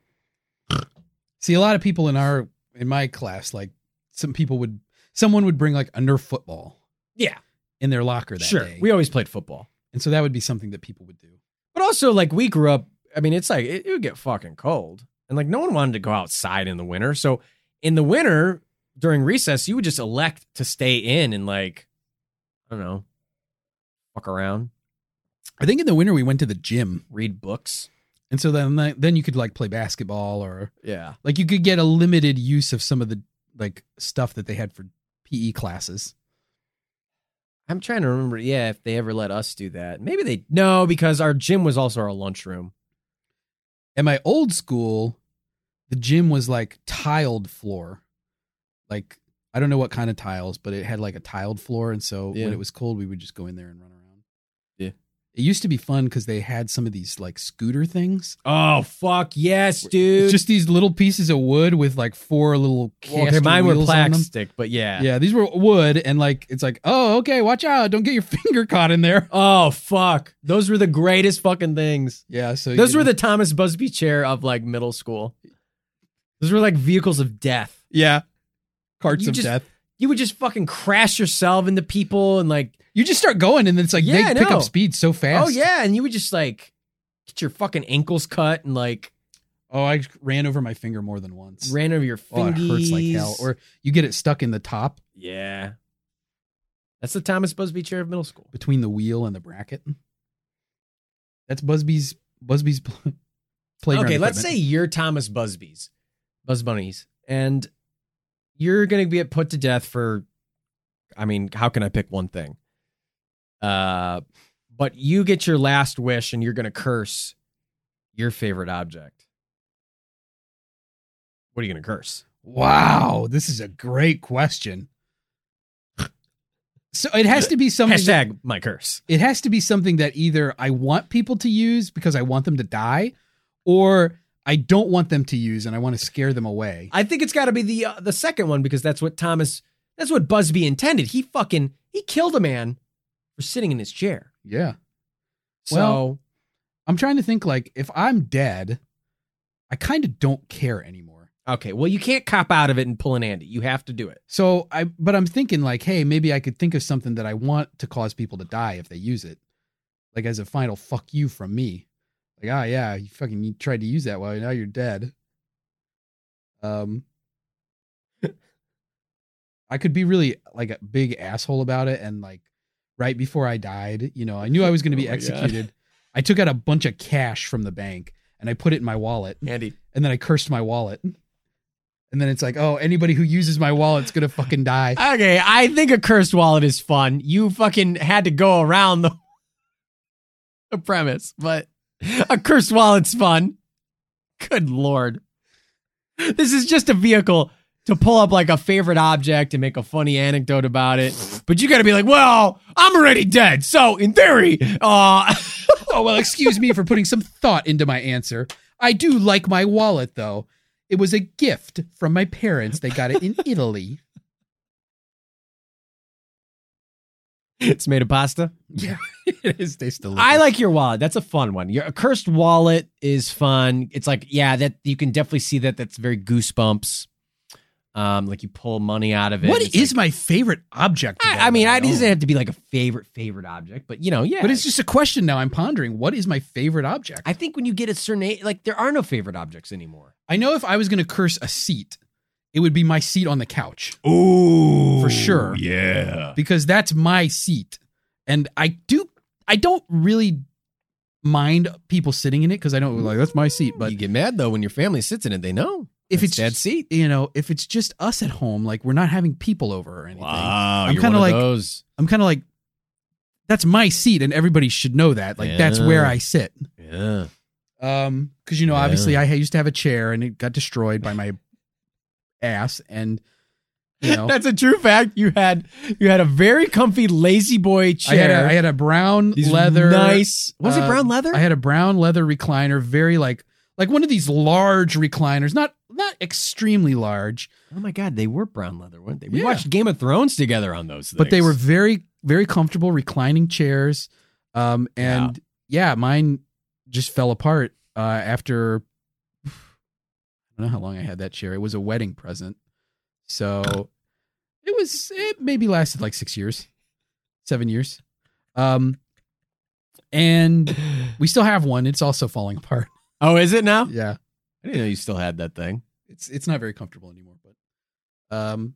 [SPEAKER 2] See, a lot of people in our in my class, like some people would someone would bring like a Nerf football
[SPEAKER 1] yeah,
[SPEAKER 2] in their locker that
[SPEAKER 1] sure.
[SPEAKER 2] day.
[SPEAKER 1] We always played football.
[SPEAKER 2] and so that would be something that people would do.
[SPEAKER 1] But also like we grew up, I mean it's like it, it would get fucking cold and like no one wanted to go outside in the winter. So in the winter during recess, you would just elect to stay in and like I don't know, walk around,
[SPEAKER 2] I think in the winter we went to the gym.
[SPEAKER 1] read books.
[SPEAKER 2] And so then then you could like play basketball or
[SPEAKER 1] Yeah.
[SPEAKER 2] like you could get a limited use of some of the like stuff that they had for PE classes.
[SPEAKER 1] I'm trying to remember, yeah, if they ever let us do that. Maybe they no, because our gym was also our lunchroom.
[SPEAKER 2] At my old school, the gym was like tiled floor. Like I don't know what kind of tiles, but it had like a tiled floor and so
[SPEAKER 1] Yeah.
[SPEAKER 2] when it was cold we would just go in there and run around.
[SPEAKER 1] Yeah.
[SPEAKER 2] It used to be fun cuz they had some of these like scooter things.
[SPEAKER 1] Oh fuck, yes, dude.
[SPEAKER 2] It's just these little pieces of wood with like four little
[SPEAKER 1] Well, okay,
[SPEAKER 2] caster
[SPEAKER 1] mine were
[SPEAKER 2] wheels on them.
[SPEAKER 1] plastic, but yeah.
[SPEAKER 2] Yeah, these were wood, and like it's like, oh, okay, watch out, don't get your finger caught in there.
[SPEAKER 1] Oh fuck. Those were the greatest fucking things.
[SPEAKER 2] Yeah, so
[SPEAKER 1] Those
[SPEAKER 2] you-
[SPEAKER 1] were the Thomas Busby chair of like middle school. Those were like vehicles of death.
[SPEAKER 2] yeah carts
[SPEAKER 1] You
[SPEAKER 2] of
[SPEAKER 1] just-
[SPEAKER 2] death.
[SPEAKER 1] You would just fucking crash yourself into people and like,
[SPEAKER 2] You just start going, and it's like
[SPEAKER 1] Yeah, I
[SPEAKER 2] they pick
[SPEAKER 1] know.
[SPEAKER 2] up speed so fast.
[SPEAKER 1] oh yeah, and you would just like get your fucking ankles cut and like
[SPEAKER 2] Oh, I ran over my finger more than once.
[SPEAKER 1] ran over your
[SPEAKER 2] oh, it
[SPEAKER 1] fingers.
[SPEAKER 2] hurts like hell. Or you get it stuck in the top
[SPEAKER 1] yeah, that's the Thomas Busby chair of middle school.
[SPEAKER 2] between the wheel and the bracket. That's Busby's Busby's pl- playground.
[SPEAKER 1] okay, let's say
[SPEAKER 2] equipment.
[SPEAKER 1] you're Thomas Busby's, Buzz Bunnies, and you're gonna get put to death for. I mean, how can I pick one thing? Uh, but you get your last wish, and you're gonna curse your favorite object. What are you gonna curse?
[SPEAKER 2] Wow, this is a great question. So it has to be something. that-
[SPEAKER 1] Hashtag my curse.
[SPEAKER 2] it has to be something that either I want people to use because I want them to die, or I don't want them to use and I want to scare them away.
[SPEAKER 1] I think it's got to be the uh, the second one because that's what Thomas, that's what Busby intended. He fucking he killed a man for sitting in his chair.
[SPEAKER 2] yeah.
[SPEAKER 1] So
[SPEAKER 2] Well- I'm trying to think like if I'm dead, I kind of don't care anymore.
[SPEAKER 1] okay, well you can't cop out of it and pull an Andy. You have to do it.
[SPEAKER 2] So I but I'm thinking like, hey, maybe I could think of something that I want to cause people to die if they use it. Like as a final fuck you from me. Like, ah yeah, you fucking you tried to use that well, now you're dead. Um I could be really like a big asshole about it and like right before I died, you know, I knew I was gonna be
[SPEAKER 1] Oh my God.
[SPEAKER 2] executed. I took out a bunch of cash from the bank and I put it in my wallet
[SPEAKER 1] Andy,
[SPEAKER 2] and then I cursed my wallet. And then it's like, oh, anybody who uses my wallet's gonna fucking die.
[SPEAKER 1] Okay, I think a cursed wallet is fun. You fucking had to go around the, the premise, but a cursed wallet's fun. Good lord. This is just a vehicle to pull up like a favorite object and make a funny anecdote about it. But you gotta be like, well, I'm already dead. So in theory, uh
[SPEAKER 2] oh well, excuse me for putting some thought into my answer. I do like my wallet though. It was a gift from my parents. They got it in Italy.
[SPEAKER 1] it's made of pasta.
[SPEAKER 2] Yeah, it is. They still.
[SPEAKER 1] I like your wallet. That's a fun one. Your a cursed wallet is fun. It's like, yeah, that you can definitely see that. That's very goosebumps. Um, like you pull money out of it.
[SPEAKER 2] What
[SPEAKER 1] and it's
[SPEAKER 2] is
[SPEAKER 1] like-
[SPEAKER 2] my favorite object? of
[SPEAKER 1] I, I mean,
[SPEAKER 2] that
[SPEAKER 1] I
[SPEAKER 2] that
[SPEAKER 1] doesn't
[SPEAKER 2] own?
[SPEAKER 1] have to be like a favorite favorite object, but you know, yeah.
[SPEAKER 2] But it's just a question now. I'm pondering. What is my favorite object?
[SPEAKER 1] I think when you get a certain age, like there are no favorite objects anymore.
[SPEAKER 2] I know if I was going to curse a seat, it would be my seat on the couch
[SPEAKER 5] Ooh,
[SPEAKER 2] For sure.
[SPEAKER 5] Yeah.
[SPEAKER 2] because that's my seat. And I do, I don't really mind people sitting in it because I don't like that's my seat. But
[SPEAKER 1] you get mad though when your family sits in it. They know
[SPEAKER 2] if
[SPEAKER 1] That's
[SPEAKER 2] it's
[SPEAKER 1] dead seat.
[SPEAKER 2] you know, if it's just us at home, like we're not having people over or anything.
[SPEAKER 5] Wow,
[SPEAKER 2] I'm
[SPEAKER 5] you're
[SPEAKER 2] kinda
[SPEAKER 5] one
[SPEAKER 2] like-
[SPEAKER 1] those.
[SPEAKER 2] I'm kind of like, that's my seat, and everybody should know that. Like that's
[SPEAKER 1] Yeah.
[SPEAKER 2] where I sit.
[SPEAKER 1] Yeah.
[SPEAKER 2] Um, because you know,
[SPEAKER 1] Yeah.
[SPEAKER 2] obviously, I used to have a chair, and it got destroyed by my ass, and you know,
[SPEAKER 1] That's a true fact. You had you had a very comfy lazy boy
[SPEAKER 2] I had
[SPEAKER 1] chair.
[SPEAKER 2] a, I had a brown
[SPEAKER 1] These
[SPEAKER 2] leather.
[SPEAKER 1] Nice. Was it
[SPEAKER 2] uh,
[SPEAKER 1] brown leather?
[SPEAKER 2] I had a brown leather recliner, very like like one of these large recliners, not not extremely large,
[SPEAKER 1] oh my god, they were brown leather, weren't they? We
[SPEAKER 2] Yeah.
[SPEAKER 1] watched Game of Thrones together on those.
[SPEAKER 2] but they
[SPEAKER 1] things.
[SPEAKER 2] were very very comfortable reclining chairs. Um, and yeah, mine just fell apart uh, after. I don't know how long I had that chair. It was a wedding present, so it was it maybe lasted like six years, seven years, um, and we still have one. It's also falling apart.
[SPEAKER 1] Oh, is it now?
[SPEAKER 2] Yeah.
[SPEAKER 1] I didn't know you still had that thing.
[SPEAKER 2] it's it's not very comfortable anymore. But um,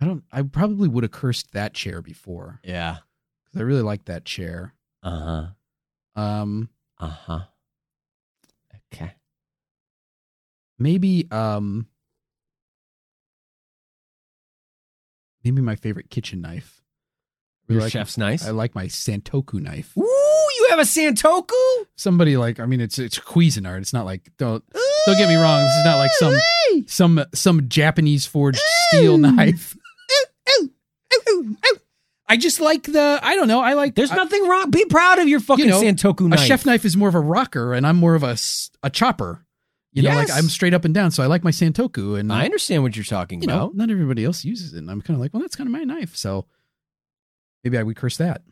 [SPEAKER 2] I don't. I probably would have cursed that chair before
[SPEAKER 1] Yeah.
[SPEAKER 2] because I really like that chair.
[SPEAKER 1] Uh huh.
[SPEAKER 2] Um,
[SPEAKER 1] Uh huh. Okay.
[SPEAKER 2] maybe um, maybe my favorite kitchen knife. I
[SPEAKER 1] Your
[SPEAKER 2] like,
[SPEAKER 1] chef's nice.
[SPEAKER 2] I like my Santoku knife.
[SPEAKER 1] Ooh, you have a Santoku?
[SPEAKER 2] Somebody like I mean it's it's Cuisinart. It's not like don't don't get me wrong. This is not like some some some Japanese forged steel knife. I just like the I don't know. I like
[SPEAKER 1] There's
[SPEAKER 2] I-
[SPEAKER 1] nothing wrong. Be proud of your fucking
[SPEAKER 2] You know,
[SPEAKER 1] Santoku
[SPEAKER 2] a
[SPEAKER 1] knife.
[SPEAKER 2] chef knife is more of a rocker, and I'm more of a s- a chopper. You know, like
[SPEAKER 1] Yes.
[SPEAKER 2] I'm straight up and down. So I like my Santoku, and
[SPEAKER 1] I understand what you're talking
[SPEAKER 2] you know
[SPEAKER 1] about.
[SPEAKER 2] not everybody else uses it. And I'm kind of like, well, that's kind of my knife. So maybe I would curse that.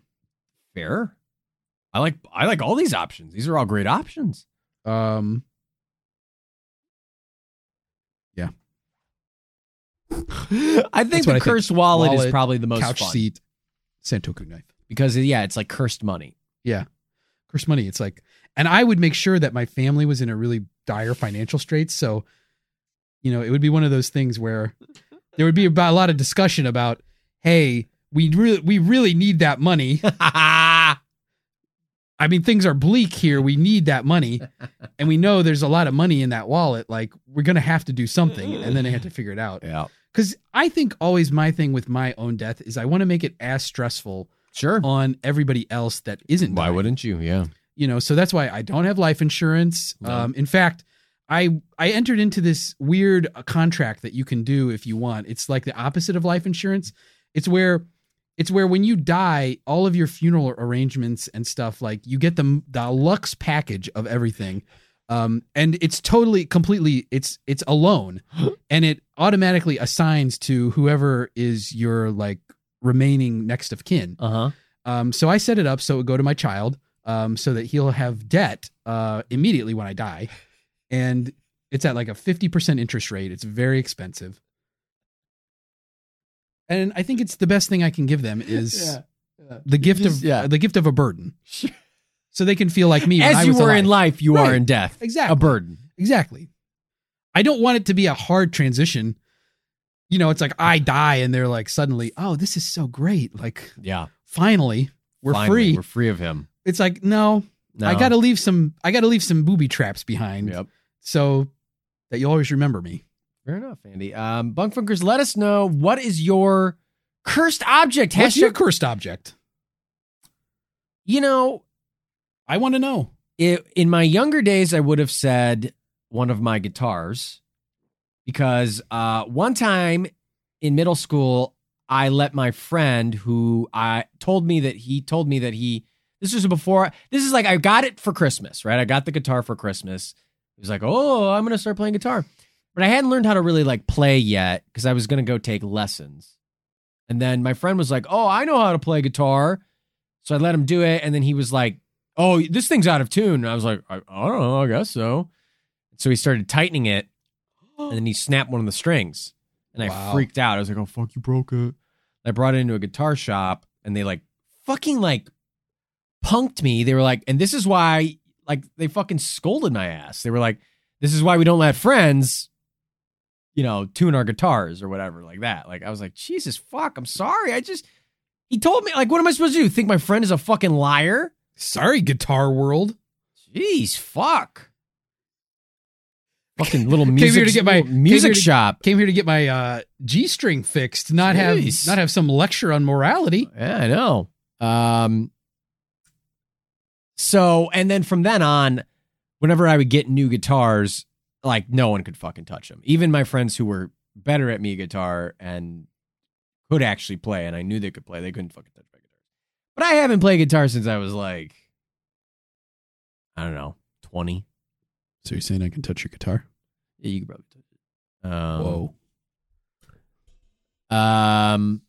[SPEAKER 1] Fair. I like I like all these options. These are all great options.
[SPEAKER 2] Um, yeah,
[SPEAKER 1] I think
[SPEAKER 2] what I
[SPEAKER 1] the
[SPEAKER 2] think.
[SPEAKER 1] cursed wallet, is
[SPEAKER 2] Wallet,
[SPEAKER 1] probably the most
[SPEAKER 2] couch
[SPEAKER 1] fun
[SPEAKER 2] seat, Santoku knife.
[SPEAKER 1] because yeah, it's like cursed money.
[SPEAKER 2] curse money. It's like, and I would make sure that my family was in a really dire financial straits. So, you know, it would be one of those things where there would be about a lot of discussion about, hey, we really we really need that money. I mean, things are bleak here. We need that money, and we know there's a lot of money in that wallet. Like, we're gonna have to do something, and then I had to figure it out.
[SPEAKER 1] Yeah.
[SPEAKER 2] Because I think always my thing with my own death is I want to make it as stressful
[SPEAKER 1] Sure.
[SPEAKER 2] on everybody else that isn't.
[SPEAKER 1] Why
[SPEAKER 2] dying
[SPEAKER 1] wouldn't you? Yeah.
[SPEAKER 2] you know so that's why i don't have life insurance
[SPEAKER 1] No.
[SPEAKER 2] um in fact i i entered into this weird uh, contract that you can do if you want it's like the opposite of life insurance it's where it's where when you die all of your funeral arrangements and stuff like you get the the lux package of everything um and it's totally completely it's it's a loan and it automatically assigns to whoever is your like remaining next of kin
[SPEAKER 1] Uh huh.
[SPEAKER 2] um, so I set it up so it would go to my child, um, so that he'll have debt uh, immediately when I die, and it's at like a fifty percent interest rate. It's very expensive, and I think it's the best thing I can give them is the gift
[SPEAKER 1] Just-
[SPEAKER 2] of
[SPEAKER 1] yeah.
[SPEAKER 2] the gift of a burden, so they can feel like me. when I
[SPEAKER 1] As you
[SPEAKER 2] was
[SPEAKER 1] were
[SPEAKER 2] alive.
[SPEAKER 1] in life, you are
[SPEAKER 2] Right.
[SPEAKER 1] in death.
[SPEAKER 2] exactly
[SPEAKER 1] A burden.
[SPEAKER 2] exactly. I don't want it to be a hard transition. You know, it's like I die, and they're like suddenly, oh, this is so great! Like
[SPEAKER 1] Yeah.
[SPEAKER 2] finally, we're
[SPEAKER 1] Finally,
[SPEAKER 2] free.
[SPEAKER 1] We're free of him.
[SPEAKER 2] it's like no,
[SPEAKER 1] No.
[SPEAKER 2] I gotta leave some I gotta leave some booby traps behind.
[SPEAKER 1] Yep.
[SPEAKER 2] So that you always remember me.
[SPEAKER 1] Fair enough, Andy. Um, Bunkfunkers, let us know what is your cursed object.
[SPEAKER 2] What's
[SPEAKER 1] Hashtag-
[SPEAKER 2] your cursed object?
[SPEAKER 1] you know,
[SPEAKER 2] I want to know.
[SPEAKER 1] it, in my younger days, I would have said one of my guitars because uh, one time in middle school, I let my friend who I told me that he told me that he this was before this is like I got it for Christmas, right? I got the guitar for Christmas. He was like, "Oh, I'm gonna start playing guitar," but I hadn't learned how to really like play yet because I was gonna go take lessons. And then my friend was like, "Oh, I know how to play guitar," so I let him do it. And then he was like, "Oh, this thing's out of tune." And I was like, "I, I don't know. I guess so." So he started tightening it, and then he snapped one of the strings, and I
[SPEAKER 2] Wow.
[SPEAKER 1] freaked out. I was like, "Oh fuck, you broke it!" I brought it into a guitar shop, and they like fucking like punked me. They were like, and this is why like they fucking scolded my ass. They were like, "This is why we don't let friends." You know, tune our guitars or whatever, like that. Like I was like, Jesus fuck, I'm sorry. I just he told me like, what am I supposed to do? Think my friend is a fucking liar?
[SPEAKER 2] Sorry, Guitar World.
[SPEAKER 1] Jeez, fuck. Fucking little
[SPEAKER 2] here
[SPEAKER 1] music.
[SPEAKER 2] to get my-
[SPEAKER 1] little music
[SPEAKER 2] came here to-
[SPEAKER 1] shop.
[SPEAKER 2] Came here to get my uh, G string fixed, not
[SPEAKER 1] Jeez.
[SPEAKER 2] have not have some lecture on morality.
[SPEAKER 1] Yeah, I know. Um. So and then from then on, whenever I would get new guitars, like no one could fucking touch them. Even my friends who were better at me guitar and could actually play, and I knew they could play, they couldn't fucking touch my guitar. But I haven't played guitar since I was like, I don't know, twenty.
[SPEAKER 2] So you're saying I can touch your guitar?
[SPEAKER 1] Yeah, you could probably touch it. Um,
[SPEAKER 2] Whoa.
[SPEAKER 1] Um,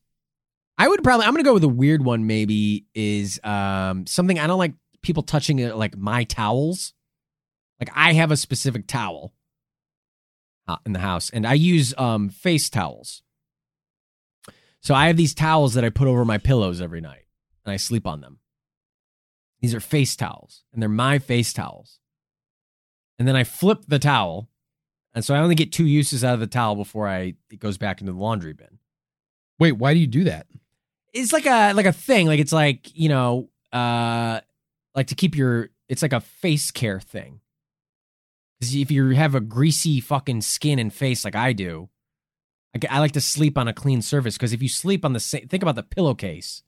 [SPEAKER 1] I would probably. I'm gonna go with a weird one. Maybe is um something I don't like people touching uh, like my towels. Like I have a specific towel uh, in the house, and I use um face towels. So I have these towels that I put over my pillows every night, and I sleep on them. These are face towels, and they're my face towels. And then I flip the towel, and so I only get two uses out of the towel before I it goes back into the laundry bin
[SPEAKER 2] Wait, why do you do that?
[SPEAKER 1] it's like a like a thing like it's like you know uh like to keep your it's like a face care thing because if you have a greasy fucking skin and face like i do i, g- I like to sleep on a clean surface because if you sleep on the same think about the pillowcase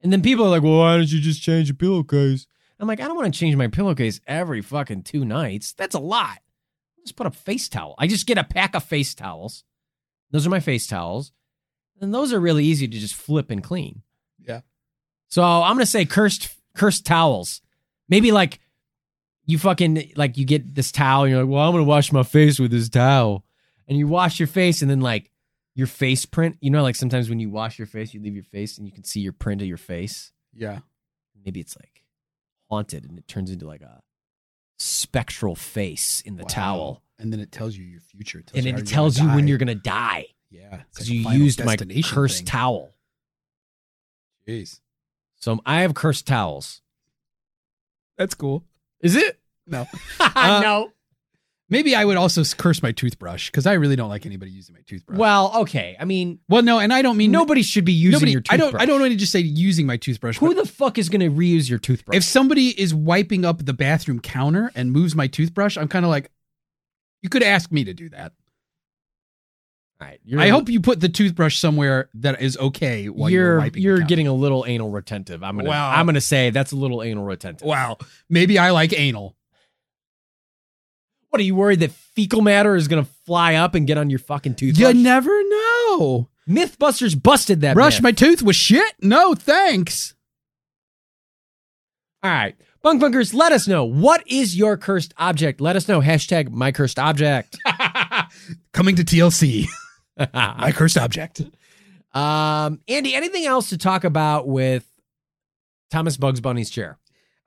[SPEAKER 1] and then people are like well why don't you just change your pillowcase i'm like i don't want to change my pillowcase every fucking two nights that's a lot just put a face towel i just get a pack of face towels those are my face towels and those are really easy to just flip and clean.
[SPEAKER 2] Yeah.
[SPEAKER 1] So I'm gonna say cursed cursed towels. Maybe like you fucking like you get this towel and you're like, well, I'm gonna wash my face with this towel. And you wash your face and then like your face print. You know, like sometimes when you wash your face, you leave your face and you can see your print of your face.
[SPEAKER 2] Yeah.
[SPEAKER 1] Maybe it's like haunted and it turns into like a spectral face in the
[SPEAKER 2] Wow.
[SPEAKER 1] towel.
[SPEAKER 2] And then it tells you your future. It tells
[SPEAKER 1] And
[SPEAKER 2] you
[SPEAKER 1] then
[SPEAKER 2] how
[SPEAKER 1] it
[SPEAKER 2] you're
[SPEAKER 1] tells you
[SPEAKER 2] gonna
[SPEAKER 1] when
[SPEAKER 2] die.
[SPEAKER 1] you're gonna die.
[SPEAKER 2] Yeah.
[SPEAKER 1] Because
[SPEAKER 2] it's like a
[SPEAKER 1] you
[SPEAKER 2] Final
[SPEAKER 1] used my
[SPEAKER 2] Destination
[SPEAKER 1] cursed
[SPEAKER 2] thing.
[SPEAKER 1] towel.
[SPEAKER 2] Jeez.
[SPEAKER 1] So I have cursed towels.
[SPEAKER 2] That's cool.
[SPEAKER 1] Is it?
[SPEAKER 2] No.
[SPEAKER 1] I
[SPEAKER 2] Uh,
[SPEAKER 1] know.
[SPEAKER 2] Maybe I would also curse my toothbrush because I really don't like anybody using my toothbrush.
[SPEAKER 1] Well, okay. I mean,
[SPEAKER 2] well, no, and I don't mean
[SPEAKER 1] nobody should be using
[SPEAKER 2] nobody-
[SPEAKER 1] your
[SPEAKER 2] I
[SPEAKER 1] toothbrush.
[SPEAKER 2] don't. I don't want to just say using my toothbrush.
[SPEAKER 1] Who
[SPEAKER 2] but
[SPEAKER 1] the fuck is going to reuse your toothbrush?
[SPEAKER 2] if somebody is wiping up the bathroom counter and moves my toothbrush, I'm kind of like, you could ask me to do that.
[SPEAKER 1] All right, you're-
[SPEAKER 2] I hope you put the toothbrush somewhere that is okay while you're,
[SPEAKER 1] you're
[SPEAKER 2] wiping. the
[SPEAKER 1] you're
[SPEAKER 2] counter.
[SPEAKER 1] getting a little anal retentive. I'm gonna
[SPEAKER 2] Wow.
[SPEAKER 1] I'm gonna say that's a little anal retentive.
[SPEAKER 2] wow. Maybe I like anal.
[SPEAKER 1] What are you worried that fecal matter is going to fly up and get on your fucking toothbrush?
[SPEAKER 2] You never know.
[SPEAKER 1] MythBusters busted that.
[SPEAKER 2] Brush
[SPEAKER 1] myth.
[SPEAKER 2] my tooth with shit? No, thanks.
[SPEAKER 1] All right. Bunk bunkers, let us know. What is your cursed object? Let us know. Hashtag my cursed object.
[SPEAKER 2] Coming to TLC, my cursed object.
[SPEAKER 1] Um, Andy, anything else to talk about with Thomas Bugs Bunny's chair?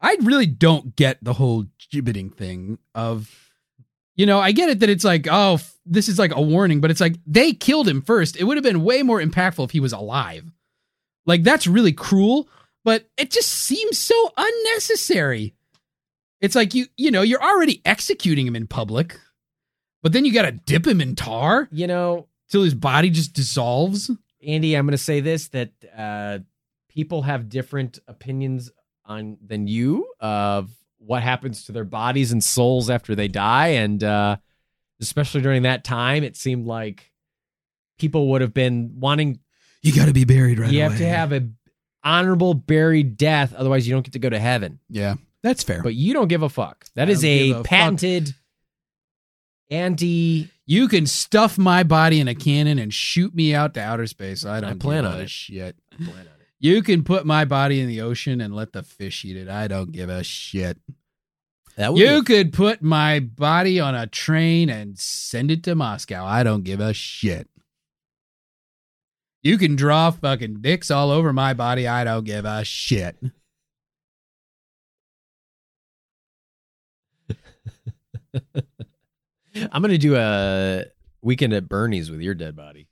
[SPEAKER 2] I really don't get the whole gibbeting thing of, you know, I get it that it's like, oh, f- this is like a warning, but it's like they killed him first. It would have been way more impactful if he was alive. Like, that's really cruel, but it just seems so unnecessary. It's like you, you know, you're already executing him in public, but then you got to dip him in tar
[SPEAKER 1] You know,
[SPEAKER 2] till his body just dissolves.
[SPEAKER 1] Andy, I'm going to say this that uh, people have different opinions on than you of what happens to their bodies and souls after they die, and uh, especially during that time, it seemed like people would have been wanting.
[SPEAKER 2] You got to be buried right
[SPEAKER 1] you have to have a honorable buried death, otherwise you don't get to go to heaven.
[SPEAKER 2] Yeah, that's fair.
[SPEAKER 1] But you don't give a fuck. That
[SPEAKER 2] I
[SPEAKER 1] is
[SPEAKER 2] don't
[SPEAKER 1] a,
[SPEAKER 2] give a fuck.
[SPEAKER 1] patented anti.
[SPEAKER 2] You can stuff my body in a cannon and shoot me out to outer space. I don't
[SPEAKER 1] plan
[SPEAKER 2] give
[SPEAKER 1] on
[SPEAKER 2] a
[SPEAKER 1] it.
[SPEAKER 2] Shit. You can put my body in the ocean and let the fish eat it. I don't give a shit.
[SPEAKER 1] That
[SPEAKER 2] You could put my body on a train and send it to Moscow. I don't give a shit. You can draw fucking dicks all over my body. I don't give a shit.
[SPEAKER 1] I'm gonna do a Weekend at Bernie's with your dead body.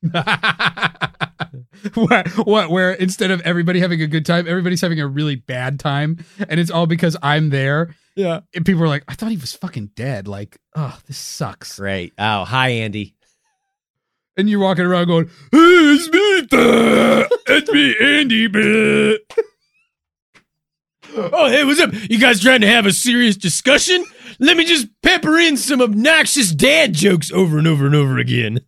[SPEAKER 2] what, what, where instead of everybody having a good time, everybody's having a really bad time. And it's all because I'm there.
[SPEAKER 1] Yeah.
[SPEAKER 2] And people are like, I thought he was fucking dead. Like, oh, this sucks.
[SPEAKER 1] Great. Oh, hi, Andy.
[SPEAKER 2] And you're walking around going, hey, it's me. uh, It's me, Andy. bleh."
[SPEAKER 1] Oh, hey, what's up? You guys trying to have a serious discussion? Let me just pepper in some obnoxious dad jokes over and over and over again.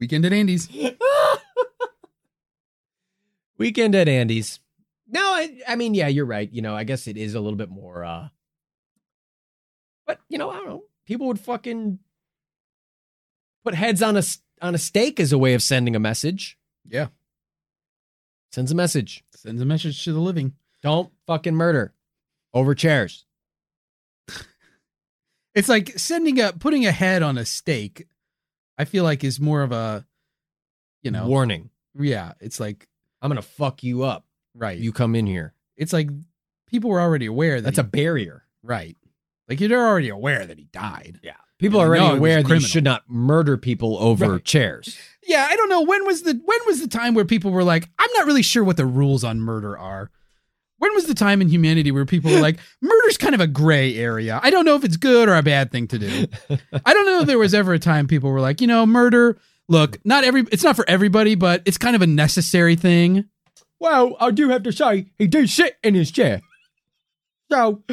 [SPEAKER 2] Weekend at Andy's.
[SPEAKER 1] Weekend at Andy's. No, I, I mean, yeah, you're right. You know, I guess it is a little bit more. uh But you know, I don't know. People would fucking put heads on a s- on a stake as a way of sending a message.
[SPEAKER 2] Yeah.
[SPEAKER 1] Sends a message.
[SPEAKER 2] Sends a message to the living.
[SPEAKER 1] Don't fucking murder over chairs.
[SPEAKER 2] It's like sending a, putting a head on a stake, I feel like is more of a, you know,
[SPEAKER 1] warning.
[SPEAKER 2] yeah, it's like,
[SPEAKER 1] I'm gonna fuck you up.
[SPEAKER 2] right.
[SPEAKER 1] You come in here.
[SPEAKER 2] it's like people were already aware that
[SPEAKER 1] That's
[SPEAKER 2] he-
[SPEAKER 1] a barrier.
[SPEAKER 2] right. Like you're already aware that he died.
[SPEAKER 1] Yeah. People are
[SPEAKER 2] No,
[SPEAKER 1] already
[SPEAKER 2] it was
[SPEAKER 1] aware that you
[SPEAKER 2] criminal.
[SPEAKER 1] should not murder people over
[SPEAKER 2] Right.
[SPEAKER 1] chairs.
[SPEAKER 2] Yeah, I don't know when was the when was the time where people were like, I'm not really sure what the rules on murder are. When was the time in humanity where people were like, murder's kind of a gray area. I don't know if it's good or a bad thing to do. I don't know if there was ever a time people were like, you know, murder, look, not every it's not for everybody, but it's kind of a necessary thing.
[SPEAKER 1] Well, I do have to say, he did sit in his chair. So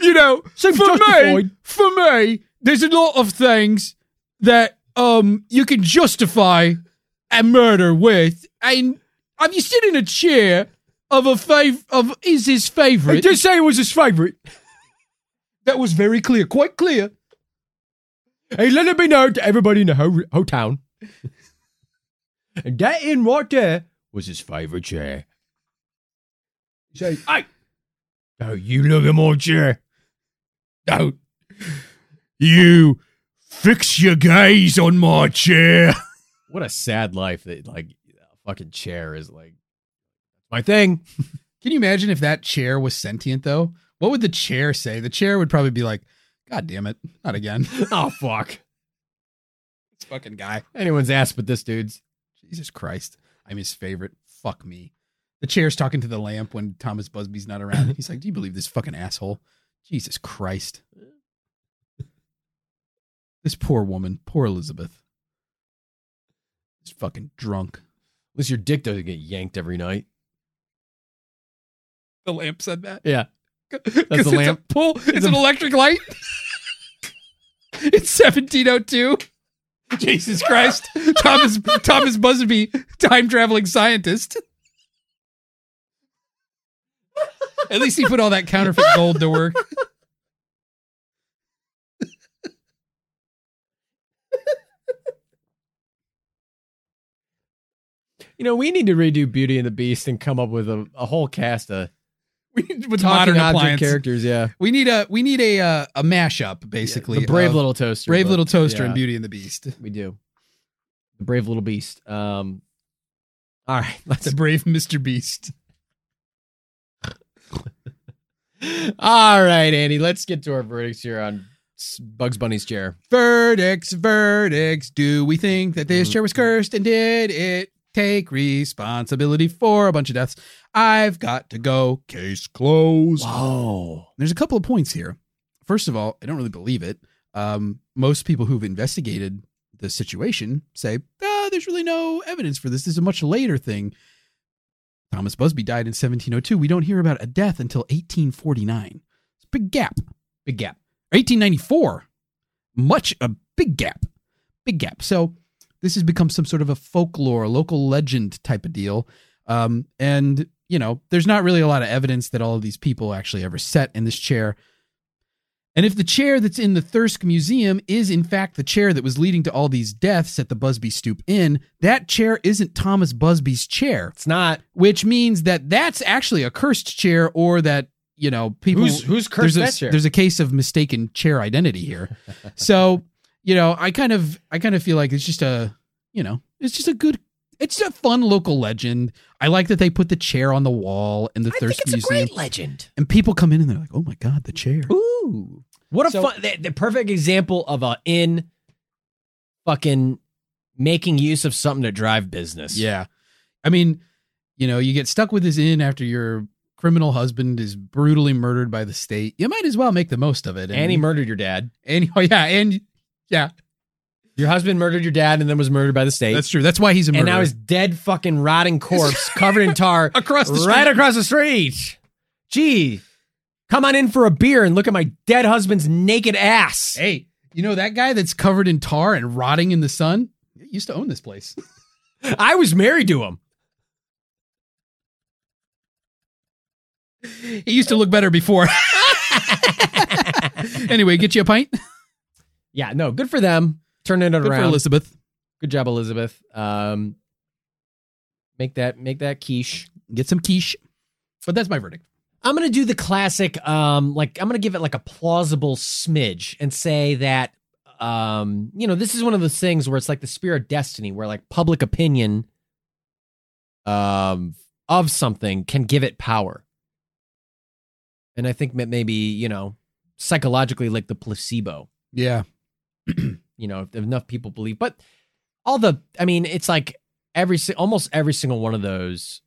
[SPEAKER 2] you know,
[SPEAKER 1] Seems
[SPEAKER 2] for me,
[SPEAKER 1] justified.
[SPEAKER 2] for me, there's a lot of things that um you can justify a murder with, and have you sit in a chair of a fav of is his favorite?
[SPEAKER 1] say it was his favourite.
[SPEAKER 2] that was very clear, quite clear.
[SPEAKER 1] He let it be known to everybody in the whole, whole town. and that in right there was his favourite chair. He said, Hey, don't you look at my chair. Don't.
[SPEAKER 2] You fix your gaze on my chair.
[SPEAKER 1] What a sad life that, like, a fucking chair is like my thing.
[SPEAKER 2] Can you imagine if that chair was sentient though? What would the chair say? The chair would probably be like, "God damn it, not again."
[SPEAKER 1] oh, fuck.
[SPEAKER 2] this fucking guy.
[SPEAKER 1] Anyone's ass but this dude's.
[SPEAKER 2] Jesus Christ. I'm his favorite. Fuck me. The chair's talking to the lamp when Thomas Busby's not around. He's like, Do you believe this fucking asshole? Jesus Christ. This poor woman, poor Elizabeth. This fucking drunk.
[SPEAKER 1] At least your dick doesn't get yanked every night.
[SPEAKER 2] The lamp said that.
[SPEAKER 1] Yeah.
[SPEAKER 2] That's
[SPEAKER 1] the lamp.
[SPEAKER 2] pull. It's,
[SPEAKER 1] a-
[SPEAKER 2] an electric light. it's 1702. Jesus Christ. Thomas Thomas Busby, time traveling scientist. At least he put all that counterfeit gold to work.
[SPEAKER 1] You know, we need to redo Beauty and the Beast and come up with a, a whole cast of
[SPEAKER 2] We need with
[SPEAKER 1] talking
[SPEAKER 2] modern
[SPEAKER 1] object
[SPEAKER 2] appliance.
[SPEAKER 1] characters. Yeah,
[SPEAKER 2] We need a we need a uh, a mashup basically.
[SPEAKER 1] the brave
[SPEAKER 2] of
[SPEAKER 1] little toaster,
[SPEAKER 2] Brave
[SPEAKER 1] but-
[SPEAKER 2] Little Toaster and
[SPEAKER 1] yeah,
[SPEAKER 2] Beauty and the Beast.
[SPEAKER 1] We do the brave little beast. Um, all right, let's.
[SPEAKER 2] The brave Mr. Beast.
[SPEAKER 1] All right, Andy, let's get to our verdicts here on S- Bugs Bunny's chair.
[SPEAKER 2] Verdicts, verdicts. Do we think that this chair was cursed and did it take responsibility for a bunch of deaths? I've got to go. Case closed.
[SPEAKER 1] Whoa,
[SPEAKER 2] There's a couple of points here. First of all, I don't really believe it. Um, most people who've investigated the situation say, ah, there's really no evidence for this. This is a much later thing. Thomas Busby died in 1702. We don't hear about a death until 1849. It's a big gap.
[SPEAKER 1] big gap.
[SPEAKER 2] 1894. Much a big gap. Big gap. So this has become some sort of a folklore, local legend type of deal. Um, and, you know, there's not really a lot of evidence that all of these people actually ever sat in this chair. And if the chair that's in the Thirsk Museum is in fact the chair that was leading to all these deaths at the Busby Stoop Inn, that chair isn't Thomas Busby's chair,
[SPEAKER 1] It's not
[SPEAKER 2] which means that that's actually a cursed chair or that, you know, people
[SPEAKER 1] who's who's cursed
[SPEAKER 2] there's a,
[SPEAKER 1] that chair.
[SPEAKER 2] There's a case of mistaken chair identity here. so, you know, I kind of I kind of feel like it's just a you know, it's just a good It's a fun local legend. I like that they put the chair on the wall in the
[SPEAKER 1] I think
[SPEAKER 2] Thirst
[SPEAKER 1] it's a
[SPEAKER 2] Museum.
[SPEAKER 1] great legend.
[SPEAKER 2] and people come in and they're like, "Oh my god, the chair!"
[SPEAKER 1] Ooh. What a
[SPEAKER 2] So-
[SPEAKER 1] fun the, the perfect example of a in fucking making use of something to drive business.
[SPEAKER 2] Yeah. I mean, you know, you get stuck with this inn after your criminal husband is brutally murdered by the state. You might as well make the most of it.
[SPEAKER 1] And he murdered your dad.
[SPEAKER 2] and oh yeah, and yeah,
[SPEAKER 1] Your husband murdered your dad and then was murdered by the state.
[SPEAKER 2] that's true. That's why he's a
[SPEAKER 1] and
[SPEAKER 2] murderer.
[SPEAKER 1] now his dead fucking rotting corpse covered in tar
[SPEAKER 2] across the street.
[SPEAKER 1] right across the street. Gee. Come on in for a beer and look at my dead husband's naked ass.
[SPEAKER 2] hey, you know that guy that's covered in tar and rotting in the sun? He used to own this place.
[SPEAKER 1] I was married to him.
[SPEAKER 2] He used to look better before. anyway, get you a pint.
[SPEAKER 1] Yeah, no, good for them. Turning it
[SPEAKER 2] Good for
[SPEAKER 1] around.
[SPEAKER 2] Elizabeth.
[SPEAKER 1] good job, Elizabeth. Um, make that make that quiche.
[SPEAKER 2] Get some quiche. But that's my verdict.
[SPEAKER 1] I'm gonna do the classic. Um, like I'm gonna give it like a plausible smidge and say that. Um, you know, this is one of those things where it's like the spear of destiny, where like public opinion, um, of something can give it power. And I think that maybe you know psychologically, like the placebo.
[SPEAKER 2] Yeah.
[SPEAKER 1] you know if enough people believe but all the i mean it's like every si- almost every single one of those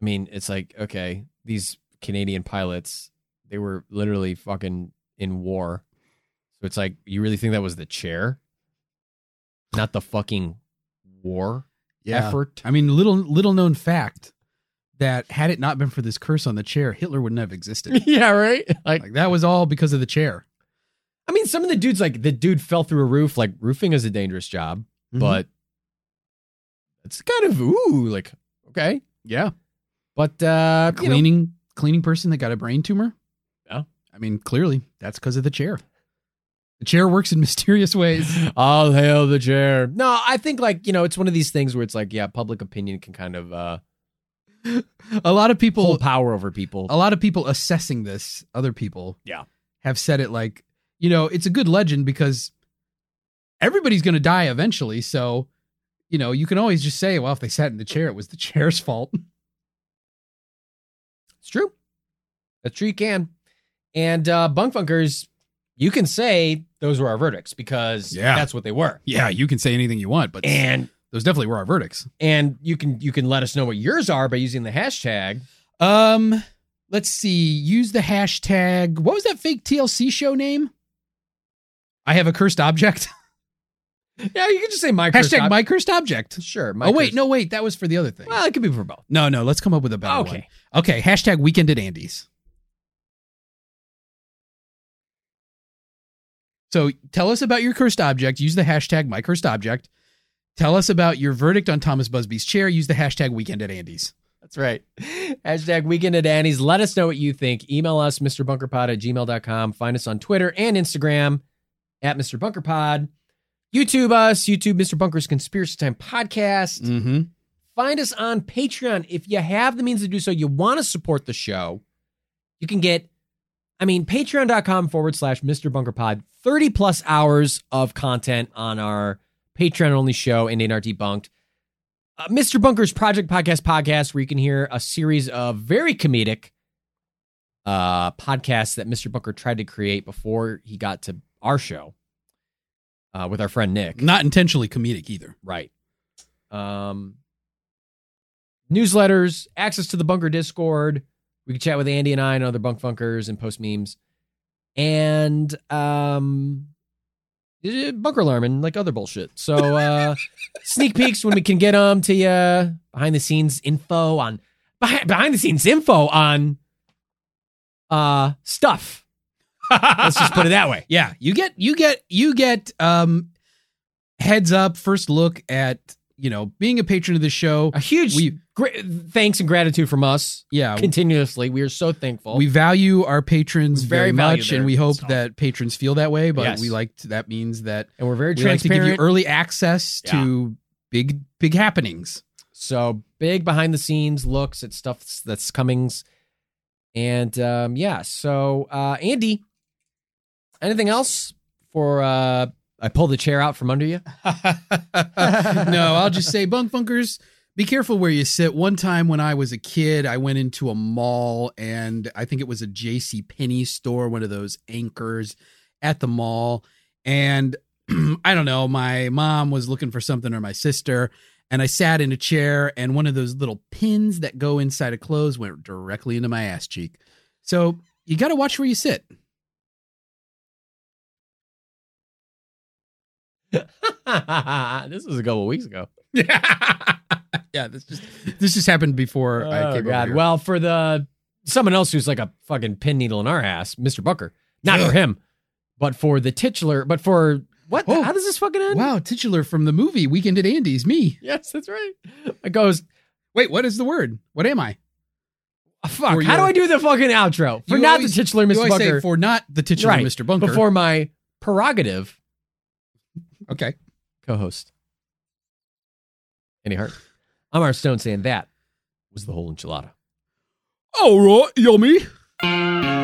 [SPEAKER 1] i mean it's like okay these canadian pilots they were literally fucking in war so it's like you really think that was the chair not the fucking war
[SPEAKER 2] Yeah.
[SPEAKER 1] effort
[SPEAKER 2] I mean, little little known fact that had it not been for this curse on the chair, Hitler wouldn't have existed.
[SPEAKER 1] yeah right like
[SPEAKER 2] like that was all because of the chair.
[SPEAKER 1] i mean some of the dudes like the dude fell through a roof like roofing is a dangerous job but
[SPEAKER 2] Mm-hmm.
[SPEAKER 1] it's kind of ooh like okay
[SPEAKER 2] yeah,
[SPEAKER 1] But uh, you know,
[SPEAKER 2] cleaning cleaning person that got a brain tumor.
[SPEAKER 1] Yeah.
[SPEAKER 2] I mean, clearly that's because of the chair. The chair works in mysterious ways.
[SPEAKER 1] I'll hail the chair. No, I think like you know, it's one of these things where it's like, yeah, public opinion can kind of uh,
[SPEAKER 2] a lot of people,
[SPEAKER 1] pull power over people.
[SPEAKER 2] a lot of people assessing this, other people,
[SPEAKER 1] Yeah.
[SPEAKER 2] have said it like, you know, it's a good legend because everybody's going to die eventually. So, you know, you can always just say, well, if they sat in the chair, it was the chair's fault.
[SPEAKER 1] It's true. That's true. You can. And uh, bunk funkers, you can say those were our verdicts because
[SPEAKER 2] Yeah.
[SPEAKER 1] that's what they were.
[SPEAKER 2] Yeah, you can say anything you want, but
[SPEAKER 1] And
[SPEAKER 2] those definitely were our verdicts.
[SPEAKER 1] and you can you can let us know what yours are by using the hashtag.
[SPEAKER 2] Um, let's see. Use the hashtag. What was that fake TLC show name? I have a cursed object.
[SPEAKER 1] Yeah, you can just say my cursed
[SPEAKER 2] hashtag
[SPEAKER 1] ob-
[SPEAKER 2] my cursed object.
[SPEAKER 1] Sure. My
[SPEAKER 2] oh wait,
[SPEAKER 1] cursed-
[SPEAKER 2] no wait, that was for the other thing.
[SPEAKER 1] Well, it could be for both.
[SPEAKER 2] no, no, let's come up with a better
[SPEAKER 1] Okay.
[SPEAKER 2] one. Okay, hashtag weekend at Andy's. So tell us about your cursed object. Use the hashtag my cursed object. Tell us about your verdict on Thomas Busby's chair. Use the hashtag weekend at Andy's.
[SPEAKER 1] That's right. Hashtag weekend at Annie's. Let us know what you think. Email us, MrBunkerPod at gmail.com. Find us on Twitter and Instagram at Mr. Bunker Pod. YouTube us, YouTube Mr. Bunker's Conspiracy Time Podcast.
[SPEAKER 2] Mm-hmm.
[SPEAKER 1] Find us on Patreon. If you have the means to do so, you want to support the show, you can get, I mean, patreon.com forward slash Mr. Bunker Pod, 30 plus hours of content on our Patreon only show and in our debunked. Uh, Mr. Bunker's Project Podcast podcast, where you can hear a series of very comedic uh, podcasts that Mr. Bunker tried to create before he got to our show uh, with our friend Nick.
[SPEAKER 2] Not intentionally comedic either.
[SPEAKER 1] Right. Um, newsletters, access to the bunker Discord. We can chat with Andy and I and other bunk funkers and post memes, and um, eh, bunker alarm and like other bullshit. So uh, sneak peeks when we can get them to you. Behind the scenes info on behind, behind the scenes info on uh stuff. Let's just put it that way.
[SPEAKER 2] Yeah, you get you get you get um heads up first look at, you know, being a patron of the show.
[SPEAKER 1] A huge
[SPEAKER 2] We-
[SPEAKER 1] gra- thanks and gratitude from us.
[SPEAKER 2] Yeah.
[SPEAKER 1] continuously. We are so thankful.
[SPEAKER 2] We value our patrons
[SPEAKER 1] We very
[SPEAKER 2] very,
[SPEAKER 1] value
[SPEAKER 2] much
[SPEAKER 1] their
[SPEAKER 2] and we hope
[SPEAKER 1] stuff.
[SPEAKER 2] that patrons feel that way, but
[SPEAKER 1] Yes.
[SPEAKER 2] we like to, that means that
[SPEAKER 1] and we're very
[SPEAKER 2] we like to give
[SPEAKER 1] transparent.
[SPEAKER 2] you early access to big big happenings.
[SPEAKER 1] so big behind the scenes looks at stuff that's comings. And um, yeah, so uh, Andy, anything else for uh, I pull the chair out from under you.
[SPEAKER 2] no, I'll just say bunk bunkers. Be careful where you sit. One time when I was a kid, I went into a mall and I think it was a JC Penney store, one of those anchors at the mall. And I don't know, my mom was looking for something or my sister, and I sat in a chair and one of those little pins that go inside of clothes went directly into my ass cheek. So you got to watch where you sit.
[SPEAKER 1] this was a couple weeks ago.
[SPEAKER 2] yeah, this just this just happened before I
[SPEAKER 1] Oh
[SPEAKER 2] came over
[SPEAKER 1] God!
[SPEAKER 2] here.
[SPEAKER 1] Well, for the someone else who's like a fucking pin needle in our ass, Mister Booker. Not for him, but for the titular. But for what? the-
[SPEAKER 2] Oh.
[SPEAKER 1] How does this fucking end?
[SPEAKER 2] Wow, titular from the movie Weekend at Andy's, me.
[SPEAKER 1] Yes, that's right. It goes.
[SPEAKER 2] Wait, what is the word? What am I?
[SPEAKER 1] "Oh, fuck.
[SPEAKER 2] For
[SPEAKER 1] How do
[SPEAKER 2] your-
[SPEAKER 1] I do the fucking outro for
[SPEAKER 2] You
[SPEAKER 1] not
[SPEAKER 2] always-
[SPEAKER 1] the titular
[SPEAKER 2] you
[SPEAKER 1] Mister
[SPEAKER 2] always
[SPEAKER 1] Booker?
[SPEAKER 2] say for not the titular
[SPEAKER 1] Right,
[SPEAKER 2] Mr. Bunker.
[SPEAKER 1] before my prerogative
[SPEAKER 2] okay.
[SPEAKER 1] co-host, Andy Hart. I'm Art Stone saying that was the whole enchilada.
[SPEAKER 2] All right, yummy.